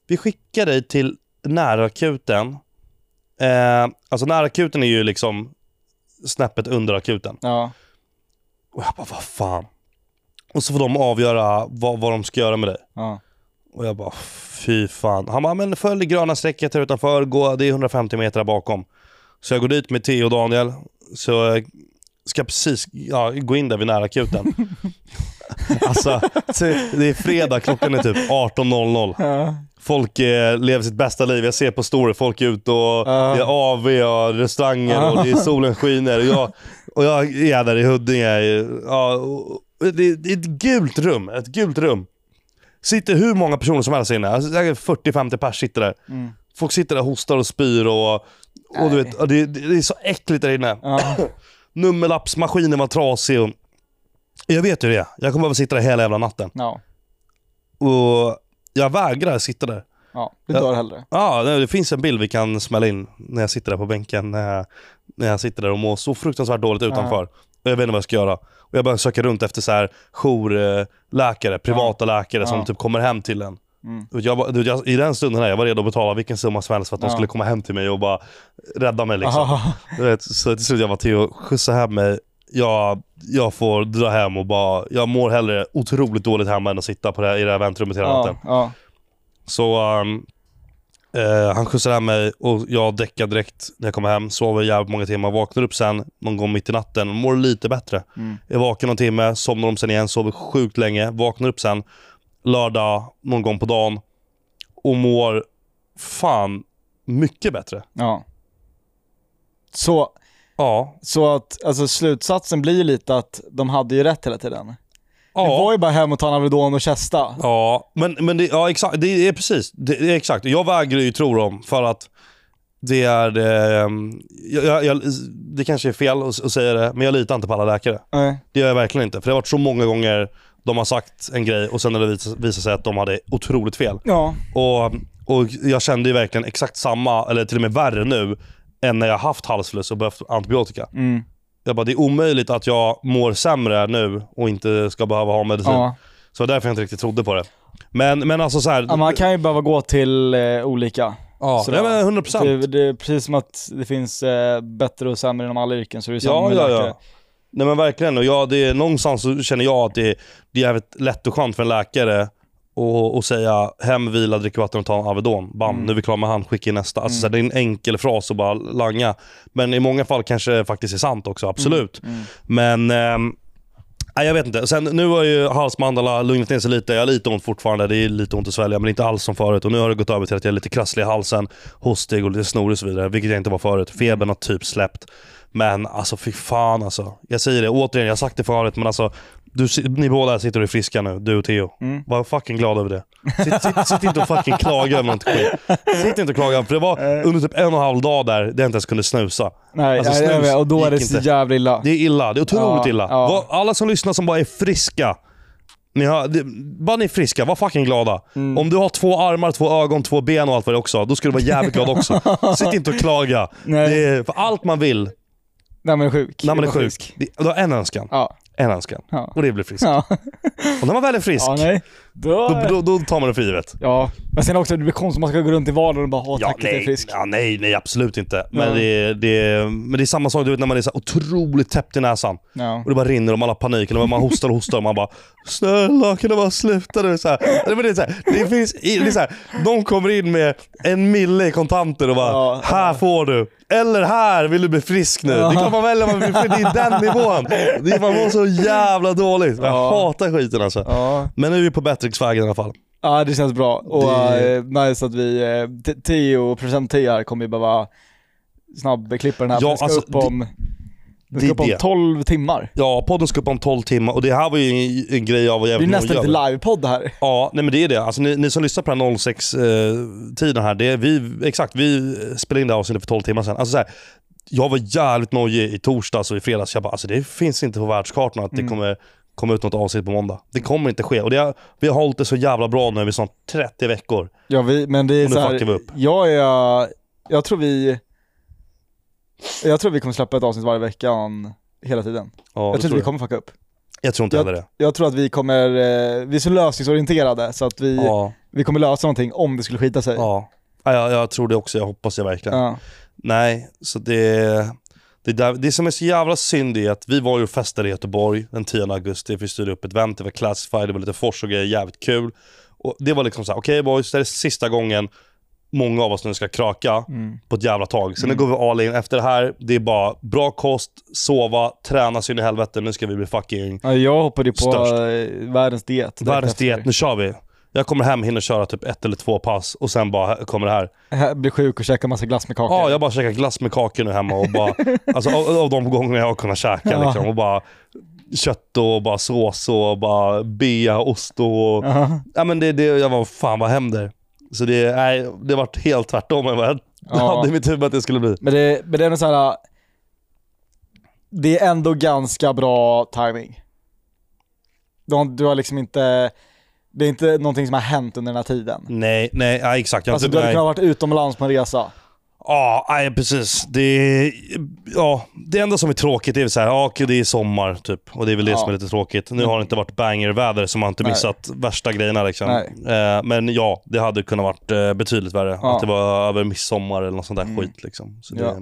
Vi skickar dig till närakuten. Eh, alltså närakuten är ju liksom snäppet under akuten.
Ja.
Och jag bara, vad fan. Och så får de avgöra vad, vad de ska göra med dig.
Ja.
Och jag bara, fy fan. Han bara, men följ gröna strecket här utanför, gå, det är 150 meter där bakom. Så jag går dit med Theo och Daniel, så jag ska precis ja, gå in där vid närakuten. [LAUGHS] alltså, det är fredag, klockan är typ 18.00.
Ja.
Folk eh, lever sitt bästa liv. Jag ser på story, folk är ute och det är AV och restauranger och det är solen skiner. Och jag, och jag är där i Huddinge. Ja, och det, det är ett gult rum. Ett gult rum. Sitter hur många personer som helst inne. Alltså, säkert 40-50 pers sitter där. Folk sitter där och hostar och spyr och, och du vet, ja, det, det är så äckligt där inne.
Ja.
Nummerlappsmaskinen var trasig. Och, Jag vet hur det är. Jag kommer behöva sitta där hela jävla natten.
Ja.
Och jag vägrar sitta där.
Ja, du
Ja.
dör hellre.
Ja, det det finns en bild vi kan smälla in när jag sitter där på bänken. När jag, när jag sitter där och mår så fruktansvärt dåligt utanför. Och jag vet inte vad jag ska göra. Och jag börjar söka runt efter så här jourläkare, privata läkare som
Ja.
typ kommer hem till en.
Mm.
Och Jag, bara- du, jag, I den stunden här, jag var redo att betala vilken summa som helst för att de
Ja.
skulle komma hem till mig och bara rädda
[LAUGHS]
mig. Liksom.
Aha.
Du vet, så till slut jag bara Theo, skjutsa hem mig. Jag, jag får dra hem och bara, jag mår hellre otroligt dåligt hemma än att sitta på det här, i det här väntrummet hela natten.
Ja, ja.
Så um, eh, han skjutsade hem mig och jag däckar direkt när jag kommer hem. Sover jävligt många timmar, vaknar upp sen någon gång mitt i natten och mår lite bättre.
Mm.
Är vaken någon timme, somnar om sen igen, sover sjukt länge, vaknar upp sen lördag någon gång på dagen och mår fan mycket bättre.
ja. Så,
Ja.
så att alltså, slutsatsen blir ju lite att de hade ju rätt hela tiden.
ja.
Det var ju bara hem och ta Navedon och Chesta.
Ja, men, men det, ja, exakt, det är precis. Det, det är exakt. Jag vägrar ju tro dem för att det är... Eh, jag, jag, jag, det kanske är fel att, att säga det, men jag litar inte på alla läkare.
Nej.
Det gör jag verkligen inte. För det har varit så många gånger de har sagt en grej och sen när det visar, visar sig att de hade otroligt fel.
Ja.
Och, och jag kände ju verkligen exakt samma, eller till och med värre nu, än när jag haft halsfluss och behövt antibiotika.
Mm.
Jag bara, det är omöjligt att jag mår sämre nu och inte ska behöva ha medicin.
ja.
Så det var därför jag inte riktigt trodde på det. Men, men alltså så här,
Ja, Man kan ju behöva gå till eh, olika.
ja,
sådär.
nej, men 100 procent.
Det, det är precis som att det finns eh, bättre och sämre inom alla yrken, så det är ju samma
Ja,
med
ja,
läkare.
ja. Nej men verkligen. Och ja, det är, någonstans så känner jag att det är, det är jävligt lätt och skönt för en läkare att- att säga hem, vila, dricka vatten och ta en Alvedon. Bam,
Mm.
nu är vi klara med han, skicka in nästa. Alltså, så här, det är en enkel fras att bara langa. Men i många fall kanske det faktiskt är sant också, absolut.
Mm.
Men ehm, nej, jag vet inte. Sen, nu har ju halsmandlarna lugnat ner sig lite. Jag har lite ont fortfarande. Det är lite ont att svälja, men inte alls som förut. Och Nu har det gått över till att jag är lite krasslig i halsen, hostig och lite snorig och så vidare. Vilket jag inte var förut. Febern har typ släppt. Men alltså fy fan alltså. Jag säger det återigen, jag har sagt det förut, men alltså. Du, si- ni båda här sitter och är friska nu, du och Theo. Var fucking glad över det. Sitt, sitt, sitt inte och fucking klaga över något skit. Sitt inte och klaga, för det var under typ en och en halv dag där, där jag inte ens kunde snusa.
Nej,
Alltså,
nej, jag
snus
vet. och då är det
gick
så
inte.
jävla illa.
Det är illa. Det är otroligt
Ja,
illa.
ja.
Vad- Alla som lyssnar som bara är friska. Ni har, det, bara ni är friska, var fucking glada.
Mm.
Om du har två armar, två ögon, två ben och allt vad det är också, då ska du vara jävligt
[LAUGHS]
glad också. Sitt inte och klaga.
Nej.
Det är, för allt man vill
när man är sjuk.
när man är
Var
sjuk, det, du har en önskan.
Ja.
En önskan.
Ja.
Och det är att bli frisk.
Ja.
Och när man väl är frisk,
ja, nej. Då...
då, då, då tar man det för givet.
Ja, men sen också, det blir konstigt om man ska gå runt i vardagen och bara ha
Ja,
tack att jag är
nej,
frisk.
ja, nej, nej, absolut inte. Men,
Ja.
det, är- det, är- men det är samma sak du vet, när man är så här otroligt täppt i näsan.
Ja.
Och det bara rinner och man har panik. Eller man hostar och hostar och man bara “Snälla kan det bara sluta nu?” så här. Nej, men det, är så här, det finns i- det är så här, De kommer in med en mille i kontanter och bara
Ja,
“Här får du” eller “Här vill du bli frisk nu?” Det är klart man väljer man vill bli frisk. Det är den nivån. Det är, man mår så jävla dåligt. Jag
Ja.
hatar skiten alltså.
Ja.
Men nu är vi på bättringsvägen i alla fall.
ja, det känns bra. Och
Det-
eh, nice att vi, eh, T- Theo, present Theo här kommer ju behöva snabbklippa den här.
Ja,
för den ska
alltså,
upp om, den
det är
ska upp om
det.
12 timmar.
Ja, podden ska upp om 12 timmar och det här var ju en, en grej jag var
Det är
jävligt
nästan
nöjd
lite
över.
livepodd det här.
Ja, nej men det är det. Alltså, ni, ni som lyssnar på den här 06-tiden här, det är vi, exakt, vi spelade in det här avsnittet för 12 timmar sedan. Alltså, så här, jag var jävligt nojig i torsdags och i fredags. Jag bara, alltså, det finns inte på världskartan att
Mm.
det kommer komma ut något avsnitt på måndag. Det kommer inte ske. Och det, har- vi har hållit det så jävla bra nu i snart 30 veckor.
Ja, vi, men det är
Och nu
så
fuckar vi
här,
upp.
jag är, jag tror vi, jag tror vi kommer släppa ett avsnitt varje vecka om, hela tiden.
Ja, det
jag tror
tror
inte vi
jag.
kommer fucka upp.
jag tror inte heller det.
Jag tror att vi kommer, eh, vi är så lösningsorienterade så att vi,
Ja,
vi kommer lösa någonting om det skulle skita sig.
ja. ja jag, jag tror det också. Jag hoppas det verkligen.
Ja.
Nej, så det... Det, där, det som är så jävla synd är att vi var ju och festade i Göteborg den 10 augusti. Vi styrde upp ett event, det var classified, det var lite fors och grejer, jävligt kul. Och det var liksom så här: okej boys, det här är sista gången många av oss nu ska kröka
mm.
på ett jävla tag. Sen nu går vi all in. Efter det här, det är bara bra kost, sova, träna så in i helvete. Nu ska vi bli fucking
Ja, jag hoppade ju på
Störst.
eh, världens diet. direkt
världens
efter.
diet. Nu kör vi. Jag kommer hem, hinner köra typ ett eller två pass och sen bara här kommer det här.
[LAUGHS] Jag Blev sjuk och käkade massa glass med kakor.
Ja, jag bara käkar glass med kakor nu hemma och bara, alltså av, av de gångerna jag har kunnat käka
Ja.
liksom och bara kött och bara sås och bara bea, ost och,
Ja.
ja men det, det, jag var fan vad händer? Så det, nej, det vart helt tvärtom än vad jag
Ja.
hade i mitt huvud att det skulle bli.
Men det, men det är ändå så här. Det är ändå ganska bra timing. Du har, du har liksom inte, det är inte någonting som har hänt under den här tiden.
Nej, Mm. nej, ja, exakt. Jag
Alltså du hade kunnat varit utomlands på en resa.
Ja, nej, precis. Det, är- ja, det enda som är tråkigt är väl så här, ja, okej, det är sommar typ. Och det är väl det
Ja.
som är lite tråkigt. Nu har det inte varit bangerväder så man har inte
Nej.
missat värsta grejerna. Liksom.
Nej.
Eh, men ja, det hade kunnat varit eh, betydligt värre.
Ja. Mm.
Att det var över midsommar eller något sånt där skit. Liksom. Så, det,
Ja.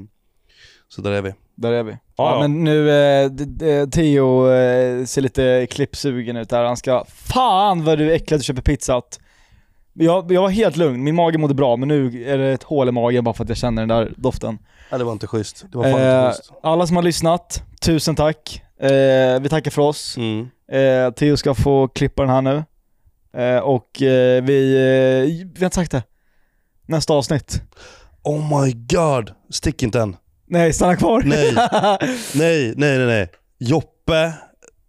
så där är vi.
Där är vi.
Ja,
Ja,
ja.
men nu, eh, d- d- Theo eh, ser lite klippsugen ut här. Han ska, fan vad du är äcklad du köper pizzat. Jag, jag var helt lugn, min mage mådde bra men nu är det ett hål i magen bara för att jag känner den där doften.
Nej, det var inte schysst. Det var fan inte
Eh,
schysst.
alla som har lyssnat, tusen tack. Eh, vi tackar för oss.
Mm.
Eh, Theo ska få klippa den här nu. Eh, och eh, vi, eh, vi har inte sagt det. Nästa avsnitt.
Oh my god, stick inte än.
Nej, stanna kvar. [LAUGHS]
Nej. Nej, nej, nej, nej. Joppe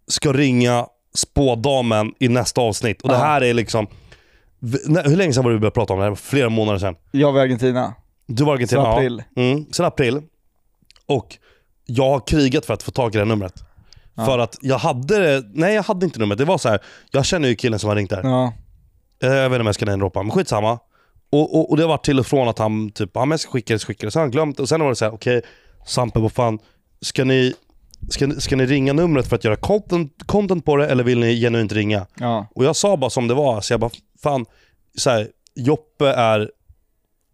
ska ringa spådamen i nästa avsnitt. Och det
Ja.
här är liksom... V- när- Hur länge sedan var det vi började prata om det här? Det var Flera månader sedan.
jag var i Argentina.
Du var i Argentina?
Sen
ja.
april.
Mm, sen april. Och jag har krigat för att få tag i det här numret. För att jag hade det- Nej, jag hade inte numret. Det var så här. jag känner ju killen som har ringt där.
Ja.
Eh, Jag vet inte om jag ska namedroppa, men skitsamma. Och, och, och det har varit till och från att han typ, ja men jag ska skicka det, skicka det. Sen har han glömt det. och sen var det så här: okej Sampe vad fan, ska ni, ska, ni- ska ni ringa numret för att göra content, content på det eller vill ni genuint ringa?
Ja.
Och jag sa bara som det var, så jag bara fan, så här, Joppe är,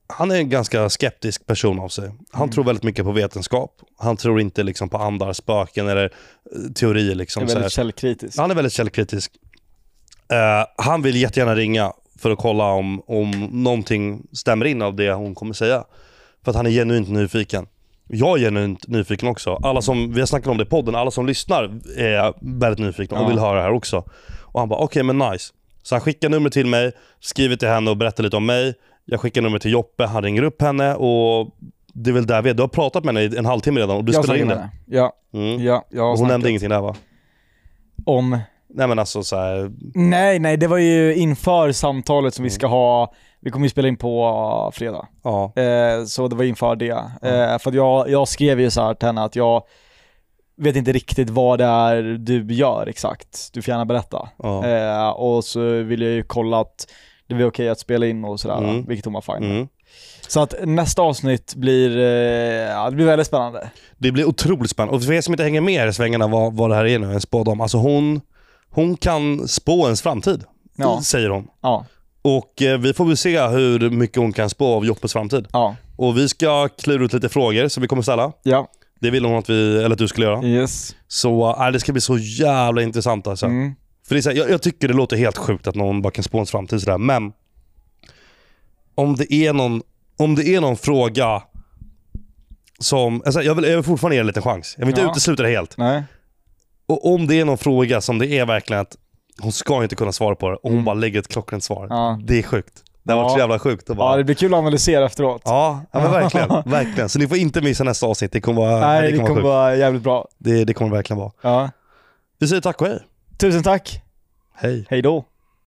han är en ganska skeptisk person av sig. Han
Mm.
tror väldigt mycket på vetenskap. Han tror inte liksom på andar, spöken eller eh, teorier liksom.
Jag är
så här.
väldigt källkritisk.
Han är väldigt källkritisk. Eh, han vill jättegärna ringa för att kolla om, om någonting stämmer in av det hon kommer säga. För att han är genuint nyfiken. Jag är genuint nyfiken också. Alla som, vi har snackat om det i podden, alla som lyssnar är väldigt nyfikna och
Ja.
vill höra det här också. Och han bara, okej men nice. Så han skickar numret till mig, skriver till henne och berättar lite om mig. Jag skickar numret till Joppe, han ringer upp henne och det är väl där vi är. Du har pratat med henne i en halvtimme redan och du
jag
spelar in
snackar
det.
med henne. Ja,
Mm.
ja, jag har
Och Hon
snackat
nämnde ingenting där va?
om...
Nej men alltså så här,
Nej, nej, det var ju inför samtalet som vi ska ha. Vi kommer ju spela in på fredag.
ja.
Eh, så det var inför det. Eh, för att jag, jag skrev ju så här till henne att jag vet inte riktigt vad det är du gör exakt. Du får gärna berätta.
ja.
Eh, och så ville jag ju kolla att det var okej att spela in och sådär,
Mm.
vilket hon var fine med.
Mm.
Så att nästa avsnitt blir, eh, ja, det blir väldigt spännande.
Det blir otroligt spännande. Och för er som inte hänger med här i svängarna vad, vad det här är nu, en spådam. Alltså hon, hon kan spå ens framtid,
Ja,
säger hon.
ja,
Och eh, vi får väl se hur mycket hon kan spå av Joppes framtid.
ja,
Och vi ska klura ut lite frågor som vi kommer ställa.
ja,
Det ville hon att, vi, eller att du skulle göra.
yes.
Så äh, det ska bli så jävla intressant alltså.
Mm.
För det är så här, jag, jag tycker det låter helt sjukt att någon bara kan spå ens framtid sådär, men om det är någon, om det är någon fråga som, alltså jag, vill, jag vill fortfarande ge det en liten chans. Jag vill inte
Ja.
utesluta det helt.
Nej.
Och om det är någon fråga som det är verkligen att hon ska inte kunna svara på det och hon bara lägger ett klockrent svar.
Mm. Ja.
Det är sjukt. Det har varit
Ja.
så jävla sjukt. Och
Ja,
bara,
det blir kul att analysera efteråt.
ja, ja,
[LAUGHS]
men verkligen, verkligen. Så ni får inte missa nästa avsnitt. Det kommer vara,
Nej,
det kommer vara sjukt.
vara jävligt bra.
Det, det kommer verkligen vara.
Ja.
Vi säger tack och hej.
Tusen tack.
Hej.
Hej då.